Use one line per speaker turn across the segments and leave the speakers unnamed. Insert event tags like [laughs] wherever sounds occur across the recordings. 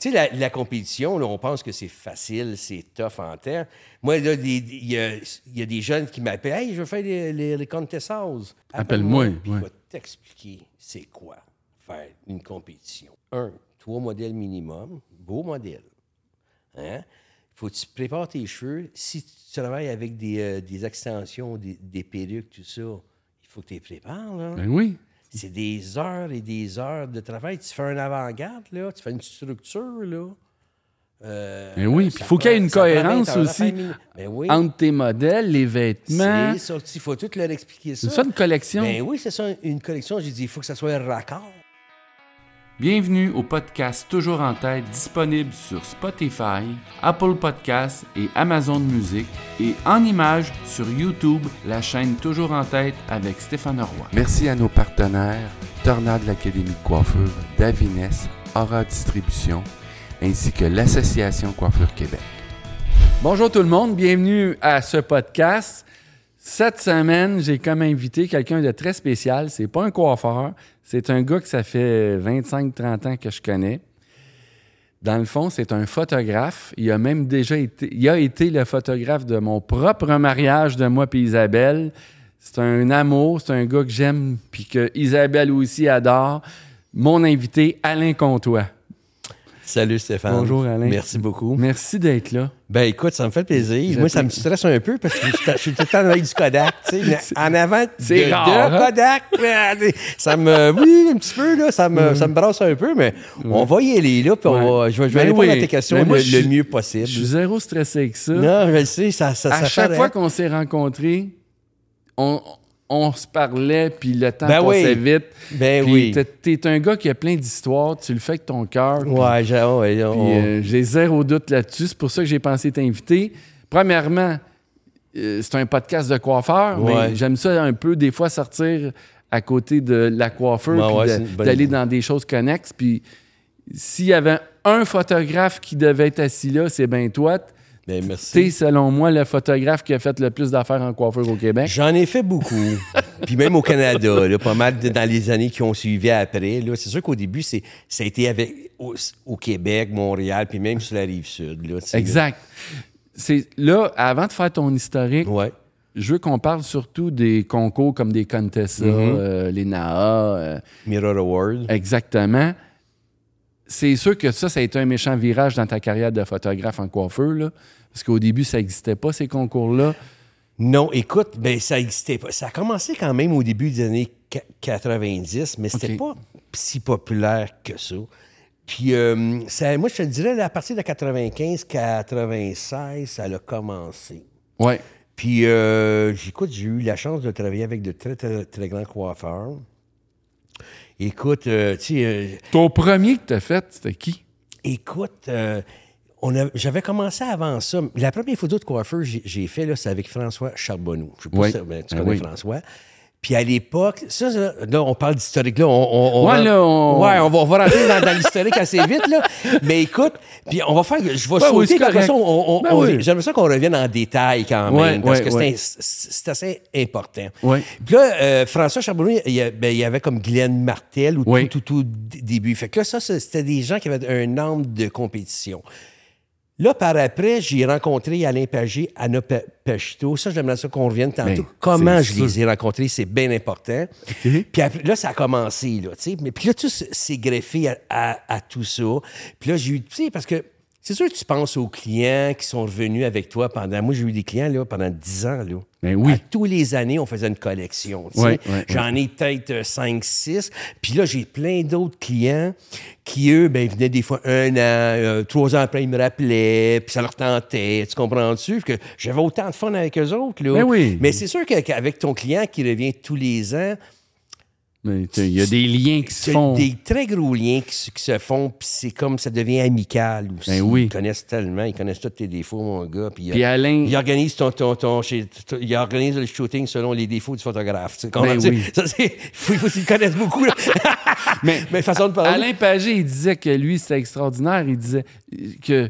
Tu sais, la, la compétition, là, on pense que c'est facile, c'est tough en terre. Moi, là, les- il y a, il y a des jeunes qui m'appellent Hey, je veux faire les, les, les contests house.
Appelle-moi,
puis
ouais.
Je vais t'expliquer c'est quoi faire une compétition. Un, trois modèles minimum, beau modèle. Hein? Faut que tu prépares tes cheveux. Si tu travailles avec des, euh, des extensions, des, des perruques, tout ça, il faut que tu les prépares. Là.
Ben oui.
C'est des heures et des heures de travail. Tu fais un avant-garde, là. Tu fais une structure, là. Euh,
Ben oui,
ça
puis il faut qu'il y ait
prend-
une
ça prend
cohérence
vingt heures,
aussi
vingt minutes. Ben oui.
entre tes modèles, les vêtements.
C'est sorti. Il faut tout leur expliquer ça.
C'est ça une collection.
Ben oui, c'est ça, une collection. J'ai dit, il faut que ça soit un raccord.
Bienvenue au podcast Toujours en tête disponible sur Spotify, Apple Podcasts et Amazon Music et en images sur YouTube, la chaîne Toujours en tête avec Stéphane Roy.
Merci à nos partenaires Tornade l'Académie de coiffure, Davines, Aura Distribution, ainsi que l'Association Coiffure Québec.
Bonjour tout le monde, bienvenue à ce podcast. Cette semaine, j'ai comme invité quelqu'un de très spécial, c'est pas un coiffeur, c'est un gars que ça fait 25-30 ans que je connais. Dans le fond, c'est un photographe. Il a même déjà été, il a été le photographe de mon propre mariage de moi et Isabelle. C'est un amour, c'est un gars que j'aime, puis que Isabelle aussi adore. Mon invité, Alain Comtois.
Salut, Stéphane.
Bonjour, Alain.
Merci beaucoup.
Merci d'être là.
Ben écoute, ça me fait plaisir. Moi, ça me stresse un peu parce que je, je suis tout le temps avec du Kodak. tu sais, mais en avant de,
c'est
de
rare, hein?
Kodak, mais, ça me. Oui, un petit peu, là, ça, me, ça me brasse un peu, mais on va y aller là, puis on
Mm. Ouais.
va, euh, je vais, je vais
Ben
répondre
oui.
à tes questions
Ben moi,
le,
je
le
suis-
mieux possible.
Je suis zéro stressé avec ça.
Non, je le sais, ça, ça,
à
ça
chaque
fait-
fois qu'on s'est rencontrés, on, on se parlait, puis le temps
Ben oui.
passait vite.
Ben
Puis
oui.
t'es- T'es un gars qui a plein d'histoires, tu le fais avec ton cœur. puis-
Ouais, j'ai- ouais,
puis,
on-
euh, j'ai zéro doute là-dessus. C'est pour ça que j'ai pensé t'inviter. Premièrement, euh, c'est un podcast de coiffeur, mais
Ouais.
j'aime ça un peu des fois sortir à côté de la coiffeur,
Ben
puis
ouais,
de-
c'est une bonne
d'aller
idée.
dans des choses connexes. Puis s'il y avait un photographe qui devait être assis là, c'est bien toi.
ben,
T'es,
merci.
selon moi, le photographe qui a fait le plus d'affaires en coiffure au Québec.
J'en ai fait beaucoup.
[laughs]
Puis même au Canada, là, pas mal de- dans les années qui ont suivi après. là. C'est sûr qu'au début, c'est, ça a été avec, au, au Québec, Montréal, puis même sur la rive sud. Là, tu sais.
Exact. C'est là, avant de faire ton historique,
Ouais.
je veux qu'on parle surtout des concours comme des Contessa,
Mm-hmm.
euh, les NAA. euh,
Mirror Award.
exactement. C'est sûr que ça, ça a été un méchant virage dans ta carrière de photographe en coiffeur, là, parce qu'au début, ça n'existait pas, ces concours-là.
Non, écoute, ben ça existait pas. Ça a commencé quand même au début des années qua- 90, mais c'était
Ok.
pas si populaire que ça. Puis euh, ça- moi, je te dirais, là, à partir de 95-96, ça a commencé.
Ouais.
Puis, euh, j'écoute, j'ai eu la chance de travailler avec de très, très, très grands coiffeurs. Écoute, euh, tu sais, euh,
Ton premier que t'as fait, c'était qui?
écoute, euh, on a- j'avais commencé avant ça. La première photo de coiffeur que j'ai- j'ai fait, là, c'est avec François Charbonneau. Je sais pas
Oui.
si ben, tu
Ben
connais
oui.
François. Puis à l'époque, ça, ça, là, on parle d'historique, là, on, on, on
Ouais,
rentre-
là, on-
Ouais, on va, on va rentrer dans, dans l'historique assez vite, là. Mais écoute, puis on va faire, je vais
Ben oui,
sauter,
c'est
puis après
correct.
ça, on- on-
Ben
on-
oui.
j'aimerais ça qu'on revienne en détail quand même,
Ouais,
parce
ouais,
que c'est
ouais.
un- c'est- c'est assez important.
Ouais.
Puis là, euh, François Charbonneau, il y, a- ben, il y avait comme Glenn Martel ou
Oui.
tout, tout, tout d- début. Fait que là, ça, ça, c'était des gens qui avaient un nombre de compétition. Là, par après, j'ai rencontré Alain Pagé, Anna Pe- Pachito. Ça, j'aimerais ça qu'on revienne tantôt.
Ben,
Comment
c'est
je
sûr.
les ai rencontrés, c'est bien important. Puis après- là, ça a commencé, là, tu sais. Mais puis là, tout s- s'est greffé à, à- à tout ça. Puis là, j'ai eu, tu sais, parce que c'est sûr que tu penses aux clients qui sont revenus avec toi pendant... Moi, j'ai eu des clients, là, pendant 10 ans, là.
Ben oui.
À tous les années, on faisait une collection. tu sais.
Ouais, ouais,
J'en ai peut-être 5-6. Puis là, j'ai plein d'autres clients qui, eux, ben, venaient des fois un an, euh, trois ans après, ils me rappelaient, puis ça leur tentait. Tu comprends-tu? Que j'avais autant de fun avec eux autres. Là.
Ben oui.
Mais c'est sûr que- qu'avec ton client qui revient tous les ans,
Mais t'as- Il y a des liens qui se
c'est
font.
des très gros liens qui, se- qui se font, puis c'est comme ça devient amical aussi.
Ben oui.
Ils connaissent tellement, ils connaissent tous tes défauts, mon gars. Puis,
Puis
euh,
Alain,
il organise ton, ton, ton- chez- ton- il organise le shooting selon les défauts du photographe. Tu sais, comment
Ben
tu-
oui.
Ça, c'est. [laughs] Il faut, faut qu'ils connaissent beaucoup. là. [laughs]
Ah, Mais-
Mais façon de parler.
Alain Pagé, il disait que lui, c'était extraordinaire. Il disait que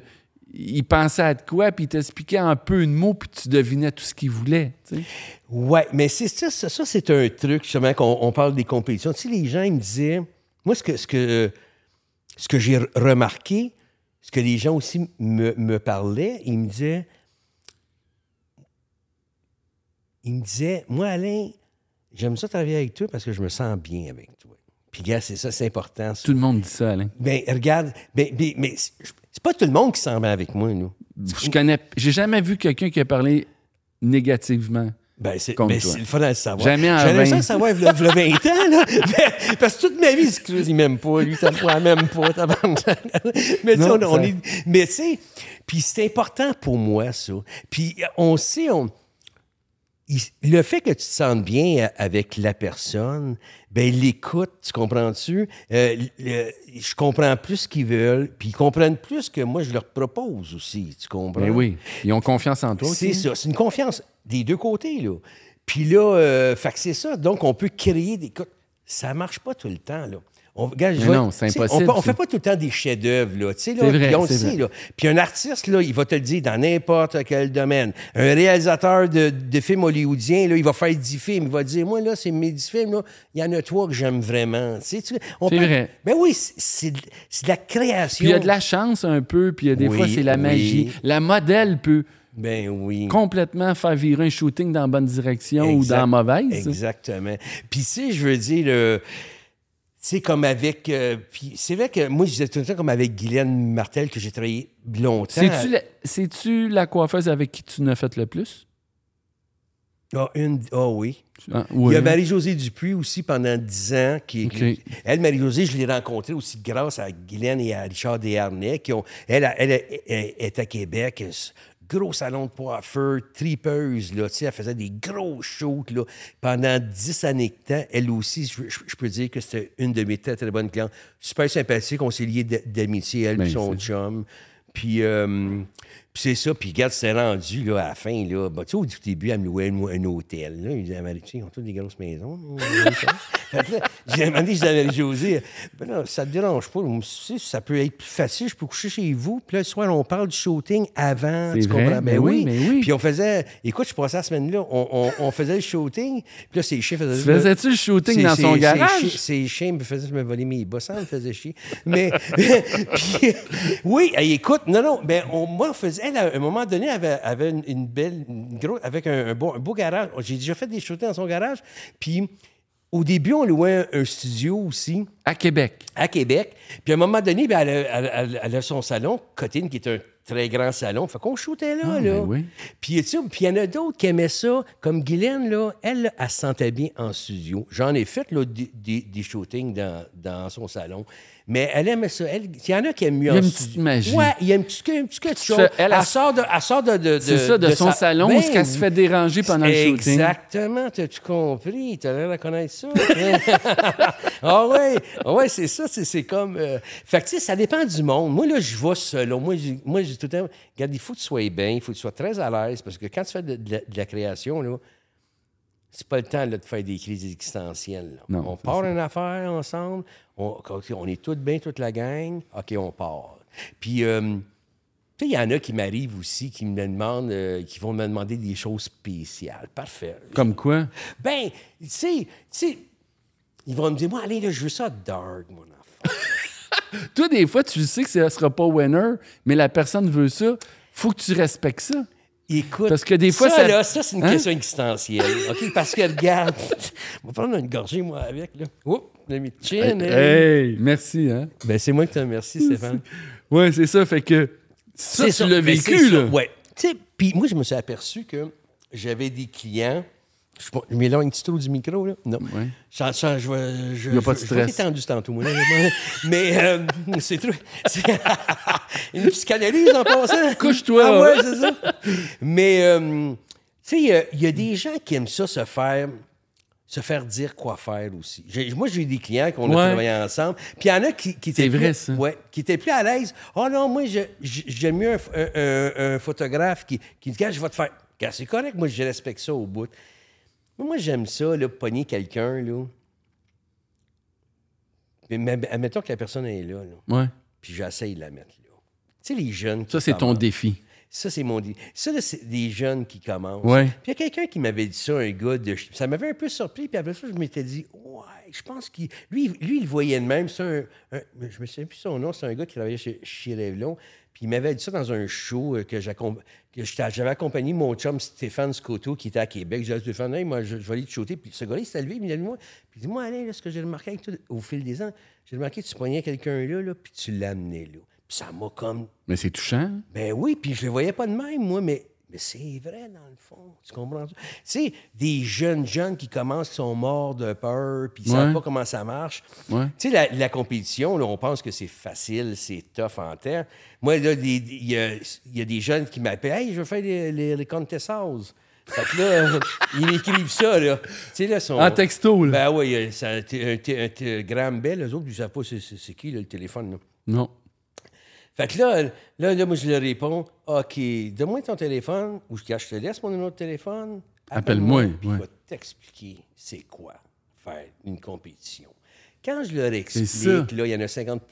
il pensait à de quoi, puis il t'expliquait en peu de mots, puis tu devinais tout ce qu'il voulait. tu sais.
Ouais, mais c'est ça, ça, ça, c'est un truc, justement, qu'on on parle des compétitions. Tu sais, les gens, ils me disaient. Moi, ce que, ce que, ce que j'ai re- remarqué, ce que les gens aussi me, me parlaient, ils me disaient, ils me disaient, moi, Alain, j'aime ça travailler avec toi parce que je me sens bien avec toi. Puis, gars, c'est ça, c'est important. ça.
Tout le monde dit ça, Alain.
Mais Ben, regarde, mais, mais, mais c'est c'est pas tout le monde qui s'en va avec moi, nous.
Je connais. J'ai jamais vu quelqu'un qui a parlé négativement.
Ben, c'est
Comme
ben,
toi.
c'est le fun à le savoir.
Jamais en
J'aimerais ça
vain.
le savoir, il y a 20 ans,
[laughs]
là. Mais- parce que toute ma vie, c'est il m'aime pas, lui, ça me prend même pas, tabarnak. [laughs] Mais tu sais,
Non,
on, on
ça-
est. Mais tu sais, puis c'est important pour moi, ça. Puis on sait, on. il- le fait que tu te sentes bien a- avec la personne, ben l'écoute, tu comprends-tu? Euh, l- le- je comprends plus ce qu'ils veulent, puis ils comprennent plus ce que moi je leur propose aussi, tu comprends?
Mais oui. Ils ont confiance en toi
C'est
aussi.
ça. C'est une confiance des deux côtés, là. Puis là, euh, fait que c'est ça. Donc, on peut créer des... co- Ça marche pas tout le temps, là. On, regarde, je
Mais
vais-
non, c'est
tu sais,
impossible,
On, ne
ça.
fait pas tout le temps des chefs-d'œuvre, là. Tu sais, là,
C'est vrai,
puis on le
c'est
sait,
vrai.
là. Puis un artiste, là, il va te le dire dans n'importe quel domaine. Un réalisateur de, de films hollywoodiens, là, il va faire 10 films. Il va dire, moi, là, c'est mes 10 films, là, il y en a trois que j'aime vraiment. Tu sais, tu- on
C'est vrai.
Ben oui, c'est- c'est de- c'est de la création.
Puis il y a de la chance un peu, puis il y a des
Oui,
fois, c'est la
oui.
magie. La modèle peut
Ben oui.
complètement faire virer un shooting dans la bonne direction ou
Exact-
dans la mauvaise.
Exactement. Puis si je veux dire, le, c'est comme avec... euh, puis c'est vrai que moi, je disais tout le temps comme avec Guylaine Martel que j'ai travaillé longtemps.
C'est-tu la, c'est-tu la coiffeuse avec qui tu n'as fait le plus?
Ah, une... ah oui.
Ah, oui.
Il y a Marie-Josée Dupuis aussi pendant 10 ans. Qui,
OK.
Elle, Marie-Josée, je l'ai rencontrée aussi grâce à Guylaine et à Richard Desharnais. Qui ont, elle, elle, elle- elle est à Québec. un s- Gros salon de coiffeur, tripeuse, là, tu sais, elle faisait des gros shoots, là, pendant dix années de temps. Elle aussi, je, je- je peux dire que c'était une de mes très, très bonnes clientes. Super sympathique, on s'est liés d'a- d'amitié, elle et
Ben,
son
c'est-
chum. Puis, euh, puis c'est ça. Puis, regarde, c'était rendu là, à la fin. Là, bah, tu sais, au début, elle me louait un, un hôtel. Là. Ils disaient, Marie, tu sais, ils ont toutes des grosses maisons. là,
[laughs]
fait que là, j'ai demandé, je disais à Marie-Josée, ben non, ça te dérange pas. Moi, tu sais, ça peut être plus facile. Je peux coucher chez vous. Puis là, le soir, on parle du shooting avant.
C'est
tu
vrai,
comprends? Ben
mais oui, mais oui.
Puis on faisait, écoute, je passais la semaine-là, on, on- on faisait le shooting. Puis là, c'est chiffres.
Tu faisais-tu le shooting dans son garage?
C'est chiant, me faisait me voler mes bas, ça me faisait chier. Mais [laughs] puis, oui, elle, écoute, non, non, ben, on, moi, on faisait, elle, à un moment donné, elle avait, avait une, une belle, une grosse, avec un, un bon- un beau garage. J'ai déjà fait des shootings dans son garage. Puis au début, on louait un, un studio aussi
À Québec.
à Québec. Puis à un moment donné, ben, elle, a, elle- elle- elle a son salon, Cotine, qui est un très grand salon. Fait qu'on shootait là,
Ah,
là.
ben oui.
Puis tu sais, puis il y en a d'autres qui aimaient ça. Comme Guylaine, là, elle, là, elle se sentait bien en studio. J'en ai fait là, des, des- des shootings dans, dans son salon. Mais elle aimait ça. Elle- Il y en a qui aiment mieux
Il y a
en
une
studio.
petite magie.
Ouais, il y a une petite, une petite quelque chose.
fais- elle,
elle,
elle-
sort de, elle sort de, de-
C'est ça, de, son
sa-
salon
Ben
où elle se fait déranger pendant le shooting.
Exactement, t'as-tu compris? T'as l'air de connaître ça.
[laughs]
ah ouais, ah ouais c'est ça, c'est, c'est comme... euh, Fait que tu sais, ça dépend du monde. Moi, là, je vais selon. Moi, j'ai, moi, j'ai tout le temps... Regarde, il faut que tu sois bien, il faut que tu sois très à l'aise, parce que quand tu fais de, de la, de la création, là, c'est pas le temps là, de faire des crises existentielles. là.
Non,
on
c'est
part une affaire ensemble, on, on est toutes bien, toute la gang, OK, on part. Puis... euh, tu sais, il y en a qui m'arrivent aussi, qui me demandent, euh, qui vont me demander des choses spéciales. Parfait.
Comme quoi?
Ben, tu sais, tu sais, ils vont me dire, moi, allez, là, je veux ça dark, mon enfant.
Toi, des fois, tu sais que ça sera pas winner, mais la personne veut ça. Faut que tu respectes ça.
Écoute,
Parce que des fois,
ça,
ça-
là, ça, c'est une
Hein?
question existentielle. OK? Parce que, regarde, [laughs] on va prendre une gorgée, moi, avec, là. Oups, la mis de chin, hein.
Hey, merci, hein?
Ben, c'est moi qui te remercie, Stéphane.
Ouais, c'est ça. Fait que ça,
C'est
tu
ça.
l'as
Ben,
vécu,
c'est ça.
là.
Ouais. Tu sais, puis moi, je me suis aperçu que j'avais des clients. Je, sais pas, je m'éloigne un petit peu du micro, là. Non.
Ouais.
Ça- ça, je, vais- je,
Il y a pas de
je- je vais
stress.
être tendu tantôt, moi, là, [laughs] vraiment. Mais euh, c'est trop. c'est- [laughs] Une psychanalyse en passant.
Couche-toi.
Ah ouais, c'est ça. Mais, euh, tu sais, il y a- il y, a des gens qui aiment ça, se faire, se faire dire quoi faire aussi. J'ai- moi, j'ai eu des clients qu'on
Ouais.
a travaillé ensemble. Puis il y en a qui, qui
C'est
étaient
vrai,
plus-
ça.
Ouais, qui étaient plus à l'aise. Oh non, moi, je- je- j'aime mieux un, ph- euh, un- un- un photographe qui, qui dit, Gars, je vais te faire. Gars, C'est correct, moi, je respecte ça au bout. Mais Moi, j'aime ça, là, pogner quelqu'un, là. Mais, mais admettons que la personne est là, là.
Ouais.
Puis j'essaye de la mettre là. Tu sais, les jeunes. qui
Ça, c'est
s'en
ton
vont.
défi.
Ça, c'est mon. di- Ça, là, c'est des jeunes qui commencent.
Ouais.
Puis il y a quelqu'un qui m'avait dit ça, un gars de. Ça m'avait un peu surpris. Puis après ça, je m'étais dit, ouais, je pense qu'il. Lui, il- lui, il le voyait de même. C'est un, un- Je me souviens plus son nom. C'est un gars qui travaillait chez, chez Revlon. Puis il m'avait dit ça dans un show euh, que j'accom- que j'étais- j'avais accompagné mon chum Stéphane Scotto qui était à Québec. J'ai dit, Stéphane, hey, moi, je, je vais aller te shooter. Puis ce gars-là, il s'est levé, il m'a dit, moi. Puis il dit, moi, Alain, là, ce que j'ai remarqué avec toi, au fil des ans, j'ai remarqué que tu poignais quelqu'un là, là, puis tu l'amenais là. Puis ça m'a comme
Mais c'est touchant.
ben oui, puis je le voyais pas de même, moi, mais, mais c'est vrai, dans le fond. Tu comprends? Tu sais, des jeunes jeunes qui commencent, qui sont morts de peur, puis ils
Ouais.
savent pas comment ça marche.
Ouais.
Tu sais, la, la compétition, là, on pense que c'est facile, c'est tough en terre. Moi, là, des- des- il y a, il y a des jeunes qui m'appellent « Hey, je veux faire les, les, les contestas. Fait que là, [laughs] ils m'écrivent ça, là. Tu sais, là, sont...
En Ah, texto, là.
Ben oui, ça, un, t- un, t- un télégramme bel, eux autres, ils savent pas c'est- c'est c'est qui, là, le téléphone, là.
Non.
Fait que là, là, là, moi, je leur réponds OK, donne-moi ton téléphone ou je, je te laisse mon numéro de téléphone.
Appelle-moi,
puis
ouais.
Je vais t'expliquer c'est quoi faire une compétition. Quand je leur
ça.
explique, là, il y en a 50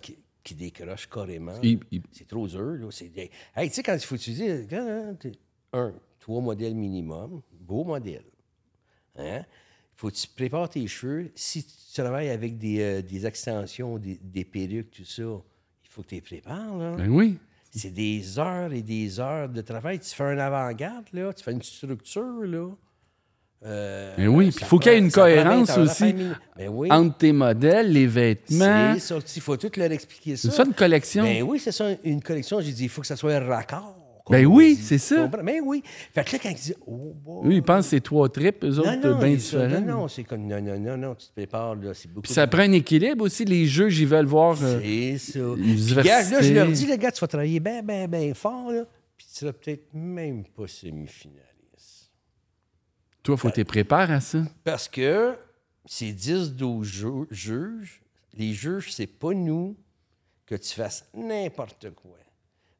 qui, qui décrochent carrément.
Il- il-
C'est trop dur. Là. C'est des- Hey, tu sais, quand il faut utiliser. quand, hein, t'es- un, trois modèles minimum, beau modèle. Hein? Il faut que tu prépares tes cheveux. Si tu travailles avec des, euh, des extensions, des, des perruques, tout ça, il faut que tu les prépares. Là.
Ben oui.
C'est des heures et des heures de travail. Tu fais un avant-garde, là. Tu fais une structure, là. Euh,
Ben oui,
ça
puis il faut qu'il y ait
prend-
une
ça prend
cohérence
20 heures, la
aussi
famille. Ben oui.
entre tes modèles, les vêtements.
C'est sorti. Il faut tout leur expliquer
C'est ça une collection.
ben oui, c'est ça, une collection. J'ai dit, il faut que ça soit un raccord. comme
Ben
on
oui,
dit.
c'est ça.
Tu comprends? Ben oui. Fait que là, quand ils disent, oh, boy.
Eux, ils pensent que c'est trois tripes, eux
non,
autres,
non,
bien
ils disent, non,
différents.
non, c'est comme, non, non, non, non, tu te prépares, là, c'est beaucoup.
Puis ça
de-
prend un équilibre aussi. Les jeux, j'y veux le voir. euh,
C'est ça. Puis,
diversité.
regarde, là, je leur dis, les gars, tu vas travailler bien, bien, bien fort, là, puis tu seras peut-être même pas semi-finaliste.
Toi, faut que tu prépares à ça.
Parce que c'est 10-12 ju- juges. Les juges, c'est pas nous que tu fasses n'importe quoi.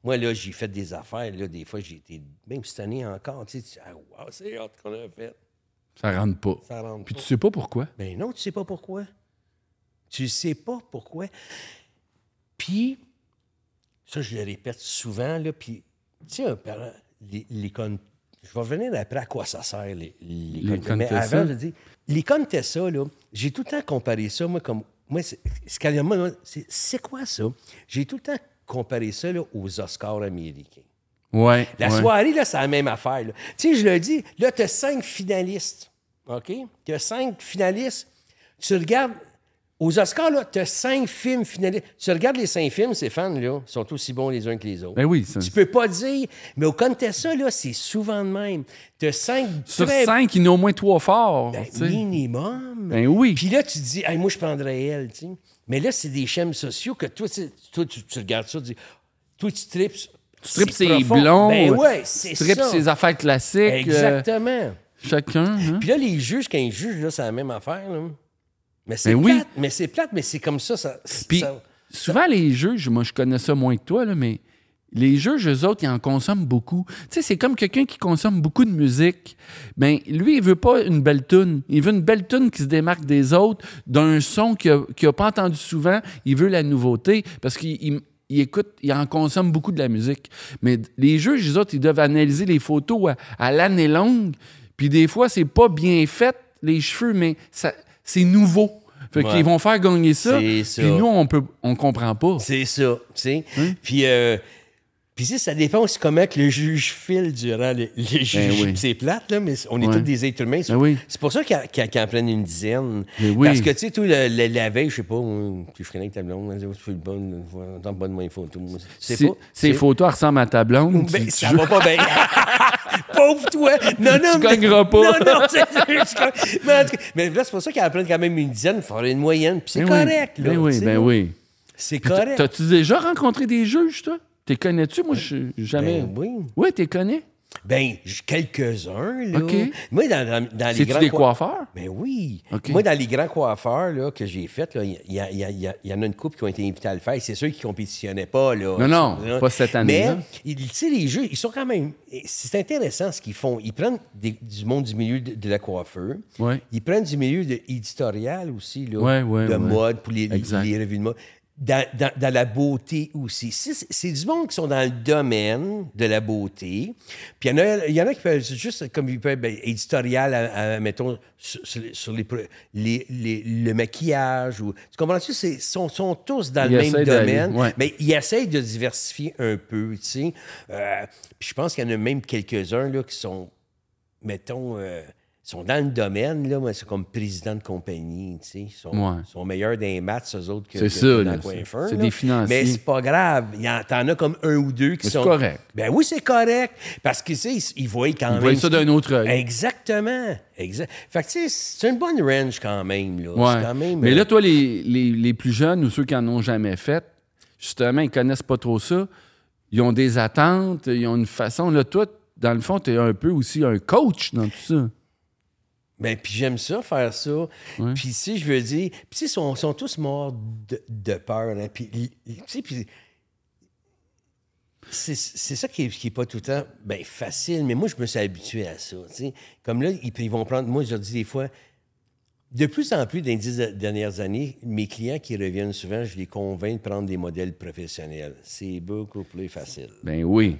Moi, là, j'ai fait des affaires. Là, des fois, j'ai été. Même cette année encore, tu sais, tu dis, ah, wow, c'est hot qu'on a fait.
Ça rentre pas.
Ça rentre
Puis
pas.
tu sais pas pourquoi.
Ben non, tu sais pas pourquoi. Tu sais pas pourquoi. Puis, ça, je le répète souvent, là, puis, tu sais, un parent, les, les con- Je vais revenir après à quoi ça sert, les, les,
Les
con- Mais
Contessa.
avant, je dis, les Contessa, là, j'ai tout le temps comparé ça, moi, comme... Moi, c'est- c'est carrément- moi, c'est c'est quoi ça? J'ai tout le temps comparé ça là, aux Oscars américains.
Ouais.
La
ouais.
soirée, là, c'est la même affaire. là. Tu sais, je le dis, là, tu as cinq finalistes. OK? Tu as cinq finalistes. Tu regardes. Aux Oscars, là, tu as cinq films finalistes. Tu regardes les cinq films, ces fans, là, sont aussi bons les uns que les autres.
Ben oui, ça-
Tu peux pas dire. Mais au Contessa, là, c'est souvent de même. Tu as cinq.
Sur
très-
cinq, il y en a au moins trois forts.
ben,
tu sais.
minimum.
Ben oui.
Puis là, tu te dis, Hey, moi, je prendrais elle, tu sais. Mais là, c'est des schèmes sociaux que toi, tu, sais, toi, tu, tu regardes ça, tu dis, toi, tu tripes.
tu tripes ses
profond.
blonds.
Ben
euh,
ouais, c'est
Tu tripes
ça.
ses affaires classiques. euh,
Exactement.
chacun. hein.
Puis là, les juges, quand ils jugent, là, c'est la même affaire. là. Mais c'est
Ben oui.
plate, mais c'est plate, mais c'est comme ça. ça,
Puis
ça-
souvent, les juges, moi, je connais ça moins que toi, là, mais les juges, eux autres, ils en consomment beaucoup. Tu sais, c'est comme quelqu'un qui consomme beaucoup de musique. Ben, lui, il veut pas une belle tune. Il veut une belle tune qui se démarque des autres, d'un son qu'il n'a pas entendu souvent. Il veut la nouveauté parce qu'il il- il écoute, il en consomme beaucoup de la musique. Mais d- les juges, eux autres, ils doivent analyser les photos à, à l'année longue. Puis des fois, c'est pas bien fait, les cheveux, mais ça- c'est nouveau. Fait
Ouais.
qu'ils vont faire gagner ça.
C'est ça.
Puis nous, on peut, on comprend pas.
C'est ça, tu sais. Puis, euh, puis tu sais, ça dépend aussi comment que le juge file durant les, les juges.
Ben oui.
C'est plate, là, mais on est
Ouais.
tous des êtres humains. C'est
Ben oui.
c'est pour ça qu'ils en prennent une dizaine.
Ben oui.
Parce que, tu sais, tout le- le- la veille, je sais pas, moi, tu ferais avec ta blonde, tu fais le bon, t'en bonne moins photo. moi, je sais
Si
pas,
ces
tu sais.
photos elles ressemblent à ta blonde, tu-
Ben,
tu
ça
joues-
va pas bien. [laughs] Pauvre toi! Non, non,
Tu
mais-
gagneras pas.
Non, non, c'est c'est- mais, en tout cas- mais là, c'est pour ça qu'ils apprennent quand même une dizaine, il faudrait une moyenne. Puis c'est
Ben oui.
correct, là.
Ben oui,
tu sais,
ben
là.
oui.
C'est
Puis t'as-
correct.
T'as-tu déjà rencontré des juges, toi? T'es connais-tu? Moi, je jamais.
Ben oui.
Oui, t'es connais.
Ben, j- quelques-uns, là.
OK.
Moi, dans, dans- dans les
C'est-tu
grands...
des
coi-
coiffeurs?
Ben oui.
OK.
Moi, dans les grands coiffeurs là, que j'ai faits, là, il y, a- il y a- il y a- il y en a une couple qui ont été invités à le faire. C'est ceux qui compétitionnaient pas. Là,
Non, non,
Là.
pas cette année-là.
Mais, ils- tu sais, les jeux, ils sont quand même. eh, C'est intéressant ce qu'ils font. Ils prennent des- du monde du milieu de, de la coiffeur.
Ouais.
Ils prennent du milieu de- éditorial aussi, là,
Ouais, ouais,
de
ouais.
mode, pour les, les-
Exact.
les revues de mode. dans, dans- dans la beauté aussi. C'est, c'est- c'est du monde qui sont dans le domaine de la beauté. Puis il y en a, il y en a qui peuvent c'est juste, comme ils peuvent, ben, éditorial, à- à, mettons, sur, sur les- sur les, pro- les- les- le maquillage. Ou, tu comprends-tu? C'est- Ils sont, sont tous dans
Ils
le même
essayent d'aller,
domaine.
ouais.
Mais ils essayent de diversifier un peu, tu sais. Euh, puis je pense qu'il y en a même quelques-uns là, qui sont mettons, euh, sont dans le domaine, là, mais c'est comme président de compagnie, tu sais. Ils sont,
Ouais.
sont meilleurs dans les maths, eux autres, que,
C'est
que
ça,
dans
là,
le coin
c'est-
fin,
c'est
là.
des financiers.
Mais c'est pas grave. Il y en- T'en as comme un ou deux qui
Mais c'est
sont...
correct.
Ben oui, c'est correct. Parce que, tu sais, ils- ils voient quand
Ils
même...
voient ça d'un autre œil.
Exactement. Exact. Fait que, tu sais, c'est une bonne range quand même, là.
Ouais.
C'est quand même...
Mais
euh,
là, toi, les, les- les plus jeunes ou ceux qui en ont jamais fait, justement, ils connaissent pas trop ça. Ils ont des attentes, ils ont une façon. Là, toi, dans le fond, tu es un peu aussi un coach dans tout ça.
Ben, puis j'aime ça, faire ça. Puis, si je veux dire, puis, tu sais, ils sont, sont tous morts de, de peur. Hein. Puis, li- tu sais, puis. C'est c'est ça qui est, qui est pas tout le temps ben, facile, mais moi, je me suis habitué à ça. tu sais. Comme là, ils, ils vont prendre. Moi, je leur dis des fois, de plus en plus, dans les dix dernières années, mes clients qui reviennent souvent, je les convainc de prendre des modèles professionnels. C'est beaucoup plus facile.
Ben oui.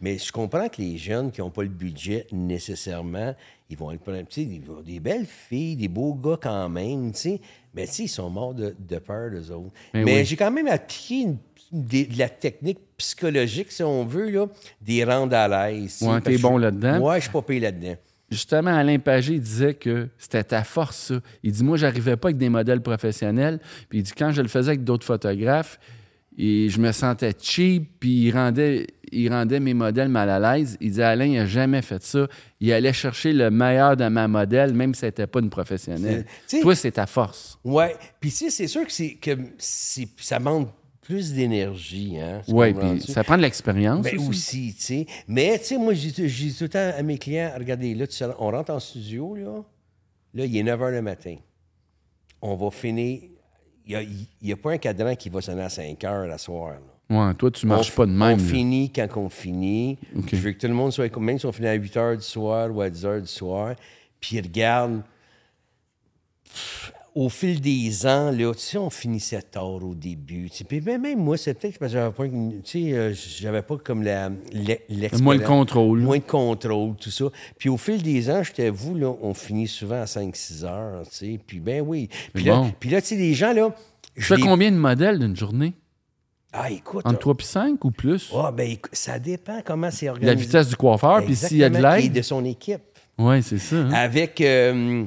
Mais je comprends que les jeunes qui n'ont pas le budget nécessairement, ils vont aller prendre. Tu sais, ils vont- des belles filles, des beaux gars quand même, tu sais. Mais tu sais, ils sont morts de, de peur, les autres.
Mais
Mais,
oui.
j'ai quand même appliqué une- des- de la technique psychologique, si on veut, là, des rendre à l'aise. tu sais,
Ouais,
parce
t'es
que je-
bon là-dedans.
Ouais, je suis pas payé là-dedans.
Justement, Alain Pagé il disait que c'était ta force, ça. Il dit Moi, j'arrivais pas avec des modèles professionnels. Puis il dit Quand je le faisais avec d'autres photographes, et je me sentais cheap, puis il rendait, il rendait mes modèles mal à l'aise. Il dit Alain, il a jamais fait ça. Il allait chercher le meilleur de ma modèle, même si c'était pas une professionnelle.
C'est- tu sais-
Toi, c'est ta force.
Ouais. Puis tu sais, c'est sûr que, c'est- que c'est- ça manque plus d'énergie. Hein, tu
Oui, puis
comprends-tu?
ça prend de l'expérience.
Ben,
aussi.
aussi, tu sais. Mais, tu sais, moi, je dis tout- je dis tout le temps à mes clients, regardez, là, tu sais, on rentre en studio, là. Là, il est 9 h le matin. On va finir. Il n'y a, pas un cadran qui va sonner à 5 h la soirée.
Ouais, toi, tu marches
on,
pas de même.
On
là.
finit quand on finit.
OK.
Je veux que tout le monde soit. Même si on finit à 8 h du soir ou à 10 h du soir, puis regarde. Pff, Au fil des ans, là, tu sais, on finissait tard au début. tu sais. Puis même, même moi, c'est peut-être parce que j'avais pas, une- tu sais, euh, j'avais pas comme la, l'e- l'expérience.
Moins de contrôle.
Moins de contrôle, tout ça. Puis au fil des ans, je t'avoue, là, on finit souvent à 5-6 heures, tu sais. Puis ben oui. Puis là,
bon.
puis là, tu sais, les gens, là...
Tu
je
fais
les-
combien de modèles d'une journée
Ah, écoute...
Entre 3 puis 5 ou plus
Ah, ben, écou- ça dépend comment c'est organisé.
La vitesse du coiffeur, Ah, puis s'il y a de
Exactement, et
l'aide.
de son équipe.
Oui, c'est ça. hein.
Avec. euh,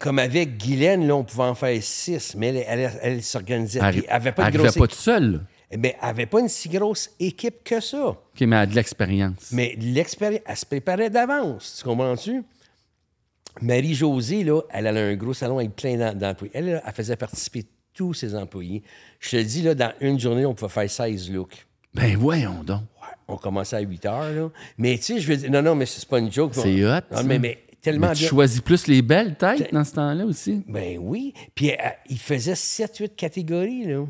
comme avec Guylaine, là, on pouvait en faire six, mais elle, elle- elle s'organisait.
Arri-
Puis Elle n'avait pas de
arrivait
grosse
pas
équipe.
tout seul. là.
Mais elle avait pas une si grosse équipe que ça.
OK, mais à de l'expérience.
Mais l'expérience, elle se préparait d'avance, tu comprends-tu? Marie-Josée, là, elle avait un gros salon avec plein d'em- d'employés. Elle, là, elle faisait participer tous ses employés. Je te dis, là, dans une journée, on pouvait faire 16 looks.
Ben voyons donc.
Ouais, on commençait à 8 heures, là. Mais tu sais, je veux dire, non, non, mais c'est pas une joke.
C'est
On-
hot,
Non,
ça.
mais, mais tellement
Mais tu
bien.
choisis plus les belles têtes dans ce temps-là aussi.
Ben oui. Puis euh, il faisait 7-8 catégories, là.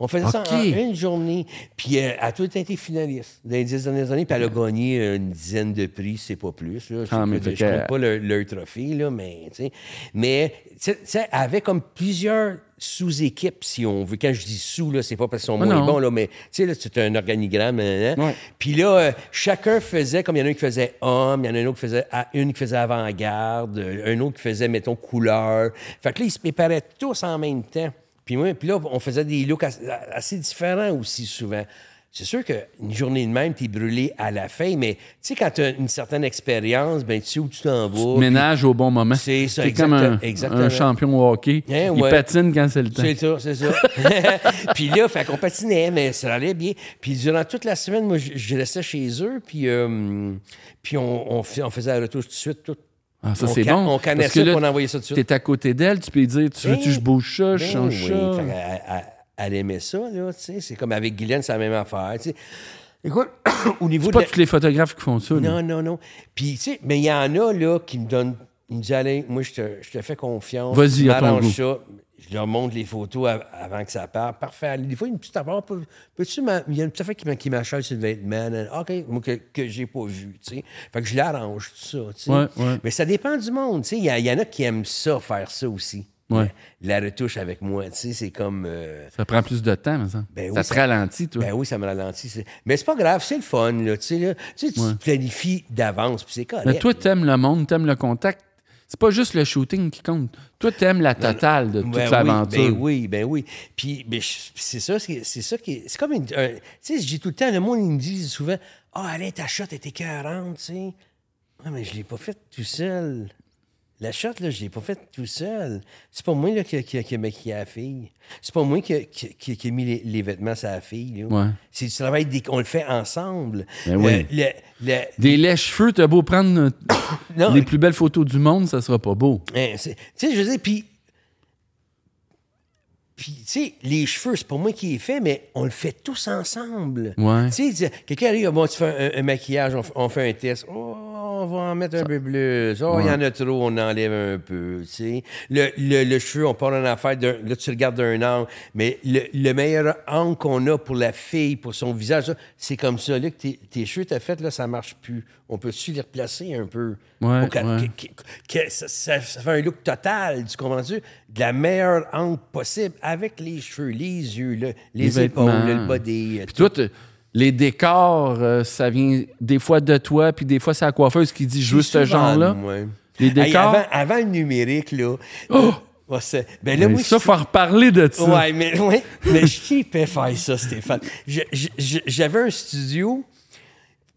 On faisait ça en
OK.
une journée. Puis euh, elle a tout le temps été finaliste dans les dix dernières années. Puis elle a gagné euh, une dizaine de prix, c'est pas plus. Là. Je
Ah, mais
ne
fait
je
que-
compte pas leur, leur trophée, là, mais... tu sais. Mais tu sais- tu sais, elle avait comme plusieurs sous-équipes, si on veut. Quand je dis sous, là, c'est pas parce qu'ils sont
Ah,
moins
non.
bons, là, mais tu sais, là, c'est un organigramme. hein, hein.
Ouais.
Puis là, euh, chacun faisait, comme il y en a un qui faisait homme, il y en a un autre qui faisait, ah, une qui faisait avant-garde, euh, un autre qui faisait, mettons, couleur. Fait que là, ils se préparaient tous en même temps. Puis, moi, puis là, on faisait des looks as- assez différents aussi souvent. C'est sûr qu'une journée de même, t'es brûlé à la fin, mais tu sais, quand t'as une certaine expérience, ben tu sais où tu t'en vas. puis-
Ménage au bon moment.
C'est ça,
T'es comme un,
exact-
un champion au hockey.
Hein,
Il
ouais.
patine quand c'est le temps.
C'est ça, c'est
[laughs]
ça. puis là, fait qu'on patinait, mais ça allait bien. Puis durant toute la semaine, moi, je, je restais chez eux, puis, euh, puis on, on fais- on faisait la retouche tout de suite. Tout.
Ah, ça,
on
c'est
ca-
bon.
On cannait
Parce que
ça,
là,
puis on envoyait ça tout de suite.
T'es à côté d'elle, tu peux lui dire Tu veux-tu que je bouge ça, je
Ben
change
oui,
ça
fait qu'elle- elle, elle aimait ça, là, tu sais. C'est comme avec Guylaine, c'est la même affaire, tu sais. Écoute, [coughs] au niveau
C'est
de
pas
la-
tous les photographes qui font ça. là.
Non, non, non. Puis, tu sais, mais il y en a, là, qui me donnent. Ils me disent, Alain, moi, je te, je te fais confiance.
Vas-y,
Tu
à ton
m'arranges
goût.
ça. Je leur montre les photos av- avant que ça parte. Parfait. Des fois, une petite affaire. Peux- Peux-tu. m'a- Il y a une petite affaire qui m'a- qui m'achète sur le vêtement. là. OK, moi, que, que j'ai pas vu, tu sais. Fait que je l'arrange, tout ça, tu sais.
Ouais, ouais.
Mais ça dépend du monde, tu sais. Il y, a- il y en a qui aiment ça, faire ça aussi.
Ouais.
La retouche avec moi, tu sais, c'est comme. euh,
Ça prend plus de temps, mais ça.
Ben oui,
ça te
ça-
ralentit, toi.
Ben oui, ça me ralentit. c'est- Mais c'est pas grave, c'est le fun, là. Tu sais, là, tu sais, tu
Ouais.
planifies d'avance, puis c'est correct.
mais toi, t'aimes le monde, t'aimes le contact. C'est pas juste le shooting qui compte. Toi, t'aimes la totale de toute
Ben
l'aventure.
Oui, ben oui, ben oui. Puis ben, je- c'est ça, c'est c'est ça qui est. C'est comme une. un- tu sais, j'ai tout le temps, le monde, ils me disent souvent Ah, Alain, ta shot était 40, tu sais. Ouais, mais je l'ai pas faite tout seul. La shot, là, je l'ai pas faite tout seul. C'est pas moi là, qui, qui, qui a maquillé la fille. C'est pas moi qui, qui, qui- qui a mis les, les vêtements sur la fille. là.
Ouais.
C'est du travail, d'équ- on le fait ensemble.
Ben oui.
Le- le- le-
Des lèches-feux, t'as beau prendre euh,
[coughs] Non.
les plus belles photos du monde, ça sera pas beau.
Hein, c'est- tu sais, je veux dire, puis. Puis, tu sais, les cheveux, c'est pas moi qui les fais, mais on le fait tous ensemble.
Ouais.
Tu sais, tu- quelqu'un arrive, bon, tu fais un, un maquillage, on, f- on fait un test. Oh, on va en mettre un peu plus. Oh, il y en a trop, on enlève un peu. Tu sais, le, le, le cheveu, on parle en affaire. d'un- Là, tu regardes d'un angle, mais le, le meilleur angle qu'on a pour la fille, pour son visage, ça, c'est comme ça. Là, que tes, tes cheveux, t'as fait, là, ça marche plus. On peut-tu les replacer un peu?
Ouais,
Pour qu'elle-
ouais.
que- qui- que- ça, ça- ça fait un look total, tu comprends-tu? De la meilleure angle possible avec les cheveux, les yeux, le- les,
Les
épaules,
vêtements.
le body. euh,
Puis toi, t'es- les décors, euh, ça vient des fois de toi, puis des fois c'est la coiffeuse qui dit « je veux
souvent,
ce genre-là
moi.
Les
Hey,
décors?
avant, avant le numérique, là. ouais, c'est- ben ». là,
Mais
moi,
ça,
je-
faut en reparler de ça.
Ouais, mais, ouais, mais je kiffais faire ça, Stéphane. Je- je- je- J'avais un studio.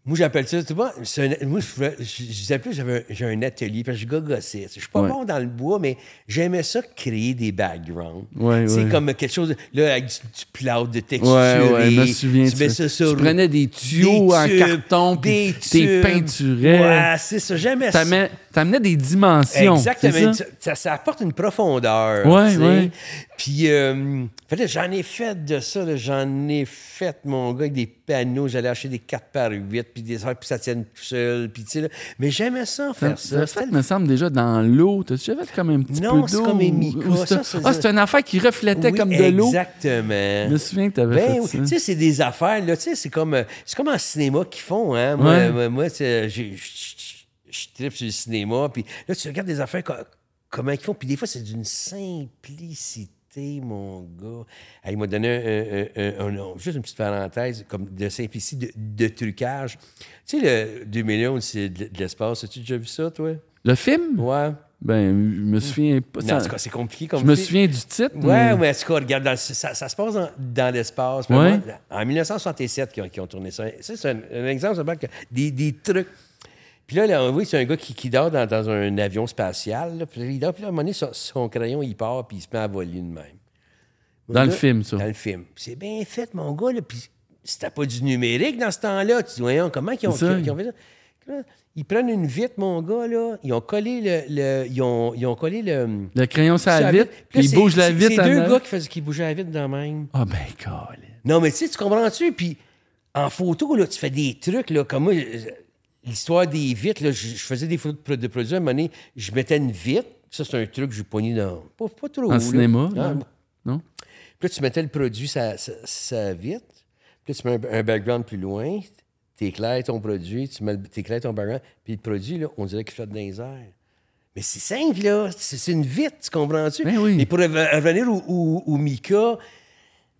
Moi, j'appelle ça, tu vois, c'est un- moi, je, fais- je- je disais plus, j'avais un- j'ai un atelier, parce que je gogossais. Je suis pas
Ouais.
bon dans le bois, mais j'aimais ça créer des backgrounds.
Ouais,
c'est
ouais.
comme quelque chose, là, avec du, du plâtre, de texture.
Ouais, ouais, je me souviens
Tu mets
de
ça
ça.
sur...
Tu prenais des tuyaux en
tubes,
carton, puis
des
t'es
tubes.
peinturais.
Ouais, c'est ça, j'aimais ça.
T'amenais t'amenais des dimensions.
Exactement.
c'est ça?
Ça? Ça, ça apporte une profondeur.
Ouais,
tu sais.
ouais.
Puis, euh, fait là, j'en ai fait de ça. là. J'en ai fait, mon gars, avec des panneaux. J'allais acheter des 4 par 8, puis des heures, puis ça tienne tout seul. Puis, tu sais, là. Mais j'aimais ça, faire ça.
Ça,
C'était
fait,
le
me semble, déjà dans l'eau. T'as déjà fait comme un petit peu d'eau?
Non, c'est comme
ou-
Emika,
ou c'est-
ça, c'est-
Ah, c'est une affaire qui reflétait
Oui,
comme de l'eau.
Exactement.
Je me souviens que t'avais
Ben, oui.
fait
tu
ça.
sais, c'est des affaires, là. Tu sais, c'est comme, euh, c'est comme en cinéma qu'ils font, hein. Moi,
Ouais.
moi, moi, tu sais, j'ai- je je tripe sur le cinéma, puis là, tu regardes des affaires, co- comment ils font, puis des fois, c'est d'une simplicité, mon gars. Ah, il m'a donné un- un- un- un- un- juste une petite parenthèse, comme de simplicité, de, de trucage. Tu sais, le 2 millions, c'est de, de l'espace. As-tu déjà vu ça, toi?
Le film?
Ouais.
Ben, je me souviens pas.
Non,
ça-
Hmm. en tout cas, c'est compliqué comme
je me
film.
souviens du titre.
Ouais,
mais-
mais en tout cas, regarde, dans- ça, ça se passe dans, dans l'espace.
Ouais.
Vraiment, En 1967, qu'ils ont, qu'ils ont tourné ça. Ça, c'est un, un exemple simplement que des, des trucs. Puis là, là, on voit que c'est un gars qui, qui dort dans, dans un avion spatial. là. Puis là, il dort, puis là, à un moment donné, son, son crayon, il part, puis il se met à voler de même.
Dans
Là,
le film, ça.
Dans le film. Puis C'est bien fait, mon gars, là. Puis c'était pas du numérique dans ce temps-là. Tu dis, voyons, comment ils ont,
C'est ça.
qu'ils ont fait ça? Là, Ils prennent une vitre, mon gars, là. Ils ont collé le. le- ils, ont, ils ont collé le. hum,
Le crayon, ça
Ça
la vitre,
Puis là,
puis il
c'est-
bouge la
c'est-
vitre. en
C'est deux
avant.
gars qui, faisaient- qui bougeaient la vitre dans le même.
Ah, ben, calé.
Non, mais tu sais, tu comprends-tu? Puis en photo, là, tu fais des trucs, là, comme moi, euh, l'histoire des vitres, là, je, je faisais des photos de, pro- de produits. À un moment donné, je mettais une vitre. Ça, c'est un truc que j'ai pogné dans. Pas, pas trop.
En
là.
cinéma,
Ah,
non? Non?
Puis là, tu mettais le produit ça, ça, ça vitre. Puis là, tu mets un, un background plus loin. T'éclaires ton produit, tu mets le- t'éclaires ton background. Puis le produit, là, on dirait qu'il flotte dans les airs. Mais c'est simple, là. C'est c'est une vitre, tu comprends-tu?
Ben oui.
Et pour rev- revenir au, au- au Mika,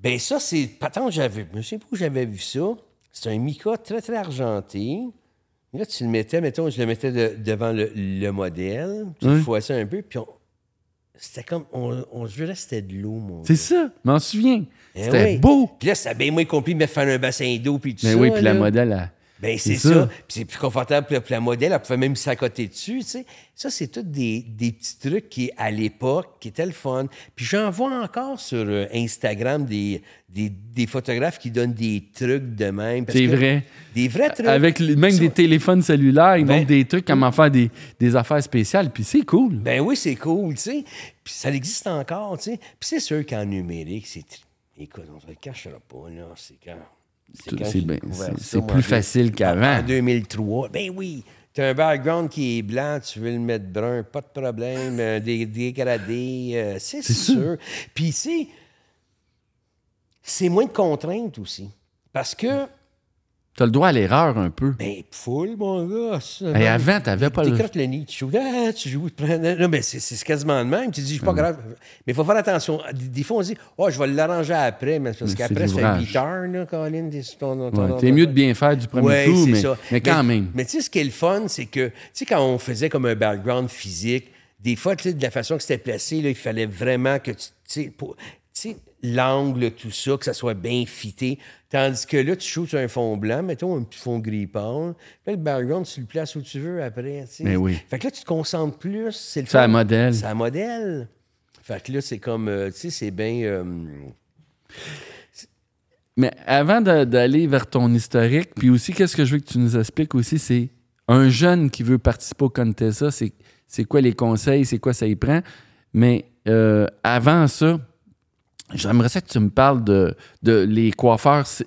ben ça, c'est patent, j'avais. Je sais pas où j'avais vu ça. C'est un Mika très, très argenté. Là, tu le mettais, mettons, je le mettais de- devant le, le modèle. Tu le
Oui.
fouettais un peu, puis on. C'était comme. On, on se jurait, c'était de l'eau, mon
C'est
gars.
ça, je m'en souviens.
Eh
C'était
oui.
beau.
Puis là, ça a bien moins compliqué de me faire un bassin d'eau puis tout
Mais
ça.
oui, puis la
là.
modèle, elle-
Ben,
c'est
c'est ça.
ça.
Puis c'est plus confortable pour la, pour la modèle. Elle pouvait même s'accoter dessus, tu sais. Ça, c'est tous des, des petits trucs qui, à l'époque, qui étaient le fun. Puis j'en vois encore sur euh, Instagram des, des, des photographes qui donnent des trucs de même. parce
C'est
que-
vrai.
Des vrais trucs.
Avec le- même
Tu
des
vois-
téléphones cellulaires, ils
Ben-
montrent des trucs, comment faire des, des affaires spéciales, puis c'est cool.
Ben oui, c'est cool, tu sais. Puis ça existe encore, tu sais. Puis c'est sûr qu'en numérique, c'est... Écoute, on se le cachera pas, là. C'est quand...
Tout-
quand
c'est
j'ai
bien-
découvert
c'est-
ça,
c'est
moi,
plus
en
facile
deux-
qu'avant.
En 2003, ben oui. T'as un background qui est blanc, tu veux le mettre brun, pas de problème, euh, dé- dégradé, euh, c'est sûr. Puis c'est... C'est moins de contraintes aussi. Parce que
T'as le droit à l'erreur un peu.
Ben, full, mon gars. ça,
Et
non.
avant, t'avais pas le.
T'écrates le nid, tu joues, ah, tu joues, tu prends- Non, mais c'est- c'est quasiment le même. Tu dis,
Mm.
c'est pas grave. Mais il faut faire attention. Des, des fois, on dit, oh, je vais l'arranger après, mais c'est parce
Mais
qu'après,
c'est
ça fait
l'ouvrage.
8 heures, là, Colin. des- ton- ton-
Ouais,
ton-
t'es
ton-
mieux de bien faire du premier
Ouais,
coup,
c'est
mais,
ça.
mais quand même.
Mais tu sais, ce qui est le fun, c'est que, tu sais, quand on faisait comme un background physique, des fois, tu sais, de la façon que c'était placé, là, il fallait vraiment que tu, tu sais, pour- tu sais, l'angle, tout ça, que ça soit bien fité. Tandis que là, tu shoots sur un fond blanc, mettons un petit fond gris pâle. Là, le background, tu le places où tu veux après. tu sais.
Mais Ben oui.
Fait que là, tu te concentres plus. C'est le
C'est un
fun.
modèle.
C'est un modèle. Fait que là, c'est comme, euh, tu sais, c'est bien. euh,
Mais avant de- d'aller vers ton historique, puis aussi, qu'est-ce que je veux que tu nous expliques aussi, c'est un jeune qui veut participer au Contessa, c'est c'est quoi les conseils, c'est quoi ça y prend. Mais euh, avant ça, j'aimerais ça que tu me parles de, de les coiffeurs c'est-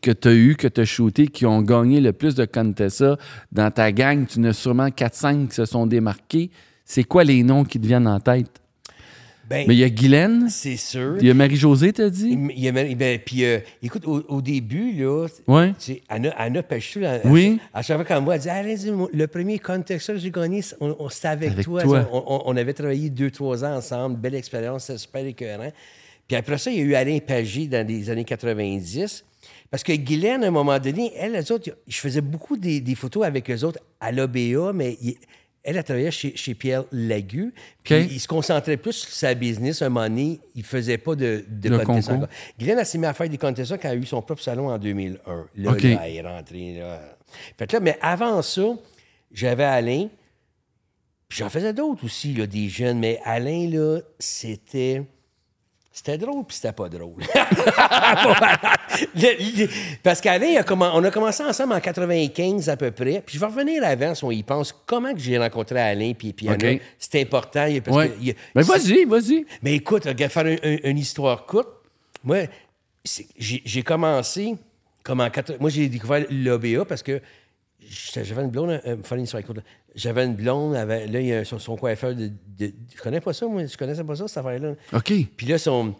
que tu as eu, que tu as shooté, qui ont gagné le plus de Contessa. Dans ta gang, tu en as sûrement 4-5 qui se sont démarqués. C'est quoi les noms qui te viennent en tête?
ben,
Mais il y a Guylaine,
c'est sûr.
il y a Marie-Josée, t'as dit?
Il- il y a même- ben, puis, euh, écoute, au, au début, là,
Ouais.
tu sais, Anna, Anna Pachou, là,
Oui.
à chaque fois qu'elle me voit, elle dit Allez, moi, le premier contexte que j'ai gagné, c'est- on, on- c'était avec,
Avec
toi.
toi.
On, on- on avait travaillé deux, trois ans ensemble, belle expérience, c'était super écœurant. Puis après ça, il y a eu Alain Pagé dans les années 90. Parce que Guylaine, à un moment donné, elle, les autres, je faisais beaucoup des, des photos avec eux autres à l'OBA, mais il- elle, elle travaillait chez, chez Pierre Lagu. Puis
OK.
il se concentrait plus sur sa business. À un moment donné, il faisait pas de, de
Le
contest
concours.
encore. Guylaine, elle s'est mis à faire des contestants quand elle a eu son propre salon en 2001. Là,
OK.
là, elle est rentrée. Là. Fait que là, mais avant ça, j'avais Alain. Puis j'en faisais d'autres aussi, là, des jeunes. Mais Alain, là, c'était... C'était drôle, puis c'était pas drôle. [laughs] Le- le- parce qu'Alain, il a commen- on a commencé ensemble en 95 à peu près. Puis je vais revenir avant, si on y pense, comment que j'ai rencontré Alain, puis, puis Anna.
OK.
C'est important. il y a- parce
Ouais.
que il y a-
Mais vas-y, vas-y.
mais écoute, regarde, faire un- un- une histoire courte, moi, c'est- j'ai j'ai commencé comme en quatre- Moi, j'ai découvert l'OBA parce que j'étais- j'avais une blonde. euh, faire une histoire courte, là. J'avais une blonde, elle avait- là, il y a son, son coiffeur de, de- Je connais pas ça, moi. Je connaissais pas ça, cette affaire-là.
OK.
Puis là, son.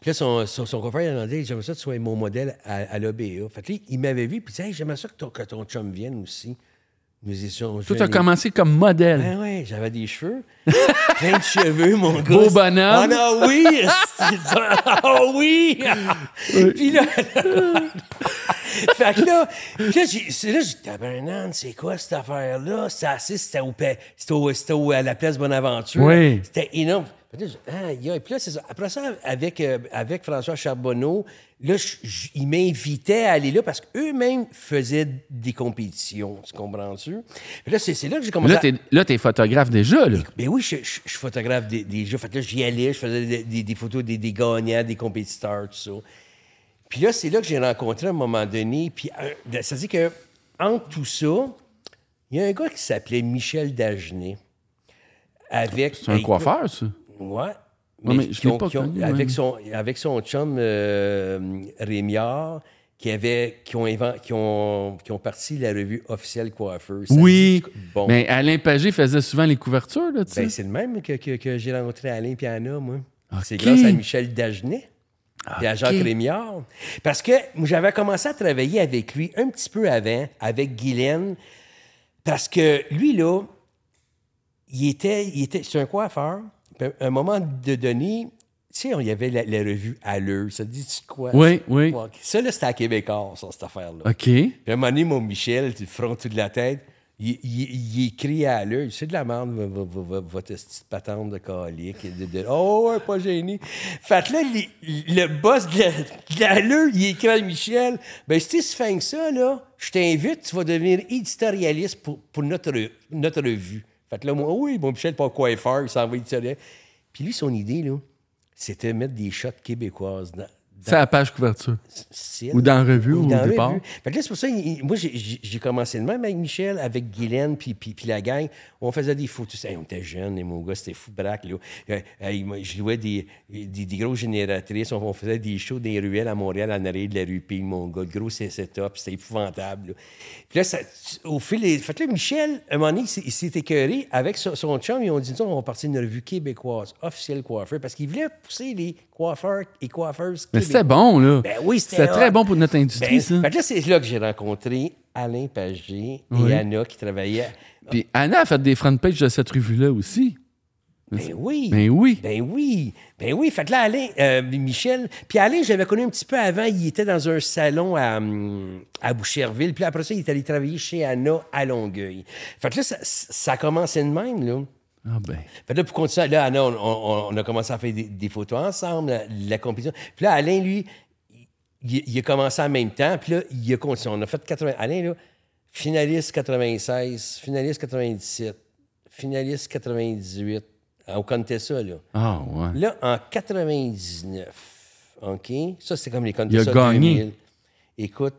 Puis là, son, son, son confrère, il a demandé J'aimerais ça que tu sois mon modèle à, à l'OBA. Fait que là, il m'avait vu, puis il disait Hey, J'aimerais ça que ton, que ton chum vienne aussi. Nous étions.
Tout a commencé comme modèle.
Ben ouais, j'avais des cheveux. [laughs] Plein de cheveux, mon gars.
Beau bonhomme.
Ah non, oui! c'est [laughs] ça. Ah oui! Puis là... [laughs] fait que là, puis là, j'ai, c'est là, j'ai dit, Tabarnan, c'est quoi cette affaire-là? C'était assis, c'était, au, pa- c'était, au- c'était au- à la place Bonaventure.
Oui.
C'était énorme. Fait que là, j'ai dit, aïe, aïe. Puis là, c'est ça. Après ça, avec, euh, avec François Charbonneau, là, je- je- ils m'invitaient à aller là parce qu'eux-mêmes faisaient des compétitions. Tu comprends-tu? Puis là, c'est, c'est là que j'ai
Mais
commencé
Là,
à-
t'es, là, t'es photographe déjà, là.
ben oui, je, je- je photographe des, des jeux. Fait que là, j'y allais, je faisais des, des- des photos des, des gagnants, des compétiteurs, tout ça. Puis là, c'est là que j'ai rencontré à un moment donné. Puis euh, ça dit que, entre tout ça, il y a un gars qui s'appelait Michel Dagenet. Avec.
C'est un
Hey,
coiffeur, ça.
Ouais.
Non, mais je l'ai
ont-
pas
ont-
connu,
avec,
ouais.
son, avec son chum euh, Rémiard, qui, avait, qui, ont invent- qui, ont, qui ont parti la revue officielle coiffeur. Ça
Oui.
dit- Bon.
Mais Alain Pagé faisait souvent les couvertures, là, tu sais.
Ben, c'est le même que, que- que j'ai rencontré Alain et Anna, moi. C'est
OK.
grâce à Michel Dagenet et à
OK.
Jacques Rémiard. Parce que moi, j'avais commencé à travailler avec lui un petit peu avant, avec Guylaine, parce que lui, là, il était, il était c'est un coiffeur. Puis À un moment de donné, tu sais, on- il y avait la, la revue Allure. Ça te dit quoi?
Oui, oui.
Ça, là, c'était à Québécois, ça, cette affaire-là.
OK.
Puis à un moment donné, mon Michel, tu le front tout de la tête, il, il, il écrit à l'heure, c'est de la merde, va- va- va- va- votre petite patente de calique. et De, de- oh, ouais, pas gêné. Fait que là, les- le boss de la- de la l'allure, il écrit à Michel, ben si tu fais que ça, là, je t'invite, tu vas devenir éditorialiste pour, pour notre, notre revue. Fait que là, moi, oh oui, mon Michel, pas coiffeur, il s'en va éditorial. Puis lui, son idée, là, c'était mettre des shots québécoises dans,
C'est à la page couverture.
style.
Ou dans la revue, au
dans la
départ.
revue. Fait que là, c'est pour ça, il- il- moi, j'ai- j'ai j'ai commencé le même avec Michel, avec Guylaine, puis, puis, puis la gang. On faisait des photos. Hey, on était jeunes, et mon gars, c'était fou braque. Là. Euh, hey, moi, je louais des, des, des grosses génératrices. On, on faisait des shows dans les ruelles à Montréal, en arrière de la rue Pig, mon gars. Le gros c'est- setup, c'était épouvantable. là. Puis là, ça- au fil des... Fait que là, Michel, à un moment donné, il s'est- il s'est écœuré avec son, son chum. Ils ont dit, nous, on va partir d'une revue québécoise, officielle coiffeur, parce qu'il voulait pousser les coiffeurs et coiffeuses
Mais
québécois.
c'était bon, là.
Ben oui, c'était
C'était
hot.
très bon pour notre industrie,
Ben,
ça.
fait que là, c'est là que j'ai rencontré Alain Pagé et Anna qui travaillaient.
Puis Anna a fait des front pages de cette revue-là aussi.
Ben oui.
Ben oui.
Ben oui, ben oui. Fait que là, Alain, euh, Michel, puis Alain, je l'avais connu un petit peu avant. Il était dans un salon à, hum, à Boucherville. Puis après ça, il est allé travailler chez Anna à Longueuil. Fait que là, ça, ça a commencé de même, là.
Ah ben.
Fait que là, pour continuer, là, Anna, on, on- on a commencé à faire des, des photos ensemble, la, la compétition. Puis là, Alain, lui, il, il a commencé en même temps. Puis là, il a continué. On a fait 80... Alain, là, finaliste 96, finaliste 97, finaliste 98. On comptait ça, là.
Ah ouais.
Là, en 99, OK? Ça, c'est comme les comptes
Il a gagné.
Écoute,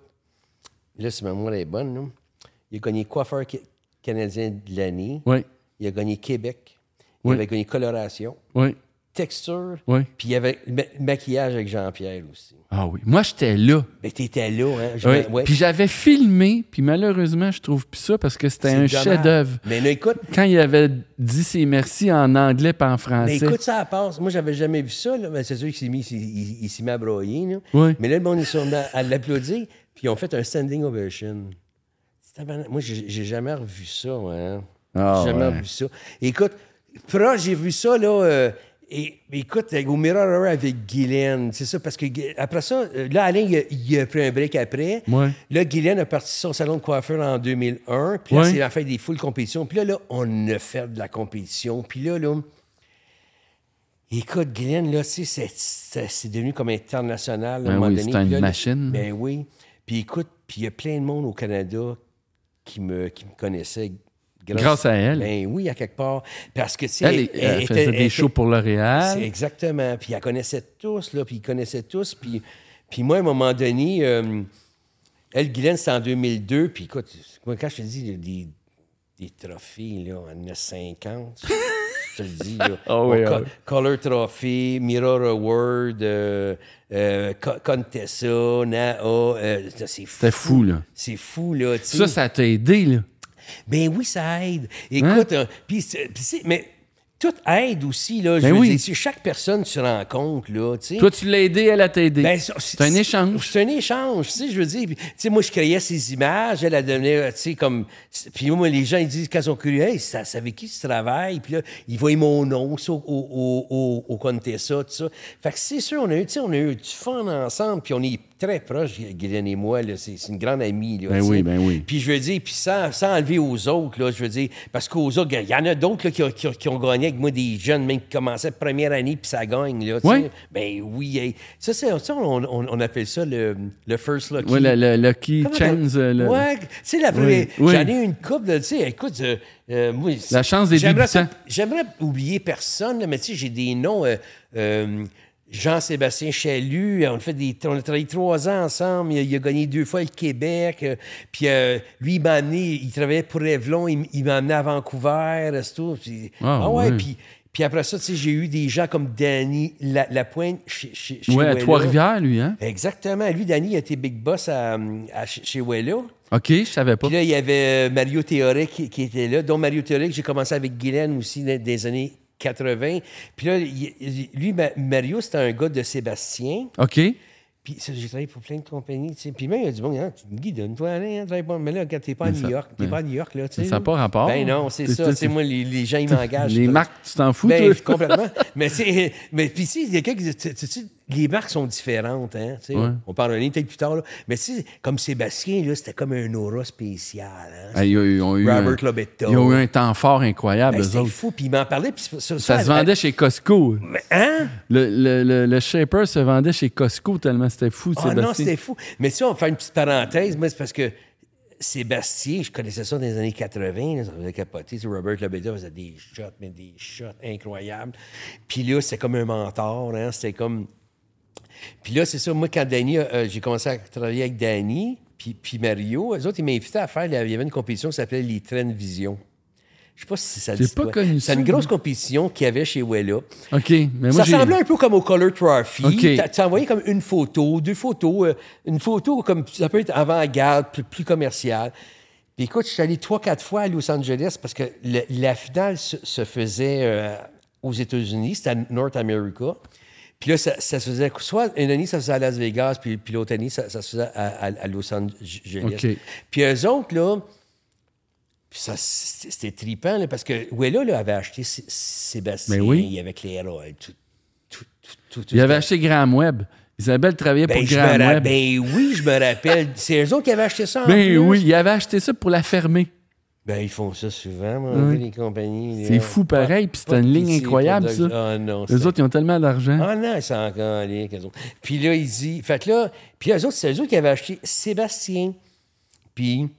là, si ma mémoire est bonne, là, il a gagné coiffeur ca- canadien de l'année.
Oui,
Il a gagné Québec. Il
Oui.
avait gagné coloration,
oui,
texture.
oui.
Puis il y avait ma- maquillage avec Jean-Pierre aussi.
Ah oui. Moi, j'étais là.
Mais t'étais là, hein? Je-
Oui.
ouais.
Puis j'avais filmé, puis malheureusement, je trouve plus ça parce que c'était
C'est
un
dommage.
chef-d'œuvre.
Mais là, écoute,
Quand il avait dit ses merci en anglais pas en
mais
français.
écoute, ça passe. Moi, j'avais jamais vu ça, là, mais c'est sûr qu'il s'est mis, il, il- il s'est mis à broyer. là.
Ouais.
Mais là, le monde est sur à l'applaudir, puis ils ont fait un standing ovation. C'est tabarnak. Moi, j'ai j'ai jamais revu ça, moi, hein.
Ah,
J'ai jamais
ouais.
revu ça. Écoute, proche, j'ai vu ça, là. euh, et, écoute, au Mirror Hour avec Guylaine, c'est ça, parce que Gu- après ça, euh, là, Alain, il a, il a pris un break après.
Ouais.
Là, Guylaine a parti son salon de coiffeur en 2001, puis là,
Ouais.
c'est la fête des full compétitions. Puis là, là, on a fait de la compétition. Puis là, là, Écoute, Glenn, là, tu sais, c'est- c'est c'est devenu comme international. là, à un
Ben
moment
oui,
donné.
c'est une
Puis là, là,
machine.
Ben oui. Puis écoute, puis il y a plein de monde au Canada qui me, qui me connaissait.
Grâce à elle.
Ben oui, à quelque part. Parce que, tu sais,
Elle, elle, elle faisait
était-
des shows pour
c'est
L'Oréal.
exactement. Puis elle connaissait tous, là, puis ils connaissaient tous. Puis, puis moi, à un moment donné, euh, elle, Guylaine, c'était en 2002. Puis écoute, moi, quand je te dis des, des trophées, là, en 1950, je te le dis, là.
[laughs] Ah oui,
Bon,
ah
Co-
oui.
Color Trophy, Mirror Award, euh, euh, Co- Contessa, Naa, euh, ça, c'est fou.
C'était fou, là.
C'est fou, là, tu sais.
Ça, ça t'a aidé, là.
Ben oui, ça aide.
Hein?
Écoute, euh, puis c'est- puis c'est- mais tout aide aussi, là. Je
Ben
veux
oui.
dire, si chaque personne se rend compte, là, tu sais.
Toi, tu l'as aidé, elle a t'aidé.
Ben, ça,
c'est un échange.
C'est un échange, tu sais, je veux dire. Puis, Tu sais, moi, je créais ces images, elle, elle devenait, tu sais, comme... Puis moi, les gens, ils disent, quand ils sont curieux, hey, ça, c'est avec qui tu travailles? Puis là, ils voient mon nom ça, au, au, au, au Contessa, tout ça. Fait que c'est sûr, on a eu, tu sais, on a eu du fun ensemble, puis on est très proches, Guylaine et moi, là. C'est c'est une grande amie, là.
Ben
tu sais.
oui, ben oui.
Puis je veux dire, puis sans, sans enlever aux autres, là, je veux dire, parce qu'aux autres, il y en a d'autres là, qui, ont- qui ont- qui ont gagné avec moi, des jeunes, même qui commençaient première année, puis ça gagne, là, tu
Ouais.
sais. Ben oui, hey. ça, c'est, ça, on, on- on appelle ça le, le first lucky.
Oui, le, le Lucky
Comment
Chance.
t'as-
euh, le-
Ouais, tu sais, la première.
oui.
J'en ai eu une couple, là, tu sais, écoute, euh, euh, moi,
La chance des
j'aimerais-
débutants.
J'aimerais oublier personne, là, mais tu sais, j'ai des noms. euh, euh, Jean-Sébastien Chalut, on a, fait des, on a travaillé trois ans ensemble, il a, il a gagné deux fois le Québec. euh, puis euh, lui, il m'a amené, il travaillait pour Revlon, il, m- il m'a amené à Vancouver, euh, c'est tout. Puis-
Ah, oui.
puis, puis après ça, tu sais, j'ai eu des gens comme Danny La- Lapointe chez, chez, chez
Ouais, à
Wella.
Trois-Rivières, lui, hein?
Exactement. Lui, Danny, il a été big boss à, à- chez Wella.
OK, je savais pas.
Puis là, il y avait euh, Mario Théoré qui, qui était là, dont Mario Théoré, que j'ai commencé avec Guylaine aussi dans- des années 80. Puis là, il- il- lui, Ma- Mario, c'était un gars de Sébastien.
OK.
Puis ça, j'ai travaillé pour plein de compagnies. tu sais. Puis même, il a dit, bon, hein, Guy, donne-toi, Alain, hein, travaille pas. Mais là, regarde, t'es pas à
Mais ça-
New York. T'es
mais-
pas à New York, là, tu sais.
ça n'a
là.
pas rapport.
Ben non, c'est
T'es-
ça.
t'es-
Tu sais, moi, les, les gens, ils m'engagent.
Les
Je-
marques, tu t'en fous,
ben,
toi?
[laughs] complètement. mais
[laughs]
c'est, mais puis si il y a quelques, tu- tu- tu sais, les marques sont différentes, hein. tu sais.
Ouais.
On parlera peut-être plus tard. Là. Mais si, comme Sébastien, là, c'était comme un aura spécial. Hein.
Ah, ils ont- ils ont eu
Robert
un-
Lobetto.
Ils ont eu un temps fort incroyable,
Ben,
eux
c'était
autres.
fou. ben- Puis il m'en parlait. Puis ça,
Ça se vendait chez Costco.
Hein?
Le, le, le, le shaper se vendait chez Costco tellement c'était fou.
Ah
Sébastien.
non, c'était fou. Mais si on fait une petite parenthèse, moi, c'est parce que Sébastien, je connaissais ça dans les années 80, là, ça faisait capoter. Tu sais, Robert Lobeda faisait des shots, mais des shots incroyables. Puis là, c'était comme un mentor, hein, c'était comme... Puis là, c'est ça, moi, quand Danny, a- euh, j'ai commencé à travailler avec Danny, puis, puis Mario, eux autres, ils m'invitaient à faire, là, il y avait une compétition qui s'appelait les Trains de Vision. Je sais pas si ça le
J'ai
dit
pas
quoi.
connu
C'est
ça,
une grosse
moi.
compétition qu'il y avait chez Wella.
OK, mais moi,
Ça
j'ai...
ressemblait un peu comme au Color Trophy.
OK.
T'as- Tu envoyais comme une photo, deux photos, euh, une photo comme ça peut être avant-garde, plus, plus commerciale. Puis écoute, je suis allé trois, quatre fois à Los Angeles parce que le- la finale se, se faisait euh, aux États-Unis, c'était à North America. Puis là, ça, ça se faisait soit une année, ça se faisait à Las Vegas, puis, puis l'autre année, ça, ça se faisait à, à- à Los Angeles.
OK.
Puis eux autres, là, puis ça, c- c'était trippant, là, parce que Wella là, avait acheté Sé- Sébastien,
Ben oui.
il y avait Cléra, et tout, tout, tout, tout, tout.
Il avait acheté Graham Webb. Isabelle travaillait
ben,
pour
je me
Graham
ra-
Webb. Ben,
ben oui, je me rappelle. C'est eux autres qui avaient acheté ça en plus.
oui, il avait acheté ça pour la fermer.
Ben, ils font ça souvent, moi, les compagnies.
C'est
là.
fou pareil, puis c'est
Pas de
une ligne
pitié, pas
incroyable,
de-
ça.
Ah non,
Les
c'est-
autres, ils ont tellement d'argent.
Ah non, ils sont encore les autres. Puis là, il dit. Fait que là, puis eux autres, c'est eux autres qui avaient acheté Sébastien. Puis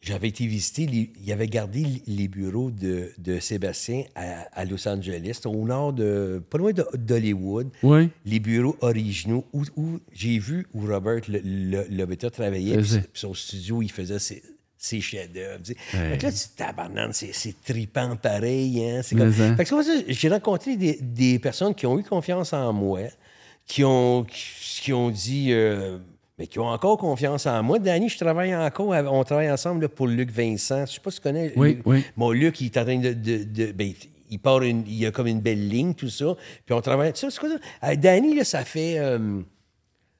j'avais été visiter, les- il avait gardé l- les bureaux de, de Sébastien à, à Los Angeles, au nord de. pas loin de- d'Hollywood.
Oui.
Les bureaux originaux où, où j'ai vu où Robert le, le, Lobetta travaillait, puis
Faisait.
puis son studio, il faisait ses, ses chefs-d'œuvre. tu sais. Fait que là, tu t'abandonnes, c'est, c'est tripant pareil. Hein? C'est comme-
Mais, hein.
Fait que c'est pour ça que j'ai rencontré des, des personnes qui ont eu confiance en moi, qui ont, qui, qui ont dit. euh, mais qui ont encore confiance en moi. Danny, je travaille encore, avec- on travaille ensemble là, pour Luc Vincent. Je sais pas si tu connais.
Oui,
Luc.
oui.
Mon Luc, il est en train de. de- de- ben, il part une- il a comme une belle ligne, tout ça. Puis on travaille. Ça, c'est quoi ça? Euh, Danny, là, ça fait. euh,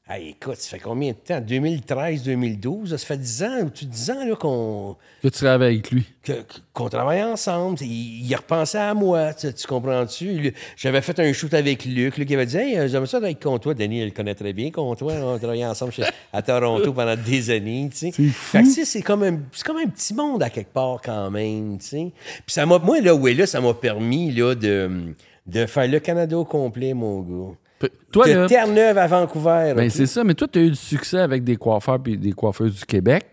ah, écoute, ça fait combien de temps? 2013, 2012, ça fait 10 ans, ou-tu 10 ans là, qu'on
Que tu travailles avec lui.
que- qu'on travaille ensemble. Il, il repensait à moi, tu, tu comprends-tu? Le- J'avais fait un shoot avec Luc. Luc il avait dit Hey, euh, j'aime ça d'être contre toi. Denis, il le connaît très bien, contre toi. On travaillait ensemble chez- à Toronto pendant des années. tu sais. Fait que, tu sais, C'est comme, un- c'est comme un petit monde à quelque part quand même. tu sais. Puis ça m'a, moi, là, où est là, ça m'a permis là, de, de faire le Canada au complet, mon gars.
Pe- Toi,
de
là,
Terre-Neuve à Vancouver.
ben,
OK?
c'est ça, mais toi, tu as eu du succès avec des coiffeurs et des coiffeuses du Québec.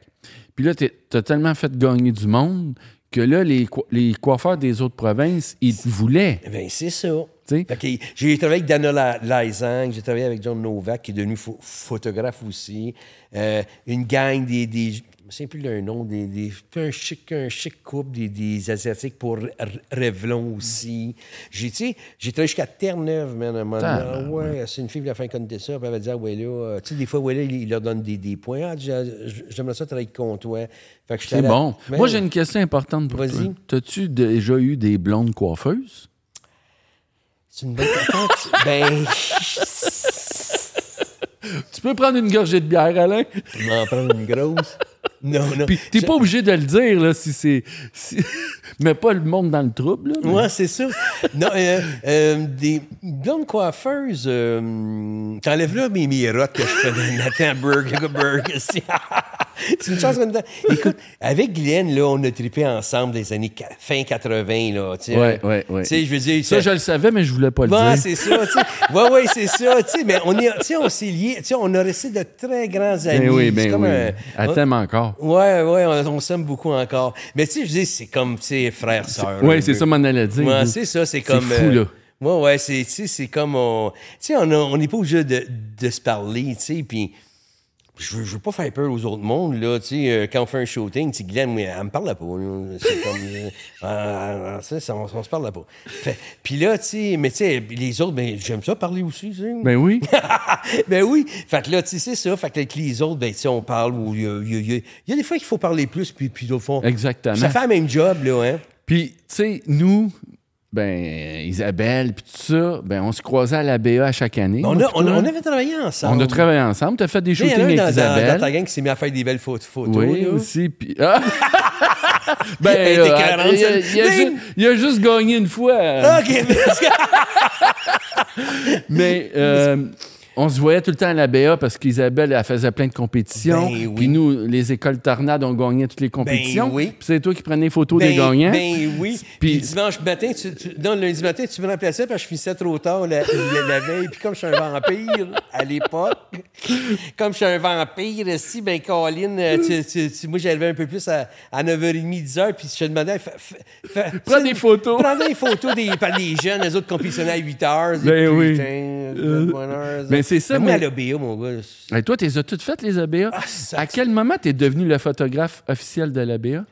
Puis là, tu as tellement fait gagner du monde que là, les, co- les coiffeurs des autres provinces, ils te voulaient.
Ben, c'est ça.
T'sais.
Fait que j'ai travaillé avec Dana La- Laizang, j'ai travaillé avec John Novak, qui est devenu pho- photographe aussi. Euh, une gang des. des je ne sais plus le nom, des, des- un, chic, un chic couple des, des Asiatiques pour R- R- Revlon aussi. J'ai tu sais, j'ai travaillé jusqu'à Terre-Neuve, man, à un moment donné. Ah ouais, c'est une fille qui a fait un compte de ça, puis elle va dire, ouais, là, euh, tu sais, des fois, ouais, là, il il leur donne des, des points. Ah, j'a- j'aimerais ça travailler contre toi. Fait que je suis
C'est
allé à-
bon.
Ben
Moi,
oui.
j'ai une question importante pour
Vas-y.
toi. T'as-tu déjà eu des blondes coiffeuses?
C'est une bonne [laughs] question. Ben.
Tu peux prendre une gorgée de bière, Alain.
m'en prendre une grosse. [laughs] Non, non.
Puis t'es pas obligé de le dire, là, si c'est... si- [laughs] Mais pas le monde dans le trouble, là. mais-
Ouais, c'est ça. Non, euh, euh, des blondes coiffeuses, euh, t'enlèves là mes mirottes que je fais de Nathan Burger. Burger, c'est [laughs] c'est une chance qu'on est dedans. Écoute, avec Glenn, là, on a trippé ensemble des années qua- fin 80, là. tu sais.
Ouais, ouais, ouais.
Tu sais, je veux dire...
Ça, je le savais, mais je voulais pas le
Bon,
dire.
c'est ça, tu sais. Ouais, ouais, c'est ça, tu sais. Mais on est, tu sais, on s'est liés, tu sais, on a resté de très grands amis.
Ben oui,
C'est
ben
comme
oui.
un-
Elle t'aime encore.
Ouais, ouais, on, on s'aime beaucoup encore. Mais tu sais, je dis, c'est comme, tu sais, frère, sœur.
Oui,
un
c'est
peu.
ça mon allait dire.
Ouais,
Vous-
c'est ça, c'est comme.
fou,
euh,
là.
ouais, ouais, c'est, tu sais, c'est comme on. Tu sais, on a- on n'est pas obligé de, de se parler, tu sais, puis. Je veux, je veux pas faire peur aux autres mondes, là, tu sais, euh, quand on fait un shooting, tu sais, Glenn, elle, elle me parle pas, là. c'est comme, euh, [laughs] euh, euh, ça, ça, on, on se parle pas. Fait- Puis là, tu sais, mais tu sais, les autres, ben, j'aime ça parler aussi, tu sais. [laughs]
Ben oui.
ben oui. Fait que là, tu sais, c'est ça. Fait que avec les autres, ben, tu sais, on parle. ou Il y, a- il y a- il y a- il y a des fois qu'il faut parler plus, puis, puis au fond.
Exactement.
Ça fait le même job, là, hein.
Puis, tu sais, nous, ben, Isabelle, puis tout ça, ben, on se croisait à la BA à chaque année.
On,
Moi,
a,
puis
on, a-
toi.
on avait travaillé ensemble.
On a travaillé ensemble. T'as fait des
Tu sais, Il y en a
shootings
un
avec
dans, dans- dans
Isabelle.
ta gang qui s'est mis à faire des belles photos. photos
Oui,
là.
aussi. Puis. [laughs] Ah! ben,
[laughs] Elle était
euh,
40,
il, a, il a
mais-
ju- il a juste gagné une fois.
Ah, OK, [laughs] mais parce que-
Mais euh, on se voyait tout le temps à la BA parce qu'Isabelle, elle faisait plein de compétitions.
Ben oui. Ben
Puis nous, les écoles Tornade, on gagnait toutes les compétitions.
oui.
Puis c'est toi qui prenais les photos des
ben,
gagnants.
ben oui. Puis
Puis-
le dimanche matin, tu, tu- non, le lundi matin, tu me remplaçais parce que je finissais trop tard la, la- la veille. Puis comme je suis un vampire à l'époque, comme je suis un vampire, si, ben Colin, euh, tu- tu- tu- moi j'arrivais un peu plus à, à 9h30, 10h, puis je te demandais... fa- fa- fa-
Prends des photos.
Prends des photos des, par les jeunes, les autres compétitionnaient à 8h.
Ben oui. Euh, ben
Mais
c'est ça,
Moi,
mais-
à l'OBA, mon gars...
Et toi, t'es as toutes faites, les ABA.
Ah, ça-
à quel moment t'es devenu le photographe officiel de l'ABA?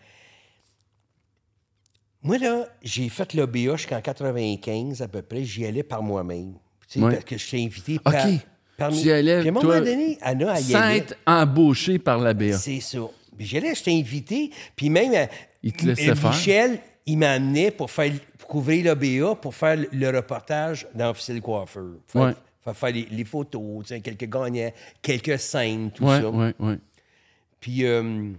Moi, là, j'ai fait l'OBA jusqu'en 95 à peu près. J'y allais par moi-même. Tu sais,
Ouais.
parce que je t'ai invité
OK.
par... parmi-
Tu y allais,
Puis à un
toi,
moment donné, Anna, elle Ah, y Ah,
Sans
allait.
être embauché par l'ABA.
C'est ça. Puis j'y allais, je t'ai invité. Puis même... euh,
Il te laissait
euh,
faire.
Michel, il m'a amené pour, faire, pour couvrir l'OBA, pour faire le reportage dans l'officier coiffeur. Faire,
Ouais.
faire, faire les, les photos, tu sais, quelques gagnants, quelques scènes, tout
Ouais,
ça.
ouais, ouais.
Puis, euh,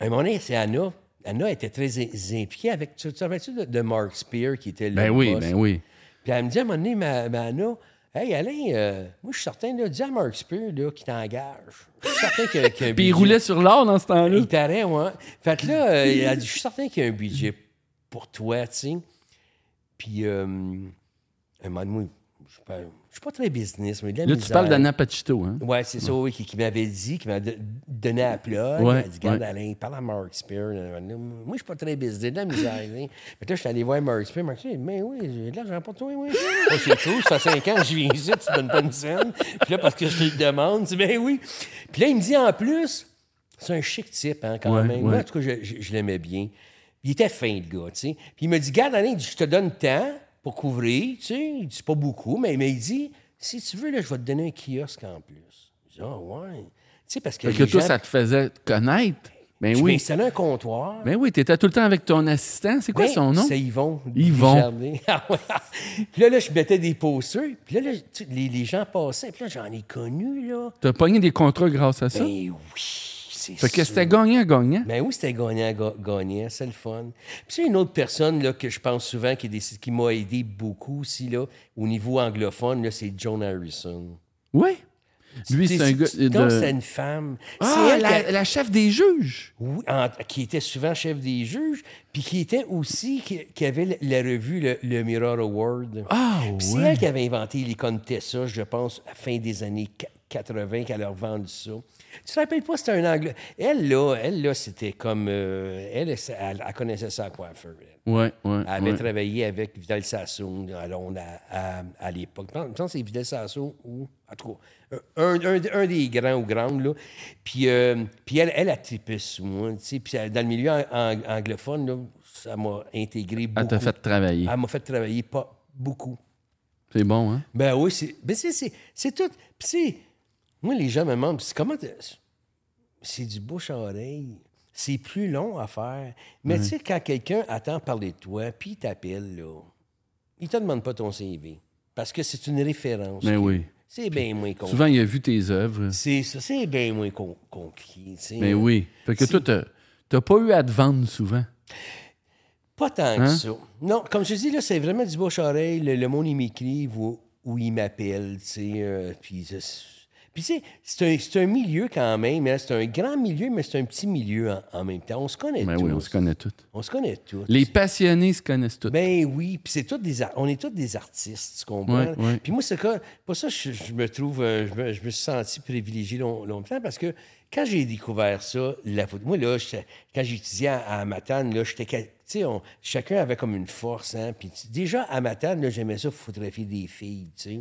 à un moment donné, c'est Anna. Anna était très i- impliquée avec. Tu te rappelles-tu de, de Mark Spear qui était le
Ben oui,
boss?
ben oui.
Puis elle me dit à un moment donné, ma, ma Anna, Hey Alain, euh, moi je suis certain, là, dis à Mark Spear là, qu'il t'engage. Je suis certain que. que
[laughs] Puis il roulait sur l'or dans ce temps-là.
il paraît, ouais. Fait que là, euh, elle a dit, je suis certain qu'il y a un budget pour toi, tu sais. Puis, euh, un moment donné, moi, je suis pas- je suis pas très business, mais de la
Là, tu
misère.
parles d'Anna Pachito, hein?
Ouais, c'est ça, oui, qui, qui m'avait dit, qui m'a do- donné à plat.
Ouais,
il m'a dit, garde
ouais.
Alain, parle à Mark Spear. Là, là, là. Moi, je suis pas très business, de la misère. hein. Fait que là, je suis allé voir Mark Spear. Mark Spear, il dit, mais oui, j'ai de l'argent pour toi,
[laughs]
oui. Oh, c'est cool, ça fait cinq ans que je viens ici, tu me donnes pas une scène. Puis là, parce que je te le demande, tu dis, ben oui. Puis là, il me dit, en plus, c'est un chic type, hein, quand
Ouais,
même. Moi,
ouais.
en tout cas, je, je- je l'aimais bien. Il était fin, le gars, tu sais. Puis il me dit, garde Alain, il dit, je te donne le temps pour couvrir, tu sais. Il dit pas beaucoup, mais, mais il dit, si tu veux, là, je vais te donner un kiosque en plus. Je dis, ah, ouais. Tu sais, parce que.
Fait que
les
toi,
gens-
ça te faisait connaître. Ben
je
oui.
m'installais un comptoir.
Ben oui, t'étais tout le temps avec ton assistant. C'est quoi
Ben,
son nom?
C'est Yvon.
Yvon.
Desjardins. [laughs] Ah ouais. puis là, là, je mettais des posters. Puis là, là, tu- les, les gens passaient. Puis là, j'en ai connu, là.
T'as pogné des contrats grâce à ça?
Ben oui, c'est
fait que
sûr.
c'était gagnant-gagnant.
Ben oui, c'était gagnant-gagnant, c'est le fun. Puis c'est une autre personne là, que je pense souvent qui, est des- qui m'a aidé beaucoup aussi là, au niveau anglophone, là, c'est Joan Harrison.
Oui. Lui, c'est un gars.
Tu- Non,
de-
c'est une femme. c'est
Ah,
elle qui,
la,
a-
la chef des juges.
oui, en- qui était souvent chef des juges, puis qui était aussi, qui, qui avait la- la revue le, le Mirror Award.
Ah,
Puis C'est
ouais.
elle qui avait inventé l'icône Tessa, je pense, à la fin des années qu- 80, qu'elle a revendu ça. Tu te rappelles pas, c'était un anglais. Elle, là, elle, là, c'était comme. euh, elle, elle, elle- elle connaissait ça à coiffeur. Elle,
Ouais, ouais.
Ah, Elle avait
ouais.
travaillé avec Vidal Sassoon à Londres à, à- à l'époque. Je pense- je pense que c'est Vidal Sassoon ou. En tout cas, un, un- un des grands ou grandes, là. Puis, euh, puis elle, elle a tripé sur moi, tu sais. Puis elle- dans le milieu an- an- anglophone, là, ça m'a intégré beaucoup. Ah.
Elle t'a fait travailler.
Elle m'a fait travailler pas beaucoup.
C'est bon, hein?
Ben oui, c'est. Ben c'est, c'est, c'est tout. Puis c'est. Moi, les gens me demandent, c'est comment. t'as- C'est du bouche à oreille. C'est plus long à faire. Mais tu sais, quand quelqu'un attend parler de toi, puis il t'appelle, là, il te demande pas ton CV. Parce que c'est une référence.
Ben oui.
C'est bien moins compliqué.
Souvent, il a vu tes œuvres.
C'est ça, c'est bien moins com- compliqué. tu sais.
Ben oui. Fait que
Si.
toi, t'as- t'as pas eu à te vendre souvent.
Pas tant que
Hein?
ça. Non, comme je dis, là, c'est vraiment du bouche-oreille. Le, le monde, il m'écrive ou, ou il m'appelle, tu sais. euh, puis, ça, c'est- puis tu sais, c'est un, c'est un milieu quand même. hein, C'est un grand milieu, mais c'est un petit milieu en, en même temps. On se connaît
Ben
tous.
oui, on se connaît toutes.
On se connaît tous.
Les passionnés se connaissent toutes.
Ben oui, puis c'est tous des ar- on est tous des artistes, tu comprends?
Ouais, ouais.
Puis moi, c'est que, pour ça, je, je me trouve, euh, je me, je me suis senti privilégié long- longtemps parce que quand j'ai découvert ça, la photo, moi, là, j'étais- quand j'étudiais à, à Matane, là, j'étais, ca- tu sais, on- chacun avait comme une force, hein? Puis tu- déjà, à Matane, là, j'aimais ça photographier des filles, tu sais.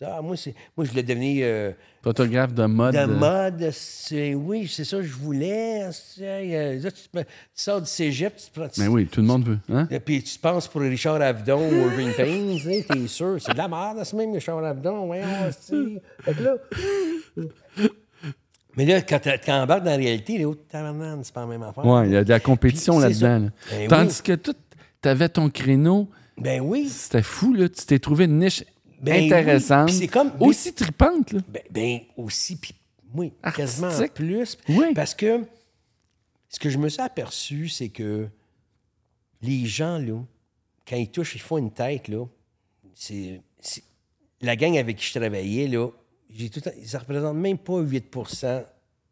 Ah, moi, c'est- moi, je voulais devenir euh,
Photographe de mode.
de
euh,
mode, c'est oui, c'est ça, je voulais. c'est, euh, Là, tu, te mets- tu sors du cégep, tu te prends. tu-
Ben oui, tout le monde veut. Hein?
et Puis tu penses pour Richard Avedon ou Irving Payne, tu sais, t'es sûr. C'est de la merde, ce même Richard Avedon. Ouais, on sait. Fait que là. Mais là, quand t'as- quand t'embarques dans la réalité, les autres tavernes, c'est pas la même affaire.
Ouais, il y a de la compétition
Puis, c'est
là-dedans.
ça.
là.
Ben
Tandis
oui.
que toi, t'avais ton créneau.
Ben oui.
C'était fou, là. Tu t'es trouvé une niche
Ben oui.
intéressante.
Puis c'est comme-
Aussi tripante, là.
Ben, ben aussi, puis oui, quasiment
Artistique.
plus.
Oui.
Parce que ce que je me suis aperçu, c'est que les gens, là, quand ils touchent, ils font une tête, là. C'est, c'est- la gang avec qui je travaillais, là, j'ai tout, le temps- ça représente même pas 8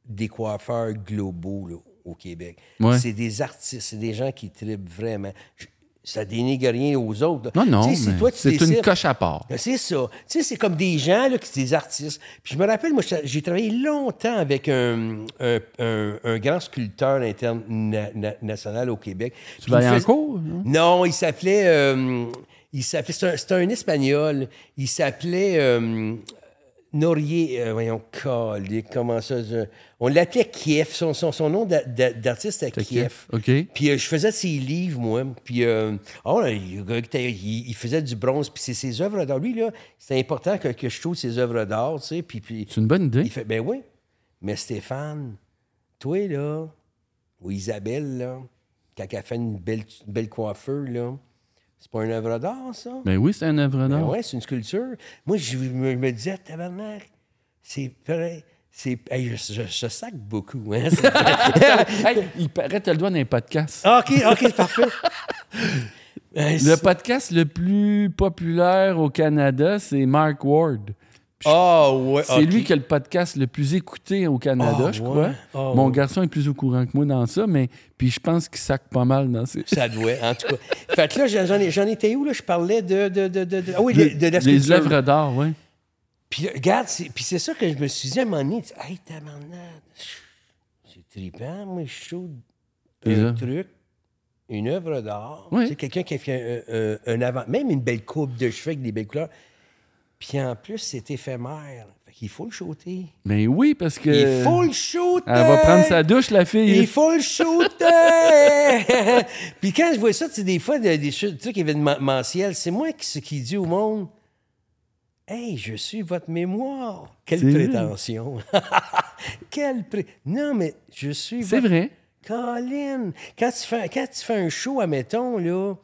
des coiffeurs globaux là, au Québec.
Ouais.
C'est des artistes, c'est des gens qui tripent vraiment. Je- ça dénigre rien aux autres. là.
Non, non,
Tu sais, si
mais
toi, tu
c'est une
décides-
coche à part.
ben, C'est ça. Tu sais, c'est comme des gens, là, qui sont des artistes. Puis je me rappelle, moi, j'ai travaillé longtemps avec un, un- un- un grand sculpteur international au Québec.
Tu
Puis il
vas aller en
faisait-
cours? hein? non?
Non, il s'appelait... euh, il s'appelait... C'est un, c'est un Espagnol. Il s'appelait... euh, Norier, euh, voyons, calique, comment ça? je- On l'appelait Kiev. Son, son- son nom d'a- d'a- d'artiste, c'était Kiev.
OK.
Puis euh, je faisais ses livres, moi. Puis euh, oh, là, le gars qui était- il, il faisait du bronze. Puis c'est ses œuvres d'art. Lui, là, c'est important que, que je trouve ses œuvres d'art, tu sais. Puis, puis
C'est une bonne idée.
il fait, ben oui. Mais Stéphane, toi, là, ou Isabelle, là, Quand elle fait une belle, une belle coiffure, là, c'est pas une œuvre d'art, ça?
Ben oui, c'est un œuvre
Ben
d'art.
ouais, c'est une sculpture. Moi, je me, me disais, tabarnak, c'est pareil. C'est, hey, je, je, je sac beaucoup. Hein? c'est-
[laughs] Hey, il paraît que tu le doigt dans les podcasts.
Ah, OK, OK, c'est parfait. Hey,
Le
c'est-
podcast le plus populaire au Canada, c'est Mark Ward.
Ah, ouais,
C'est
OK.
lui qui a le podcast le plus écouté au Canada,
Ah,
je
ouais?
crois.
Ah,
Mon
ouais.
garçon est plus au courant que moi dans ça, mais puis je pense qu'il sac pas mal dans ses...
Ça doit, en tout cas. Fait que là, j'en- j'en, ai- j'en étais où, là? Je parlais de... de, de, de, de- Ah oui, de, de la
les
sculpture.
œuvres d'art, oui.
Puis, euh, regarde, c'est, puis c'est ça que je me suis dit à un moment donné. tu- Hey, tabarnak, c'est trippant, moi, je trouve
Les
un
œuvres.
truc, une œuvre d'art.
Oui.
C'est quelqu'un qui a fait un, un- un avant... Même une belle coupe de cheveux avec des belles couleurs. Puis en plus, c'est éphémère. Fait qu'il faut le shooter.
Ben oui, parce que...
Il faut le shooter!
Elle va prendre sa douche, la fille.
Il faut le
[laughs]
shooter! Puis quand je vois ça, tu sais, des fois, de- des chu- trucs événementiels, c'est moi qui, ce qui dit au monde Hey, je suis votre mémoire.
C'est
Quelle
vrai.
prétention! [laughs] Quelle pré- Non, mais je suis
C'est vrai.
Colin, quand tu fais, quand tu fais un show, admettons, là,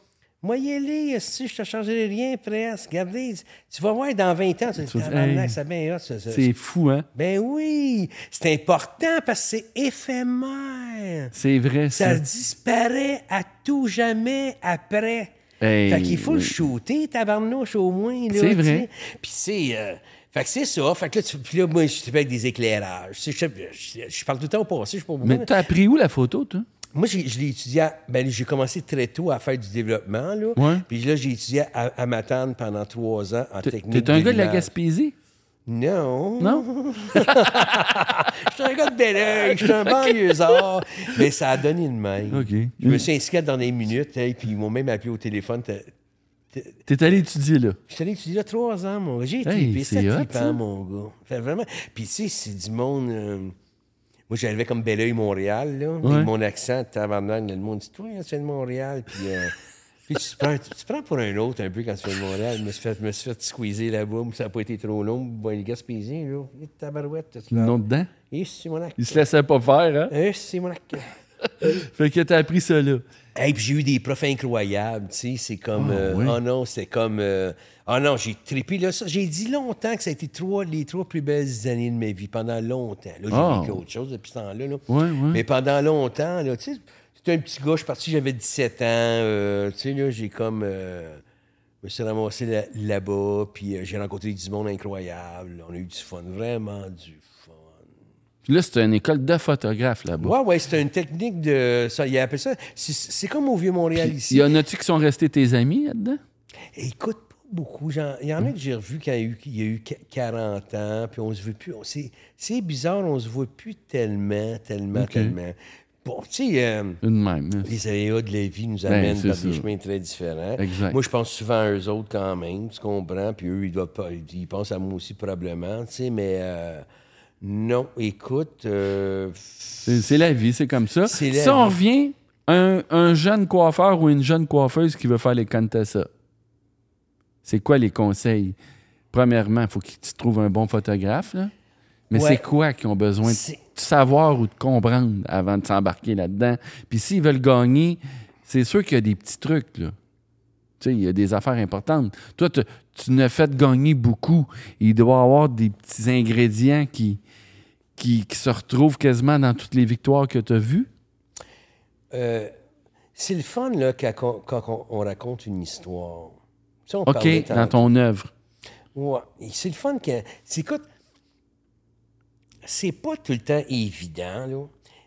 moyez-les, si je te changerai rien presque. Regardez, tu vas voir dans 20 ans, tu
Tu
te
vas
dis,
dire,
Tabarnak,
hey,
ça a bien hot, ça, ça.
C'est fou, hein?
Ben oui, c'est important parce que c'est éphémère.
C'est vrai, ça.
Ça disparaît à tout jamais après.
Hey,
fait qu'il faut le
oui.
shooter, tabarnouche, au moins. là,
C'est
tu
vrai.
sais. Puis c'est... euh, fait que c'est ça. Fait que là, tu- puis là, moi, je fais avec des éclairages. Tu sais, Je, je- je parle tout le temps au passé, je sais pas pourquoi,
Mais
là.
t'as appris où la photo, toi?
Moi, j'ai- je l'ai étudié... à- ben, j'ai commencé très tôt à faire du développement, là.
Ouais.
Puis là, j'ai étudié à, à ma tante pendant trois ans en
T'es
technique
t'es un gars de la
l'image.
Gaspésie?
Non.
Non?
[laughs] Je suis un gars de Belleuil, je suis
[laughs]
un banlieusard. Mais ça a donné de même.
OK.
Je me suis inscrit dans les minutes, et puis ils m'ont même appelé au téléphone. T'as-
T'es allé étudier, là.
Je suis allé étudier là trois ans, mon gars. J'ai été
Hey,
trippé,
c'est
c'était
hot,
trippant,
ça.
mon gars. Fait vraiment. Puis tu sais, c'est du monde... euh, Moi, j'arrivais comme Belleuil, Montréal, là. Puis
Ouais.
mon accent, tabarnak, le monde dit « Toi, hein, tu viens de Montréal, puis...
[laughs]
euh, Puis tu te, prends, tu te prends pour un autre un peu quand tu viens de Montréal. Je me suis fait, je me suis fait squeezer là-bas, mais ça n'a pas été trop long. Bon, les Gaspésiens, là, Et tabarouette, tout ça.
Non dedans?
Et Simonac.
Il se laissait
[laughs]
pas faire, hein?
Et Simonac.
Fait que t'as appris ça, là.
Hey, puis j'ai eu des profs incroyables, tu sais, c'est comme... euh,
Ah, oui.
Oh non, c'est comme... euh, oh non, j'ai trippé, là, ça. J'ai dit longtemps que ça a été trois, les trois plus belles années de ma vie, pendant longtemps. Là, j'ai
Ah.
vécu autre chose depuis ce temps-là, là.
Ouais, ouais.
Mais pendant longtemps, là, tu sais, j'étais un petit gars, je suis parti, j'avais 17 ans, euh, tu sais, là, j'ai comme... euh, je me suis ramassé là- là-bas, puis euh, j'ai rencontré du monde incroyable. On a eu du fun, vraiment du fun.
Puis là, c'était une école de photographes, là-bas.
Ouais, ouais, c'est une technique de. Ça, il appelle ça. C'est, c'est comme au Vieux-Montréal
Puis,
ici.
y en a-tu qui sont restés tes amis, là-dedans?
Écoute pas beaucoup. J'en- Il y en a que j'ai revu quand il y a eu, il y a eu qu- 40 ans, puis on se voit plus. on- c'est, c'est bizarre, on se voit plus tellement, tellement,
OK.
tellement. Bon, tu sais. euh,
Une même. là.
les aléas de la vie nous
Ben,
amènent
c'est
par des
ça.
chemins très différents.
Exact.
Moi, je pense souvent à eux autres quand même, tu comprends, puis eux, ils, doivent pas, ils pensent à moi aussi probablement, tu sais, mais euh, non, écoute, euh,
C'est c'est la vie, c'est comme ça.
C'est la
Si on
vie.
revient, un, un jeune coiffeur ou une jeune coiffeuse qui veut faire les Contessa, c'est quoi les conseils? Premièrement, il faut que tu trouves un bon photographe, là. Mais
Ouais.
c'est quoi qu'ils ont besoin de
C'est-
savoir ou de comprendre avant de s'embarquer là-dedans? Puis s'ils veulent gagner, c'est sûr qu'il y a des petits trucs, là. Tu sais, il y a des affaires importantes. Toi, tu- tu ne fais gagner beaucoup. Il doit y avoir des petits ingrédients qui, qui, qui se retrouvent quasiment dans toutes les victoires que tu as vues.
Euh, c'est le fun là, quand, on- quand on, on raconte une histoire. Tu sais, on parlait
OK,
tant-
dans ton œuvre.
Ouais. Et C'est le fun quand. c'est- Écoute, c'est pas tout le temps évident, là.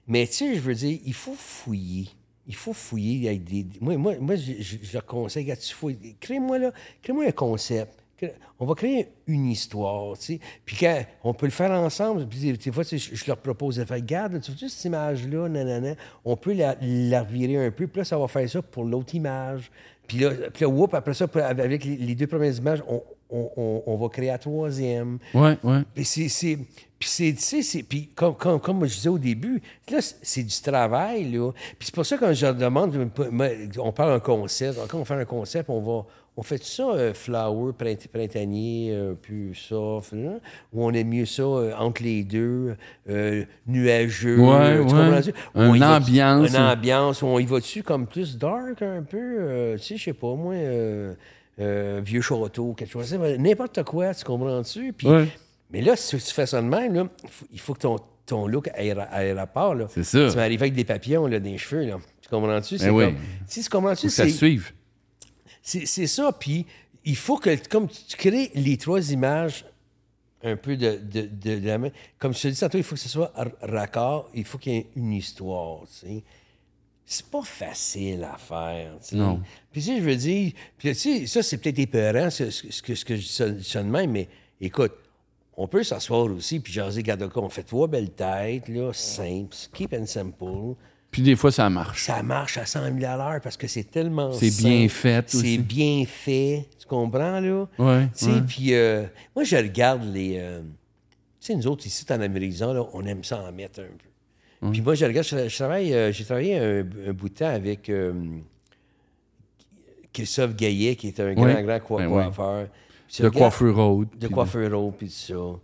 Mais tu sais, je veux dire, il faut fouiller. Il faut fouiller avec des. Moi, moi, moi je, je, je leur conseille, regarde, tu fouilles. Crée-moi, là, crée-moi un concept. Crée- On va créer une histoire, tu sais. Puis quand on peut le faire ensemble, puis des, des fois, tu sais, je, je leur propose de faire, regarde, tu vois cette image-là, nanana, on peut la, la revirer un peu, puis là, ça va faire ça pour l'autre image. Puis là, puis là, whoop, après ça, avec les, les deux premières images, on, on- on- on va créer la troisième.
Ouais, ouais.
Puis c'est- c'est. Puis c'est, tu sais, c'est- puis comme, comme, comme je disais au début, là, c'est- c'est du travail, là. Puis c'est pour ça que quand je leur demande, moi, on parle d'un concept, quand on fait un concept, on va, On fait ça, euh, flower, print- printanier, un peu soft, hein? ou on aime mieux ça euh, entre les deux, euh, nuageux.
Ouais,
tu
ouais.
comprends-tu? Ou
Une
on y va-
ambiance.
Une
euh.
ambiance, où on y va dessus comme plus dark un peu, euh, tu sais, je sais pas, moi, euh, euh, vieux château, quelque chose comme ça, n'importe quoi, tu comprends-tu? Puis-
Ouais.
Mais là, si tu fais ça de même, là, il faut- il faut que ton, ton look aille à l'aéroport. là.
C'est ça. Ben
Tu vas arriver avec des papillons là, dans les cheveux. Là. Tu comprends-tu? C'est
oui.
comme- Tu sais, tu comprends-tu?
Faut que ça
C'est-
se suive.
c'est c'est ça. Puis il faut que, comme tu tu crées les trois images un peu de, de, de- de la main, comme je te dis tantôt, il faut que ce soit r- raccord, il faut qu'il y ait une histoire, tu sais. C'est pas facile à faire, tu sais.
Non.
Puis tu sais, je veux dire, puis tu sais, ça, c'est peut-être épeurant, ce, ce- ce que, ce que je dis ça- ça de même, mais écoute, on peut s'asseoir aussi, puis jaser, regarde quoi, on fait trois belles têtes, là, simple, keep and simple
Puis des fois, ça marche.
ça marche à 100 000 à l'heure parce que c'est tellement.
C'est
simple.
bien fait aussi.
C'est bien fait. Tu comprends, là?
Ouais,
Tu
ouais.
sais, puis euh, moi, je regarde les. euh, tu sais, nous autres, ici, en Amérique, du Nord, là, on aime ça en mettre un peu. Puis moi, je regarde, je, je travaille, euh, j'ai travaillé un, un bout de temps avec euh, Christophe Gaillet, qui est un grand, grand coi-
Ben oui.
coiffeur. Puis tu
De
regardes-
coiffeur road.
de
puis
coiffeur haut, puis tout ça.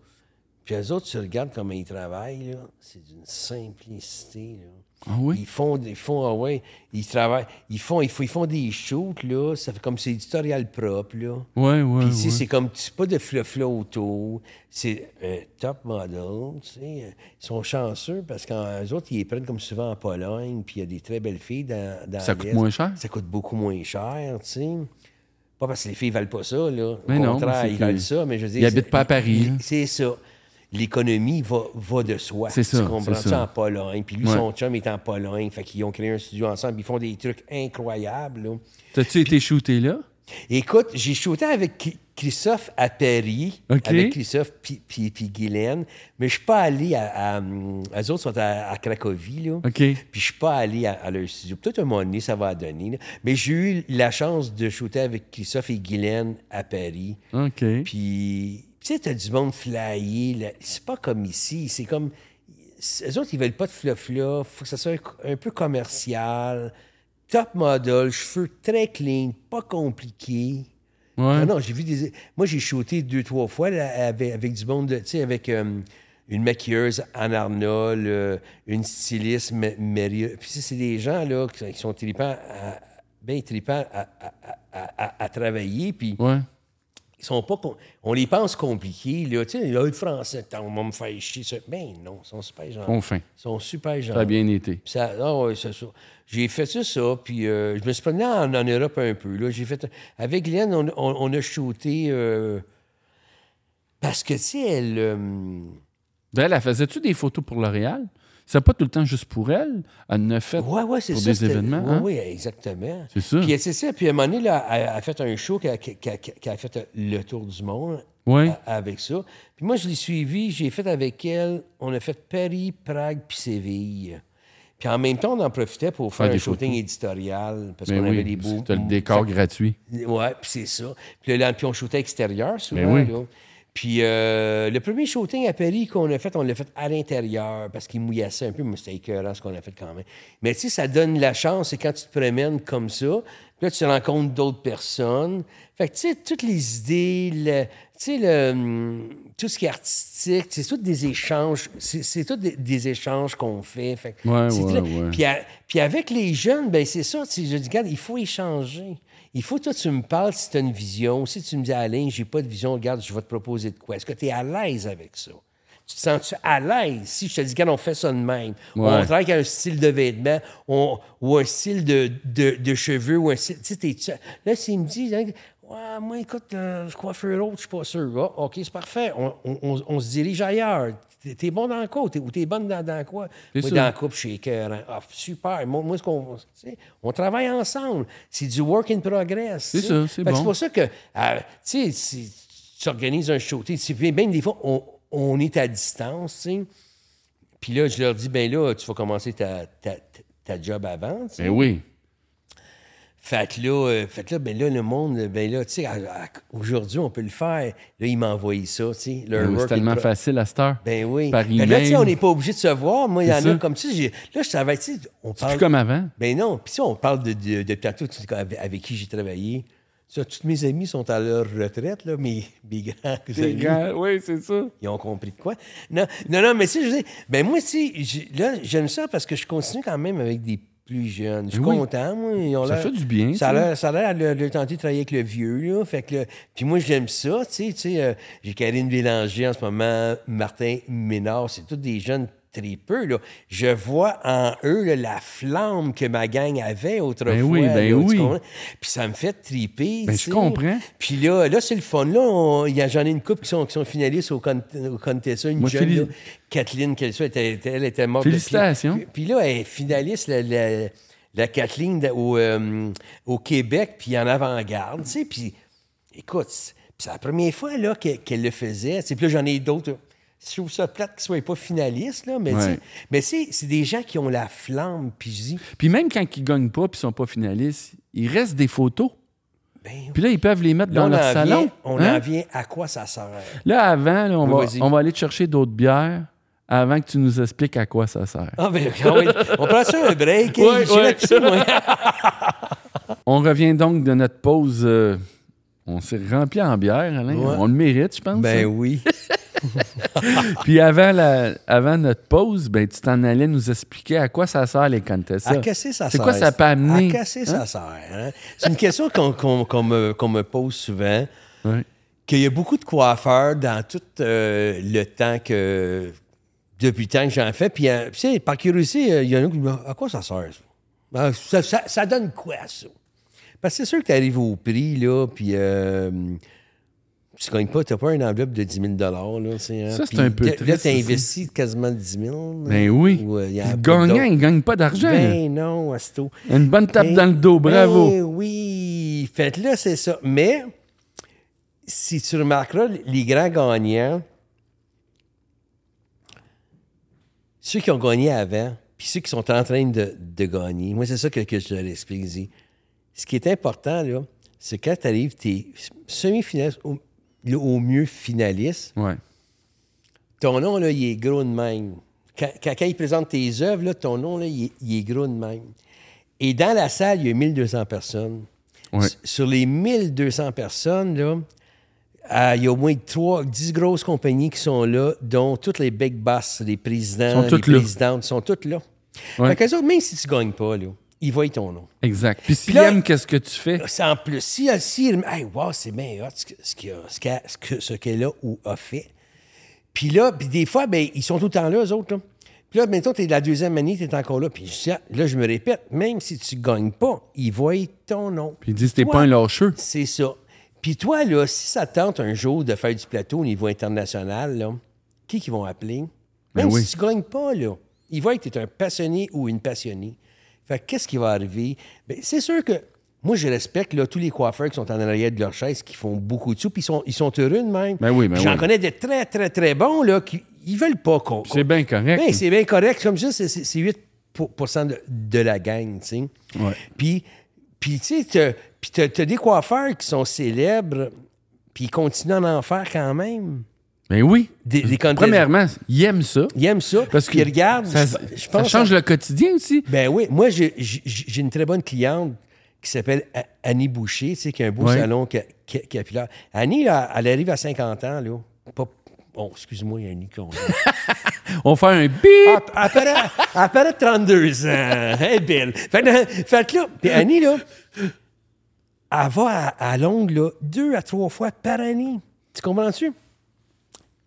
Puis eux autres, tu regardes comment ils travaillent, là, c'est d'une simplicité. Là.
Ah oui?
Ils font, ils font, ah ouais, ils travaillent, ils font, ils font, ils font des shoots, là, ça fait comme c'est éditorial propre, là.
Ouais, ouais,
Puis ici,
ouais.
c'est comme, c'est pas de flou autour, c'est un top model, tu sais. Ils sont chanceux parce qu'eux autres, ils les prennent comme souvent en Pologne, puis il y a des très belles filles dans, dans
Ça coûte
l'Est.
moins cher?
Ça coûte beaucoup moins cher, tu sais. Pas parce que les filles valent pas ça, là. Au
Mais non,
contraire,
mais c'est
ils
que
valent ça, mais je veux dire...
ils
c'est-
habitent pas à Paris, là.
C'est ça. L'économie va, va de soi.
C'est ça,
Tu comprends
c'est
ça,
ça.
en Pologne. Puis lui,
Ouais.
son chum est en Pologne. Fait qu'ils ont créé un studio ensemble. Ils font des trucs incroyables, là.
T'as-tu été shooté là?
Écoute, j'ai shooté avec Ki- Christophe à Paris,
OK.
avec Christophe puis, puis, puis Guylaine, mais je suis pas allé à... à, hum, eux autres sont à, à Cracovie, là.
OK.
Puis je suis pas allé à, à leur studio. Peut-être un moment donné, ça va donner. là. Mais j'ai eu la chance de shooter avec Christophe et Guylaine à Paris.
OK.
Puis, tu sais, t'as du monde flyé. là. C'est pas comme ici. C'est comme. Eux autres, ils veulent pas de fluff-là. Faut que ça soit un, un peu commercial. Top model, cheveux très clean, pas compliqué.
Ouais.
Non, non, j'ai vu des. Moi, j'ai shooté deux, trois fois là, avec, avec du monde, de- tu sais, avec euh, une maquilleuse, Anne Arnold, euh, une styliste, Ma- Maria. Puis, ça, c'est des gens, là, qui qui sont tripants, à, bien tripants à, à- à- à- à travailler. Puis,
Ouais.
ils sont pas. com- On les pense compliqués, là. Tu sais, là, le français, attends, on va me faire chier. ça. Mais non, ils sont super gentils.
On fin.
Ils sont super gentils.
Ça a bien été.
Puis ça- ah ouais, c'est ça. J'ai fait ça, ça, puis euh, je me suis promené en, en Europe un peu. Là. J'ai fait, avec Glenn, on, on- on a shooté... euh, parce que, tu sais, elle... euh,
Ben, elle, elle faisait-tu des photos pour L'Oréal? C'est pas tout le temps juste pour elle. Elle en a fait.
Ouais, ouais, c'est
pour
ça.
des
c'était-
événements,
Ouais,
hein?
Oui, exactement.
C'est ça.
Puis, c'est ça. Puis, à un moment donné, là, elle, elle a fait un show qui a, qui a- qui a fait le tour du monde
Ouais.
a- avec ça. Puis, moi, je l'ai suivi. J'ai fait avec elle. On a fait Paris, Prague, puis Séville. Puis, en même temps, on en profitait pour faire
Faire
un
des
shooting éditorial parce
Ben
qu'on avait
oui,
des beaux.
t'as le décor gratuit.
Ouais, puis c'est ça. Puis là, puis on shootait extérieur souvent.
Ben oui.
là. Puis euh, le premier shooting à Paris qu'on a fait, on l'a fait à l'intérieur parce qu'il mouillassait un peu, mais c'était écœurant ce qu'on a fait quand même. Mais tu sais, ça donne la chance, c'est quand tu te promènes comme ça, puis là, tu rencontres d'autres personnes. Fait que tu sais, toutes les idées, le- tu sais, le, hum, tout ce qui est artistique, c'est tout des échanges, c'est c'est tout des, des échanges qu'on fait. Fait que
Ouais,
c'est
ouais,
là-
ouais.
puis, à- puis avec les jeunes, ben c'est ça. tu sais, Je dis, regarde, il faut échanger. Il faut, toi, tu me parles si tu as une vision. Si tu me dis, Alain, j'ai pas de vision, regarde, je vais te proposer de quoi. Est-ce que tu es à l'aise avec ça? Tu te sens-tu à l'aise si je te dis, regarde, on fait ça de même?
Ouais.
On travaille avec un style de vêtements on- ou un style de, de- de cheveux ou un style. Tu sais, t'es-tu- Là, s'il me dit, hein, Ouais, moi, écoute, euh, je coiffeur autre, je suis pas sûr. Ah, OK, c'est parfait. On, on- on- on se dirige ailleurs. T'es- T'es bon dans quoi? T'es- Ou t'es bonne dans, dans quoi?
C'est
Moi,
sûr.
dans la coupe, je suis écœurant. Ah, super. Moi, moi, ce qu'on. tu sais, On travaille ensemble. C'est du work in progress.
C'est ça, c'est bon.
C'est pour ça que, euh, tu sais, si tu organises un shooting, tu sais, même des fois, on, on est à distance, tu sais. Puis là, je leur dis, ben là, tu vas commencer ta, ta, ta- ta job avant, tu sais.
Ben oui.
Fait que là, euh, fait que là, ben là, le monde, ben là, tu sais, à- à- aujourd'hui, on peut le faire. Là, ils m'envoient ça, tu sais. leur
Ben oui, C'est
work in
tellement
pro-
facile à cette heure.
Ben oui.
Par
Fait que là, tu sais,
email.
on n'est pas obligé de se voir. Moi, il y
C'est
en a
ça.
comme ça. j'ai- Là, je savais, tu sais, on
C'est plus
parle.
comme avant.
Ben non. Puis si on parle de, de, de plateau, tu sais, avec, avec qui j'ai travaillé, Ça, toutes mes amis sont à leur retraite, là, mes, mes grands
T'es
amis.
grand- Oui, c'est ça.
Ils ont compris de quoi. Non, non, non, mais si je dis, ben moi, si, j'ai- là, j'aime ça parce que je continue quand même avec des plus jeunes. Je suis
Oui.
content, moi. ils ont
Ça
l'air-
fait du bien,
Ça a
ça.
l'air- ça a l'air de, de tenter de travailler avec le vieux, là. Fait que, là, puis moi, j'aime ça, tu sais. tu sais, euh, j'ai Karine Bélanger en ce moment, Martin Ménard, c'est tous des jeunes tripeux, là. Je vois en eux là, la flamme que ma gang avait autrefois.
Ben oui,
là,
ben
tu
oui.
comprends? Puis ça me fait triper.
Ben,
tu
je
sais.
comprends.
Puis là, là c'est le fun. Là, on- il y a- j'en ai une couple qui sont, qui sont finalistes au, con, au Contessa. Une
Moi,
jeune,
féli-
là, Kathleen, qu'elle soit, elle, était- elle était morte.
Félicitations.
Puis, puis là, elle est finaliste, la, la- la Kathleen, de- au, euh, au Québec, puis en avant-garde. Tu sais, puis écoute, c'est puis c'est la première fois là, qu'elle, qu'elle le faisait. Tu sais, Puis là, j'en ai d'autres. là. Je trouve ça plate qu'ils ne soient pas finalistes, là, mais, tu sais,
Ouais.
mais c'est, c'est des gens qui ont la flamme, puis je dis,
Puis même quand ils gagnent pas puis ils sont pas finalistes, il reste des photos.
ben,
Puis là, ils peuvent les mettre
là,
dans
on,
leur
en
salon.
vient, on
hein?
en vient à quoi ça sert.
Là, avant, là, on,
Oui,
va,
vas-y.
on va aller te chercher d'autres bières avant que tu nous expliques à quoi ça sert.
Ah, ben, [laughs] ah oui. on prend ça un break. hein?
Ouais,
J'ai
ouais.
là-dessus,
[laughs]
moi.
On revient donc de notre pause. euh, on s'est rempli en bière, Alain.
Ouais.
On le mérite, je pense. hein.
Ben oui.
Puis avant, la, avant notre pause, ben, tu t'en allais nous expliquer à quoi ça sert les
À
contestants.
casser, ça sert.
C'est quoi ça peut amener?
À casser, ça sert. hein? C'est une question qu'on qu'on- qu'on me, qu'on me pose souvent.
Ouais.
Qu'il y a beaucoup de coiffeurs dans tout euh, le temps que. Depuis le temps que j'en fais. Puis, euh, tu sais, par curiosité, euh, il y en a qui me disent À quoi ça sert, ça? Ah, ça, ça- ça donne quoi, ça? Parce que c'est sûr que tu arrives au prix, là, puis. euh, tu gagnes pas, tu n'as pas une enveloppe de 10 000 là, tu sais, hein.
Ça, c'est
Puis
un peu
là- Là,
triste,
tu
ça,
investis quasiment 10 000
Ben oui.
Ou, euh, il y a
Puis
un
le
peu
gagnant,
d'autres.
il gagne pas d'argent.
Ben non, Asto.
Une bonne tape dans le dos, bravo.
Ben oui, faites-le, c'est ça. Mais, si tu remarqueras, les grands gagnants, ceux qui ont gagné avant, puis ceux qui sont en train de, de gagner, moi, c'est ça que, que je leur explique. je dis, Ce qui est important, là, c'est quand tu arrives, tu es semi-finaliste, au, au mieux finaliste,
Ouais.
ton nom, là, il est gros de même. Quand, quand, quand ils présentent tes œuvres, là, ton nom, là, il, est- il est gros de même. Et dans la salle, il y a 1200 personnes.
Ouais.
S- Sur les 1200 personnes, là, euh, il y a au moins 3, 10 grosses compagnies qui sont là, dont toutes les big boss, les présidents,
Sont
les
toutes là.
présidentes, sont toutes là.
Ouais.
Fait qu'eux autres, même si tu gagnes pas, là, ils voient ton nom.
Exact. Puis s'ils
là-
aiment qu'est-ce que tu fais,
Euh, C'est en plus, si, si hey, wow, c'est bien hot ce que- ce qu'il a- ce qu'a- ce que- ce qu'elle a ou a fait. Puis là, puis des fois, ben, ils sont tout le temps là, eux autres. Là. Puis là, maintenant, tu es de la deuxième année, tu es encore là. Puis je dis, ah, là, je me répète, même si tu gagnes pas, ils voient ton nom.
puis ils disent t'es
Toi,
pas un lâcheux.
C'est ça. Puis toi, là, si ça te tente un jour de faire du plateau au niveau international, là, qui qu'ils vont appeler?
Ben
Même
oui.
si tu gagnes pas, là, ils voient que tu es un passionné ou une passionnée. Fait que qu'est-ce qui va arriver? Ben, c'est sûr que moi, je respecte là, tous les coiffeurs qui sont en arrière de leur chaise, qui font beaucoup de sous, puis ils sont, ils sont heureux de même.
Ben oui, ben
Puis J'en
oui.
connais des très, très, très bons, là, qui ils veulent pas qu'on...
C'est bien correct.
Ben, c'est bien correct. Comme ça, c'est- c'est c'est 8 pour- pour cent de, de la gang, tu sais.
Ouais.
Puis, puis, tu sais, t'as- puis t'as t'as des coiffeurs qui sont célèbres, puis ils continuent à en faire quand même.
Ben oui.
Des, des contest-
Premièrement, ils aiment ça.
Ils aiment ça.
Parce que
puis ils regardent.
ça,
je, je
ça
pense
change le quotidien aussi.
Ben oui, moi, j'ai- j'ai j'ai une très bonne cliente qui s'appelle A- Annie Boucher, tu sais, qui a un beau
Ouais.
salon ca- ca- capillaire. Annie, là, elle arrive à 50 ans, là. Pas- Bon, excuse-moi, Annie, qu'on
On fait un bip.
Elle paraît, elle paraît 32 ans. Elle est belle. Fait que, fait que là, puis Annie, là, elle va à, à Londres là, deux à trois fois par année. Tu comprends-tu?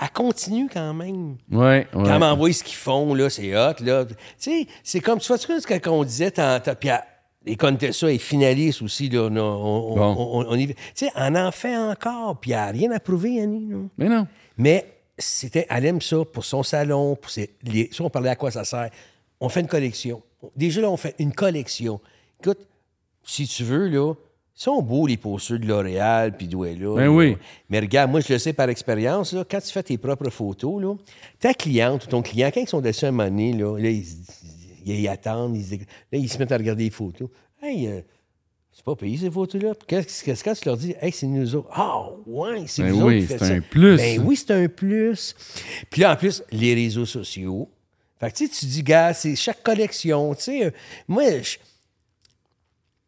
Elle continue quand même.
ouais, ouais.
Quand elle m'envoie ce qu'ils font, là, c'est hot, là. Tu sais, c'est comme, tu vois, tu vois, ce qu'on disait tantôt, puis elle- les Contessa est finaliste aussi, là, on, on- on-
Bon.
on- on y va. Tu sais, on en fait encore, puis elle n'a rien à prouver, Annie, là.
Mais non.
Mais c'était, elle aime ça pour son salon, pour ses, les- si on parlait à quoi ça sert, on fait une collection. Déjà, là, on fait une collection. Écoute, si tu veux, là, ils sont beaux les postures de L'Oréal puis d'Ouella.
Ben
là.
oui.
Mais regarde, moi, je le sais par expérience, là, quand tu fais tes propres photos, là, ta cliente ou ton client, quand ils sont dessus à un moment donné, là, là, ils, se disent- ils attendent, ils, se- là, ils se mettent à regarder les photos. Hey, euh, c'est pas payé ces photos-là. Puis Qu'est-ce qu'est-ce que quand tu leur dis, hey, c'est nous autres. Ah, ouais, c'est
Ben
vous
oui,
autres qui faites
c'est
ça.
un plus.
Ben oui, c'est un plus. Puis là, en plus, les réseaux sociaux. Fait que tu sais, tu dis, gars, c'est chaque collection. Tu sais, euh, moi, je,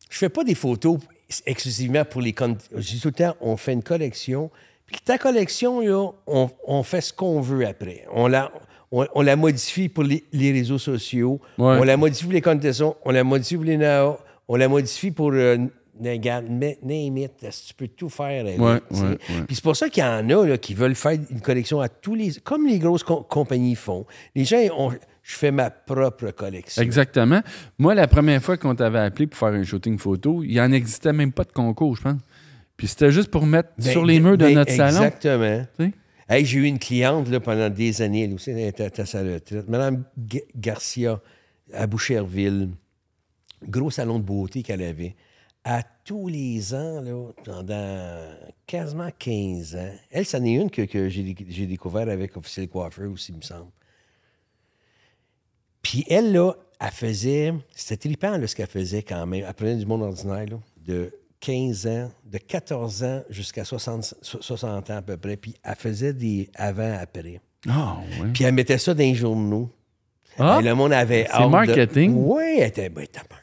je fais pas des photos c'est exclusivement pour les... con- Je dis tout le temps, on fait une collection. Puis ta collection, là, on, on fait ce qu'on veut après. On la, on, on la modifie pour les, les réseaux sociaux.
Ouais.
On la modifie pour les contestations. On la modifie pour les NAO. On la modifie pour... Euh, Regarde, mais- name it, si tu peux tout faire. avec,
Ouais,
tu sais.
ouais, ouais.
Puis c'est pour ça qu'il y en a là, qui veulent faire une collection à tous les... Comme les grosses com- compagnies font. Les gens, ont, je fais ma propre collection.
Exactement. Moi, la première fois qu'on t'avait appelé pour faire un shooting photo, il n'en existait même pas de concours, je pense. Puis c'était juste pour mettre
Ben,
sur les murs de
ben,
notre salon.
Exactement.
tu sais.
Hey, j'ai eu une cliente là, pendant des années, elle aussi, elle était était à sa retraite. Madame Ga- Garcia, à Boucherville, gros salon de beauté qu'elle avait. À tous les ans, là, pendant quasiment 15 ans, elle, c'en est une que, que j'ai déc- j'ai découvert avec Officiel Coiffeur aussi, il me semble. Puis elle, là, elle faisait. C'était trippant, là, ce qu'elle faisait quand même. Elle prenait du monde ordinaire, là, de 15 ans, de 14 ans jusqu'à 60, so- 60 ans à peu près. Puis elle faisait des avant-après.
Ah, ouais.
Puis elle mettait ça dans les journaux.
Ah!
Et le monde avait hâte de-
marketing.
Oui, elle était. ben, t'as marketing.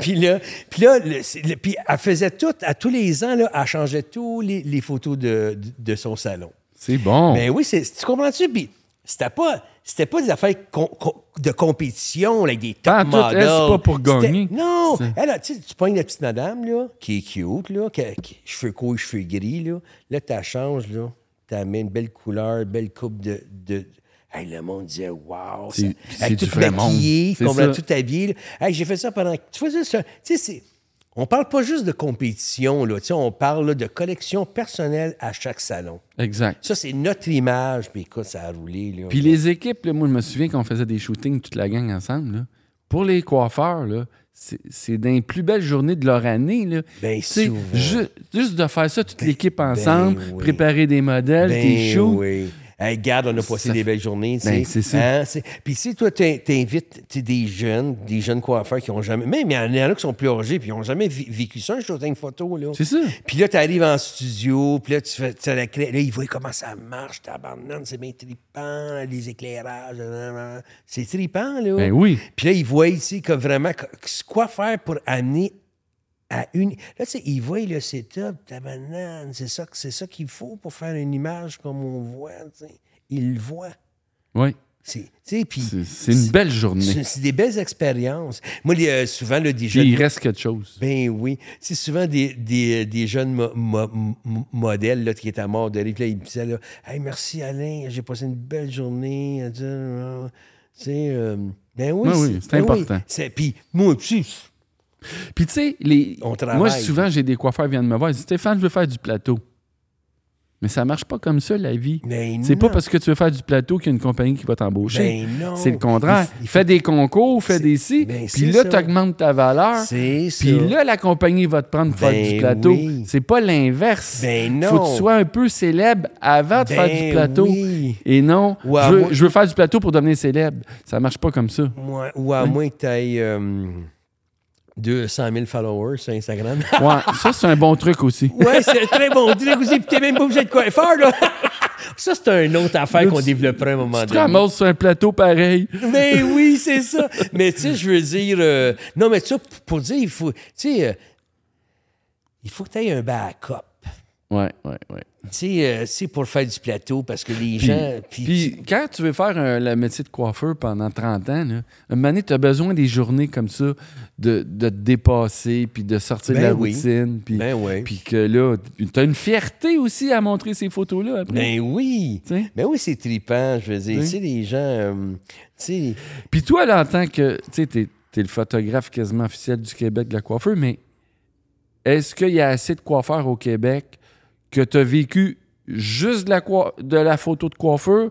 [laughs] puis là, puis là le- c'est- le- puis elle faisait tout, à tous les ans, là, elle changeait tous les, les photos de- de- de son salon.
C'est bon.
Mais Ben oui, c'est- tu comprends-tu? Puis c'était pas, c'était pas des affaires com- com- de compétition, là, avec des
Pas
top
en tout, elle,
models.
c'est pas pour
C'était-
gagner.
Non! Elle, a- tu sais, tu pognes la petite madame, là, qui est cute, là, qui a, qui- cheveux courts, cheveux gris, là. Là, tu la changes, là. Tu mets une belle couleur, belle coupe de... de... Hey, le monde disait « Wow! »
C'est-
ça-
c'est
Avec
du
tout
vrai monde.
maquillé,
C'est
complètement
ça.
tout habillé. là. Hey, j'ai fait ça pendant... Tu vois, ça, ça- tu sais, c'est... On parle pas juste de compétition, là. Tu sais, on parle là, de collection personnelle à chaque salon.
Exact.
Ça, c'est notre image. Puis écoute, ça a roulé. Là.
Puis les équipes, là, moi, je me souviens qu'on faisait des shootings toute la gang ensemble. là. Pour les coiffeurs, là, c'est c'est dans les plus belles journées de leur année. Là.
Ben,
Tu sais,
souvent. Ben,
ju- juste de faire ça, toute l'équipe ensemble,
oui.
préparer des modèles,
Ben
des shoots.
oui. Hey, regarde, on a passé
Ça
des
fait-
belles journées. tu
Ben,
sais.
c'est ça.
Hein, c'est- Puis si toi, t'in- t'invites tu sais, des jeunes, des jeunes coiffeurs qui ont jamais... Même il y en a qui sont plus âgés puis ils n'ont jamais vi- vécu ça, un shooting photo. Là.
C'est ça.
Puis là, tu arrives en studio, puis là, tu fais, tu fais la cré- Là, ils voient comment ça marche, t'abandonnes, c'est bien trippant, les éclairages, blablabla. c'est trippant, là.
Ben oui.
Puis là, ils voient ici que vraiment que- que- quoi faire pour amener à une. Là, tu sais, ils voient le setup, ta banane, c'est ça, que- c'est ça qu'il faut pour faire une image comme on voit. tu sais. Ils le voient.
Oui.
C'est, tu sais, puis
C'est- C'est une belle journée.
c'est, c'est des belles expériences. Moi, les, euh, souvent, là, des
Puis
jeunes.
il reste quelque chose.
Ben oui. C'est souvent des, des, des jeunes mo- mo- mo- modèles là, qui étaient à mort de rire. Puis là, ils me disaient là, hey, merci Alain, j'ai passé une belle journée. Tu sais, euh, ben oui.
Ben oui, c'est
ben
important.
C'est- Puis moi aussi,
Puis tu sais, les...
On travaille.
moi souvent j'ai des coiffeurs qui viennent me voir, ils disent Stéphane, je veux faire du plateau. Mais ça marche pas comme ça la vie.
Mais
C'est pas
ben non.
parce que tu veux faire du plateau qu'il y a une compagnie qui va t'embaucher.
Ben non.
c'est le contraire.
Il f- il
Fais des concours, fais
C'est-
des ci,
Ben, c'est
puis là
ça.
tu augmentes ta valeur.
c'est ça.
Puis là la compagnie va te prendre pour
Ben
faire du plateau.
oui.
C'est pas l'inverse.
Ben non.
Faut que tu sois un peu célèbre avant de
Ben
faire du plateau.
oui.
Et non,
Ouais,
je, veux,
moi-
je veux faire du plateau pour devenir célèbre. Ça marche pas comme ça.
Moi- ou à moins que euh, tu ailles 200 000 followers sur Instagram.
Ouais, ça c'est un bon truc aussi.
ouais, c'est un très bon truc aussi. Puis t'es même pas obligé de coiffeur, là. [laughs] ça, c'est une autre affaire qu'on développera à un moment
Tu te
donné.
ramasses sur un plateau pareil.
Mais oui, c'est ça. Mais tu sais, je veux dire. euh, non, mais tu sais, p- pour dire, il faut. Tu sais, euh, il faut que tu aies un backup.
Ouais, ouais, ouais.
Tu sais, euh, c'est pour faire du plateau parce que les
Puis,
gens. puis-
puis quand tu veux faire euh, le métier de coiffeur pendant 30 ans, là, un moment tu as besoin des journées comme ça de, de te dépasser, puis de sortir de
Ben
la
oui.
routine. Puis,
Ben oui.
puis que là, tu as une fierté aussi à montrer ces photos-là après.
Ben oui.
Tu sais.
Ben oui, c'est tripant, je veux dire.
Oui.
Tu sais, les gens. euh, tu sais,
Puis toi, là, en tant que. Tu sais, t'es t'es le photographe quasiment officiel du Québec de la coiffeur, mais est-ce qu'il y a assez de coiffeurs au Québec que tu as vécu juste de la, coi- de la photo de coiffeur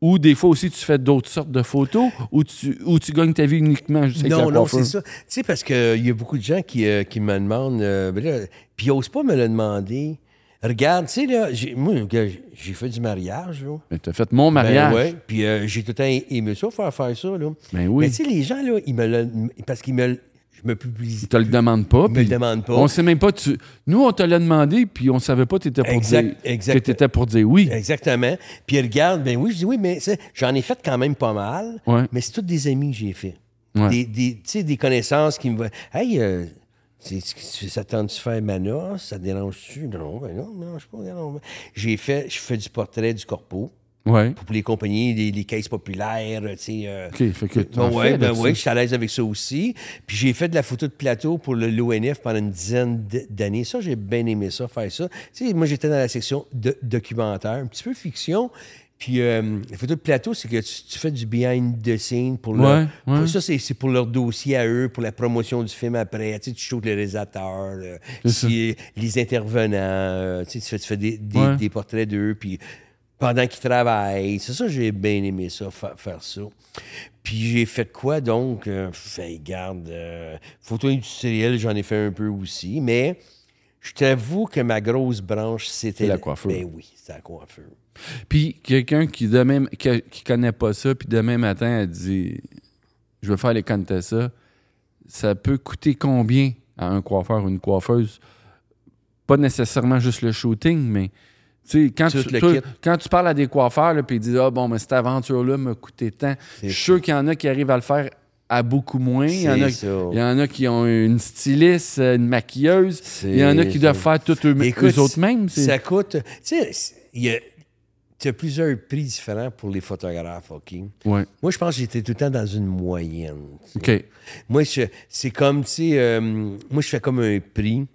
ou des fois aussi tu fais d'autres sortes de photos ou tu, ou tu gagnes ta vie uniquement juste avec
Non,
la
non,
coiffeur?
c'est ça. Tu sais, parce qu'il y a beaucoup de gens qui, euh, qui me demandent, euh, ben là, puis ils n'osent pas me le demander. Regarde, tu sais, là, j'ai- moi, gars, j'ai fait du mariage, là.
Mais t'as fait mon
Ben
mariage.
ouais, puis euh, j'ai tout le temps aimé ça, faire, faire ça, là.
Ben oui.
Mais tu sais, les gens, là, ils me le... Parce qu'ils me... le- Je me publie...
Tu te le demandes pas.
Ils me
puis
le demandent pas.
On sait même pas. Tu... Nous, on te l'a demandé, puis on savait pas t'étais pour
Exact-
dire.
exact.
que t'étais pour dire oui.
Exactement. Puis ils regardent, ben oui, je dis oui, mais c'est- j'en ai fait quand même pas mal.
Ouais.
Mais c'est tous des amis que j'ai fait.
Ouais.
Des, des, tu sais, des connaissances qui me... Hey, euh, C'est- c'est- Ça tente-tu faire mana? Ça te dérange-tu? Non, ben non, non, je sais pas. non, ben. J'ai fait, je fais du portrait du corpo
Oui.
pour les compagnies, les, les caisses populaires, tu sais. euh,
OK, fait que t'en
ben ouais,
fais de
ben
ça.
ouais, je suis à l'aise avec ça aussi. Puis j'ai fait de la photo de plateau pour le- l'ONF pendant une dizaine d- d'années. Ça, j'ai bien aimé ça, faire ça. Tu sais, moi, j'étais dans la section de documentaire, un petit peu fiction. Puis euh, la photo de plateau, c'est que tu, tu fais du behind the scene pour leur-
Ouais, ouais.
pour- ça, c'est c'est pour leur dossier à eux, pour la promotion du film après. Tu sais, tu shootes les réalisateurs, euh, si- les intervenants, euh, tu sais, tu fais, tu fais des, des-
Ouais.
des portraits d'eux, puis pendant qu'ils travaillent. C'est ça, j'ai bien aimé ça, fa- faire ça. Puis j'ai fait quoi donc? Euh, fait, garde, euh, photo industrielle, j'en ai fait un peu aussi, mais je t'avoue que ma grosse branche, c'était...
C'est la coiffure.
Ben oui, c'était la coiffure.
Puis quelqu'un qui demain qui, qui connaît pas ça, puis demain matin, elle dit Je veux faire les Contessa, ça peut coûter combien à un coiffeur ou une coiffeuse Pas nécessairement juste le shooting, mais tu sais, quand,
Tout
tu,
le
toi,
kit.
quand tu parles à des coiffeurs, là, puis ils disent Ah bon, mais cette aventure-là m'a coûté tant. Je suis sûr qu'il y en a qui arrivent à le faire à beaucoup moins. Il y, en a,
C'est ça.
il y en a qui ont une styliste, une maquilleuse. Il y en a qui
C'est
doivent
ça.
faire tout eux,
Écoute,
mêmes
Ça coûte. Tu sais, il y a. Tu as plusieurs prix différents pour les photographes, OK?
Ouais.
Moi, je pense que j'étais tout le temps dans une moyenne. tu sais.
OK.
Moi, je- c'est comme, tu sais, euh, moi, je fais comme un prix.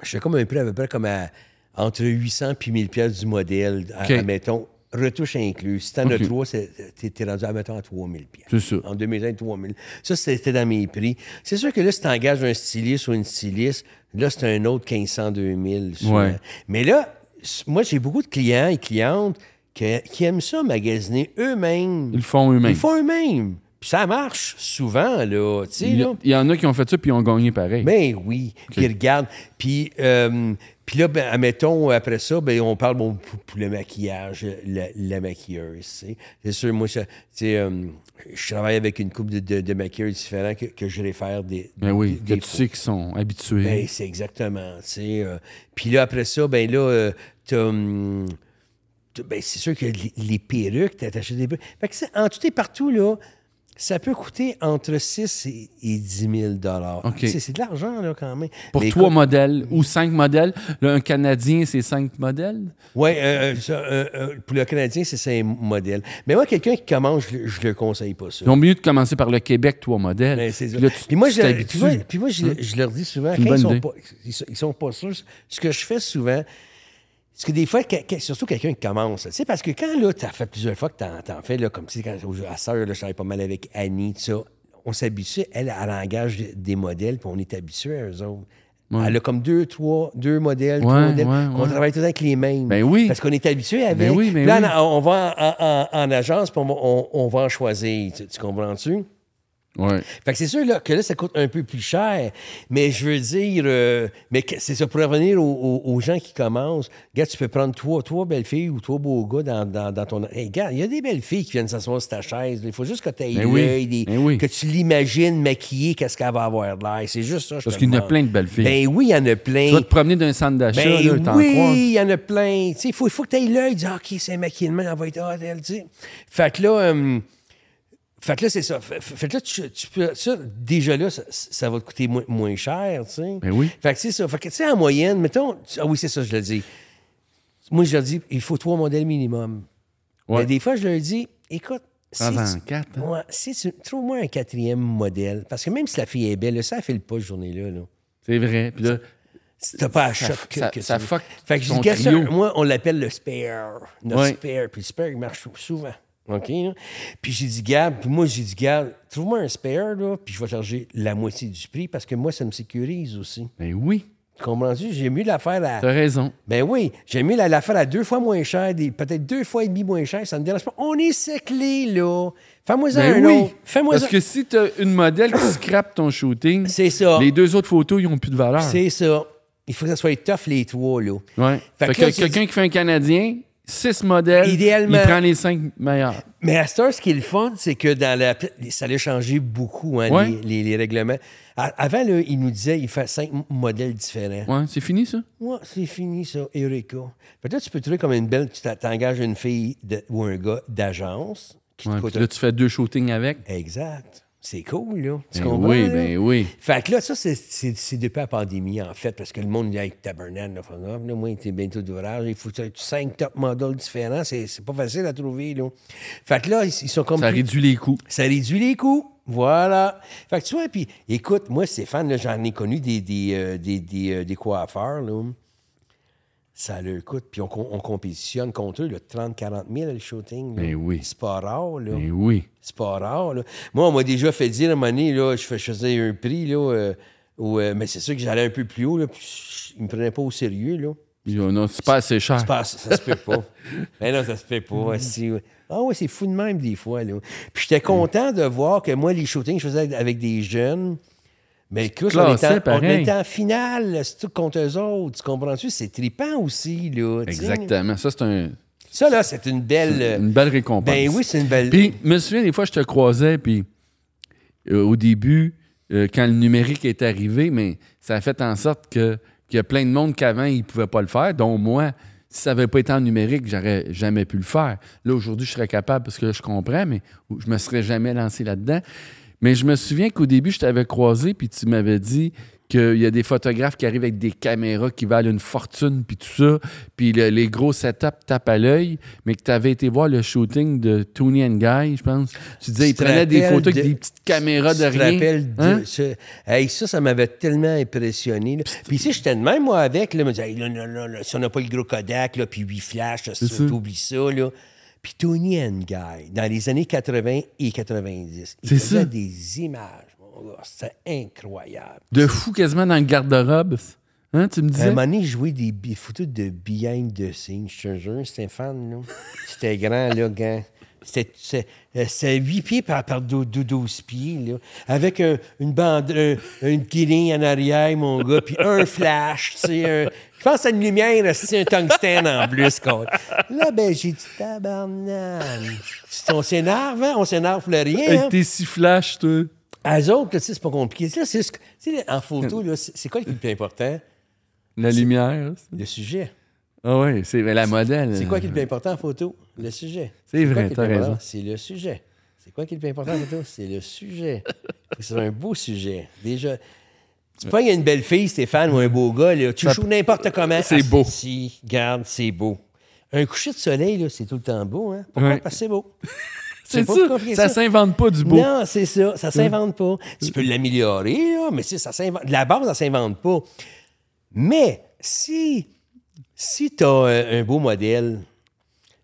Je fais comme un prix à peu près comme à, entre 800 puis 1000 pièces du modèle, à-
OK.
admettons, retouche inclus. Si t'en as
OK.
trois, c'est- t'es t'es rendu, admettons, à 3000 pièces.
C'est ça.
En 2020, 3000. Ça, c'était dans mes prix. C'est sûr que là, si t'engages un styliste ou une styliste, là, c'est un autre 1500, 2000. souvent.
Ouais.
Mais là, s- moi, j'ai beaucoup de clients et clientes que- qui aiment ça, magasiner eux-mêmes.
Ils le font eux-mêmes.
Ils font eux-mêmes. Puis ça marche souvent, là. Tu sais,
Il y,
là.
a- il y en a qui ont fait ça puis ils ont gagné pareil.
Ben oui. Puis regarde. Puis, euh, puis là, ben, admettons, après ça, ben, on parle bon, pour, pour le maquillage, la, la maquilleuse. tu sais. C'est sûr, moi, ça- tu sais, euh, je travaille avec une coupe de, de, de maquilleurs différents que, que je vais faire des.
Ben oui, que
des- des
tu sais qu'ils sont habitués.
ben, c'est exactement, tu sais. euh, Puis là, après ça, ben là, euh, t'as, hum, t'as- ben, c'est sûr que les, les perruques, t'as attaché des perruques. Fait que c'est- en tout et partout, là, ça peut coûter entre 6 et, et 10 000 dollars.
OK.
C'est c'est de l'argent, là, quand même.
Pour
Mais
trois
écoute,
modèles ou cinq modèles. Là, un Canadien, c'est cinq modèles.
ouais, euh, euh, ça, euh, euh, pour le Canadien, c'est ça un modèle. Mais moi, quelqu'un qui commence, je, je le conseille pas, ça.
Ils ont mieux de commencer par le Québec, trois modèles.
Ben, c'est ça.
Puis là, tu
Puis moi,
tu
je, puis
t'habitues. hein.
moi- puis moi, je, je leur dis souvent,
C'est une
quand ils sont,
bonne idée.
pas, ils, sont- ils sont pas sûrs, ce que je fais souvent, c'est que des fois, que- que- surtout quelqu'un qui commence, là, tu sais, parce que quand là, t'as fait plusieurs fois que t'en, t'en fais, là, comme tu sais, quand au- à Sœur, là, je travaille pas mal avec Annie, tout ça, on s'habitue, elle, elle engage des modèles, puis on est habitué à eux autres. Elle a comme deux, trois, deux modèles, trois
Ouais,
modèles.
ouais,
on
ouais.
travaille tout le temps avec les mêmes.
Ben oui.
Parce qu'on est habitué avec.
oui, ben
là,
oui.
on, on va en, en- en- en agence, puis on, va- on- on va en choisir. Tu, tu comprends-tu?
Ouais.
Fait que c'est sûr là, que là, ça coûte un peu plus cher. Mais je veux dire, euh, mais que- c'est ça, pour revenir au- au- aux, gens qui commencent, gars, tu peux prendre trois, trois belles filles ou trois beaux gars dans, dans, dans ton. Hey, gars, il y a des belles filles qui viennent s'asseoir sur ta chaise. là. Il faut juste que tu aies
Ben oui,
l'œil, des-
ben oui.
que tu l'imagines maquillée, qu'est-ce qu'elle va avoir de l'air. C'est juste ça. je
Parce
te
qu'il y en a
demande.
plein de belles filles.
Ben oui, il y en a plein.
Tu vas te promener d'un centre d'achat, là,
Ben
t'en croises.
oui, il y en a plein. Il faut, faut que tu aies l'œil, dire OK, c'est un maquillement, elle va être hot, elle. tu sais. Fait que là, euh, fait que là c'est ça. Fait, fait que là, tu, tu peux, ça, déjà là, ça, ça va te coûter moins, moins cher. tu sais.
Ben oui.
Fait que c'est ça. Fait que tu sais, en moyenne, mettons. tu- Ah oui, c'est ça, je le dis. Moi, je leur dis, il faut trois modèles minimum.
Ouais.
Mais des fois, je leur dis, écoute, si
Prends-en
tu-
quatre, hein.
Ouais, si tu- trouve-moi un quatrième modèle. Parce que même si la fille est belle, là, ça ne file pas cette journée-là. là.
C'est vrai. Puis là,
Si t'as pas à choc que,
ça-
que
ça
tu veux.
fuck
Fait que je
ton
dis, gars, ça,
trio.
moi, on l'appelle le spare. Notre
Ouais.
spare. Puis le spare, il marche sou- souvent. OK? là? Puis j'ai dit, Gab, puis moi, j'ai dit, Gab, trouve-moi un spare, là, puis je vais charger la moitié du prix parce que moi, ça me sécurise aussi.
ben oui,
Tu Comprends-tu? J'ai mieux l'affaire à.
t'as raison.
Ben oui, j'ai mieux la- l'affaire à deux fois moins cher, des- peut-être deux fois et demi moins cher, ça me dérange pas. On est séclé, là. Fais-moi ça
Ben
un
oui.
autre. Fais-moi
Parce
ça.
que si t'as une modèle qui scrape ton shooting,
C'est ça.
les deux autres photos, ils n'ont plus de valeur.
C'est ça. Il faut que ça soit tough, les trois, là.
Ouais.
Fait
Fait,
que
que,
là, tu
quelqu'un qui fait un Canadien, six modèles,
Idéalement.
il prend les cinq meilleurs.
Mais à cette heure, ce qui est le fun, c'est que dans la... ça a changé beaucoup, hein,
Ouais.
les, les- les règlements. A- avant, là, ils nous disaient il fait cinq m- modèles différents.
Ouais, c'est fini ça?
Ouais, c'est fini, ça, Eureka. Peut-être tu peux trouver comme une belle. Tu t'a- t'engages une fille de- ou un gars d'agence qui
Ouais,
te coûte.
puis là, tu fais deux shootings avec.
Exact. C'est cool, là. Tu
Ben
comprends?
oui,
là?
ben oui.
Fait que là, ça, c'est- c'est c'est depuis la pandémie, en fait, parce que le monde, il est avec tabernacle, là, fait, Ah, là, moi, t'es bientôt d'ouvrage, il faut que t'aies cinq top models différents, c'est c'est pas facile à trouver, là. Fait que là, ils, ils sont comme...
Ça
plus-
réduit les coûts.
ça réduit les coûts. Voilà. Fait que tu vois, puis écoute, moi, Stéphane, là, j'en ai connu des, des, euh, des, des, euh, des coiffeurs, là. Ça leur coûte. Puis on, com- on compétitionne contre eux, là, 30-40 000 le shooting. là.
Ben oui.
C'est pas rare, là.
Ben oui.
C'est pas rare, là. Moi, on m'a déjà fait dire, à un moment donné, là, je fais- je faisais un prix, là, euh, où, euh, mais c'est sûr que j'allais un peu plus haut, là, puis ils me prenaient pas au sérieux, là.
Puis, oh non, c'est pas assez cher.
C'est pas- ça se peut [laughs] pas. Mais Ben non, ça se peut pas. si- Ah ouais, c'est fou de même des fois. Là. Puis j'étais content de voir que moi, les shootings que je faisais avec des jeunes, mais écoute, on
classais
était, en, on
pareil.
était en finale, là, c'est tout contre eux autres. Tu comprends-tu? C'est trippant aussi. Là, tu sais.
Exactement. Ça, c'est un-
Ça, là, c'est une belle. euh,
une belle récompense.
Ben oui, c'est une belle.
Puis, je me souviens, des fois, je te croisais, puis euh, au début, euh, quand le numérique est arrivé, mais ça a fait en sorte que qu'il y a plein de monde qu'avant, ils ne pouvaient pas le faire, dont moi. Si ça n'avait pas été en numérique, j'aurais jamais pu le faire. Là, aujourd'hui, je serais capable parce que je comprends, mais je me serais jamais lancé là-dedans. Mais je me souviens qu'au début, je t'avais croisé, puis tu m'avais dit qu'il y a des photographes qui arrivent avec des caméras qui valent une fortune, puis tout ça, puis le- les gros setups tapent à l'œil, mais que tu avais été voir le shooting de Tony and Guy, je pense. Tu disais,
Tu
ils
te
prenaient des
rappelles
photos
de-
avec des petites caméras de
Tu te
rien.
rappelles de-
Hein?
ce- Hey, ça, ça m'avait tellement impressionné. là. Puis ici, j'étais de même, moi, avec. Là, je me disais, Hey, là, là, là, là, si on n'a pas le gros Kodak, là, puis 8 flashs, là, ça,
ça.
t'oublies ça. Là. Puis Tony Guy, dans les années 80 et 90, il
C'est
faisait
ça.
des images. mon gars, C'était incroyable.
De fou quasiment dans le garde-robe. Hein, tu me
À un
disais?
moment donné, il jouait des bi- photos de behind the scenes. Je te jure, Stéphane, là. C'était grand, là, gant. C'était- C'était euh, c'était 8 pieds par, par dou- dou- 12 pieds, là. Avec un- une bande, un- une guiling en arrière, mon gars, puis un flash, tu sais, un- Je pense à une lumière, c'est un tungstène en plus. quoi. Là, ben, j'ai dit tabarnak. On s'énerve, hein? On s'énerve pour le rien, hein?
Avec tes six flashs, toi.
À eux autres, là, tu sais, c'est pas compliqué. Là, c'est ce que- tu sais, en photo, là, c'est c'est quoi le plus important?
La lumière. ça.
Le sujet.
Ah oui, c'est ben, la modèle.
C'est quoi qui est le plus important en photo? Le sujet.
C'est
quoi
vrai,
qui est le
t'as
plus
raison.
important? C'est le sujet. C'est quoi qui est le plus important en photo? C'est le
[laughs]
sujet. Faut que C'est un beau sujet. Déjà, tu prends une belle fille, Stéphane, ou un beau gars, là, tu joues n'importe comment.
C'est
Ah,
beau.
Si, garde, c'est beau. Un coucher de soleil, là, c'est tout le temps beau. Hein? Pourquoi?
Ouais.
Parce que c'est beau.
C'est
pas
ça.
plus compliqué que
Ça
ça.
s'invente pas du beau.
Non, c'est ça. Ça s'invente pas. Hein? Tu peux l'améliorer, là, mais si ça s'invente. La base, ça s'invente pas. Mais si, si tu as un, un beau modèle,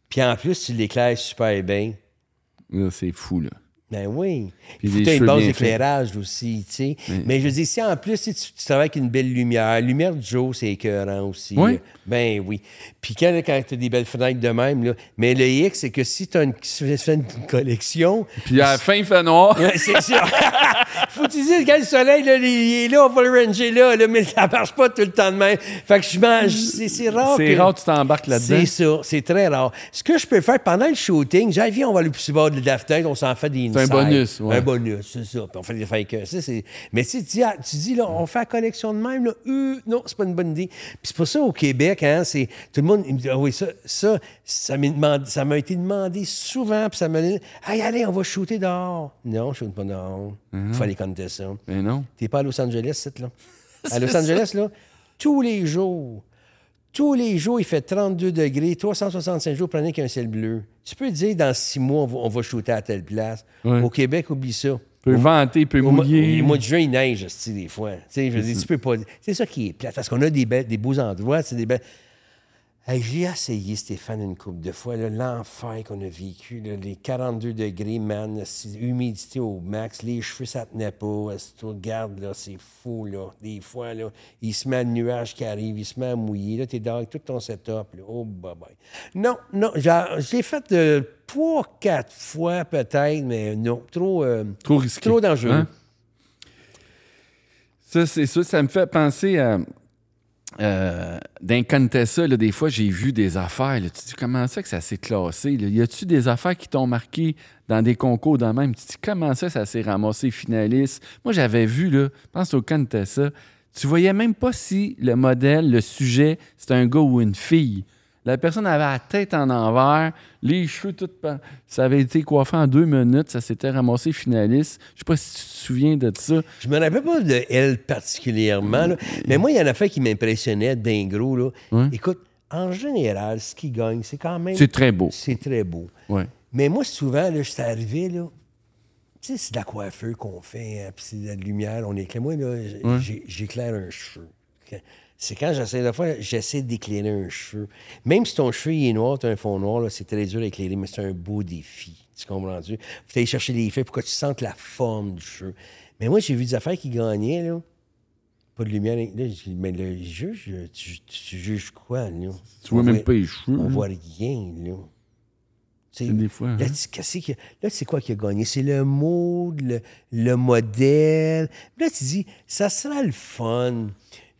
puis en plus, tu l'éclaires super bien,
Là, C'est fou, là.
ben oui.
Puis
Il faut
des
que t'aies une
cheveux
base
bien
d'éclairage aussi, tu sais. Mais, je dis, si en plus, si tu, tu travailles avec une belle lumière, la lumière du jour, c'est écœurant aussi.
Oui.
là. Ben oui. Puis quand, quand tu as des belles fenêtres de même, là, mais le hic, c'est que si tu as une, si tu fais une collection,
Puis à la fin, il fait noir.
[laughs] Ouais, c'est sûr. Faut que tu dises, quand le soleil, là, il est là, on va le ranger là, là, mais ça marche pas tout le temps de même. Fait que je mange. C'est c'est rare.
C'est
que-
rare que tu t'embarques là-dedans.
Ah, C'est ça, c'est très rare. Ce que je peux faire pendant le shooting, j'ai viens, on va aller plus bord de la fenêtre, on s'en fait des
C'est un
insides.
bonus, ouais.
Un bonus, c'est ça. Puis on fait des fakes. ça, c'est- Mais si tu dis, ah, tu dis, là, on fait la collection de même, là, euh, non, c'est pas une bonne idée. Puis c'est pour ça au Québec, hein, c'est. Tout le monde, il me dit, ah oui, ça, ça, ça m'est demandé- ça m'a été demandé souvent, puis ça m'a dit, hey, allez, on va shooter dehors. Non, je shoote pas dehors.
Mm-hmm.
Il fallait compter ça.
Mais non.
T'es pas à Los Angeles, c'est là. À Los Angeles, là, tous les jours, tous les jours, il fait 32 degrés, 365 jours, prenez qu'un ciel bleu. Tu peux dire, dans six mois, on va, on va shooter à telle place.
Ouais.
Au Québec, oublie ça.
Peut venter, peut
Au mois,
mouiller.
au mois de juin, il neige, hostie, des fois. Tu sais, je veux dire, tu peux pas. C'est ça qui est plate, parce qu'on a des, belles- des beaux endroits, c'est des belles. Hey, J'ai essayé, Stéphane, une couple de fois, là, l'enfer qu'on a vécu, là, les 42 degrés, man, c'est- humidité au max, les cheveux, ça tenait pas. Si tu regardes, là, c'est fou, là. Des fois, là, il se met à nuage qui arrive, il se met à mouiller, là, t'es dans avec tout ton setup, là. Oh, bye bye. Non, non, j'ai- j'ai fait euh, trois, quatre fois, peut-être, mais non, trop. euh,
Trop risqué.
Trop dangereux.
Hein? Ça, c'est ça. Ça me fait penser à. Euh, D'un Contessa, là, des fois, j'ai vu des affaires. Là, tu te dis, comment ça que ça s'est classé? Là? Y a-tu des affaires qui t'ont marqué dans des concours dans le même? Tu te dis, comment ça, ça s'est ramassé finaliste? Moi, j'avais vu, là, je pense au Contessa, tu voyais même pas si le modèle, le sujet, c'était un gars ou une fille. La personne avait la tête en envers, les cheveux tout. pa- Ça avait été coiffé en deux minutes, ça s'était ramassé finaliste. Je sais pas si tu te souviens de ça.
Je me rappelle pas de elle particulièrement, là. mais moi, il y en a fait qui m'impressionnait d'un gros. Là. Écoute, en général, ce qui gagne, c'est quand même.
C'est très beau.
C'est très beau.
Ouais.
Mais moi, souvent, là, je suis arrivé, là. Tu sais, c'est de la coiffeur qu'on fait, hein, puis c'est de la lumière, on éclaire. Moi, là, j- j'ai- j'éclaire un cheveu. C'est quand j'essaie de faire, j'essaie d'éclairer un cheveu. Même si ton cheveu il est noir, tu as un fond noir, là, c'est très dur à éclairer, mais c'est un beau défi. Tu comprends-tu? Faut aller chercher les faits pour que tu sentes la forme du cheveu. Mais moi, j'ai vu des affaires qui gagnaient, là. Pas de lumière. Là, je dis, mais le juge, tu, tu juges quoi, là?
Tu vois
On
même
voit-
pas les cheveux.
On
là.
voit rien, là. Tu sais,
des fois,
Là,
hein.
tu- qu'est-ce qu'il y a- là, c'est quoi qui a gagné? C'est le mode, le, le modèle. Là, tu dis, ça sera le fun.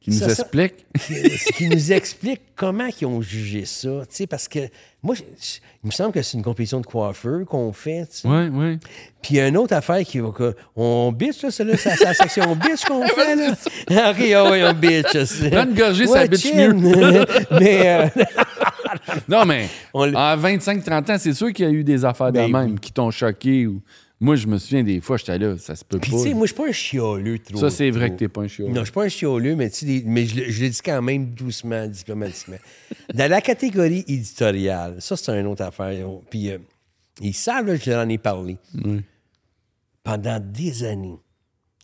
Qui nous
Ça sera-
explique.
[laughs] qui- qui nous explique comment ils ont jugé ça. Tu sais, parce que moi, je- je- il me semble que c'est une compétition de coiffeurs qu'on fait. tu sais.
Ouais, ouais.
Puis il y a une autre affaire qui va. que- On bitch, là, c'est là, c'est la- c'est la
[laughs]
section bitch qu'on fait, là. OK, [laughs] ah ouais, on bitch.
Prends une gorgée, ça bitch
mieux. [laughs]
[laughs]
Mais. euh,
Non, mais
On l-
en 25-30 ans, c'est sûr qu'il y a eu des affaires de
Ben
même qui t'ont choqué. Ou... Moi, je me souviens des fois, j'étais là, ça se peut
Puis,
pas.
tu sais, moi, je suis pas un chioleux trop.
ça, c'est vrai
trop.
que t'es pas un chiot.
Non, je suis pas un chioleux, mais, tu sais, des- mais je, le- je le dis quand même doucement,
[laughs]
diplomatiquement. Dans la catégorie éditoriale, ça, c'est une autre affaire. On- Puis euh, ils savent, là, je leur en ai parlé. Pendant des années,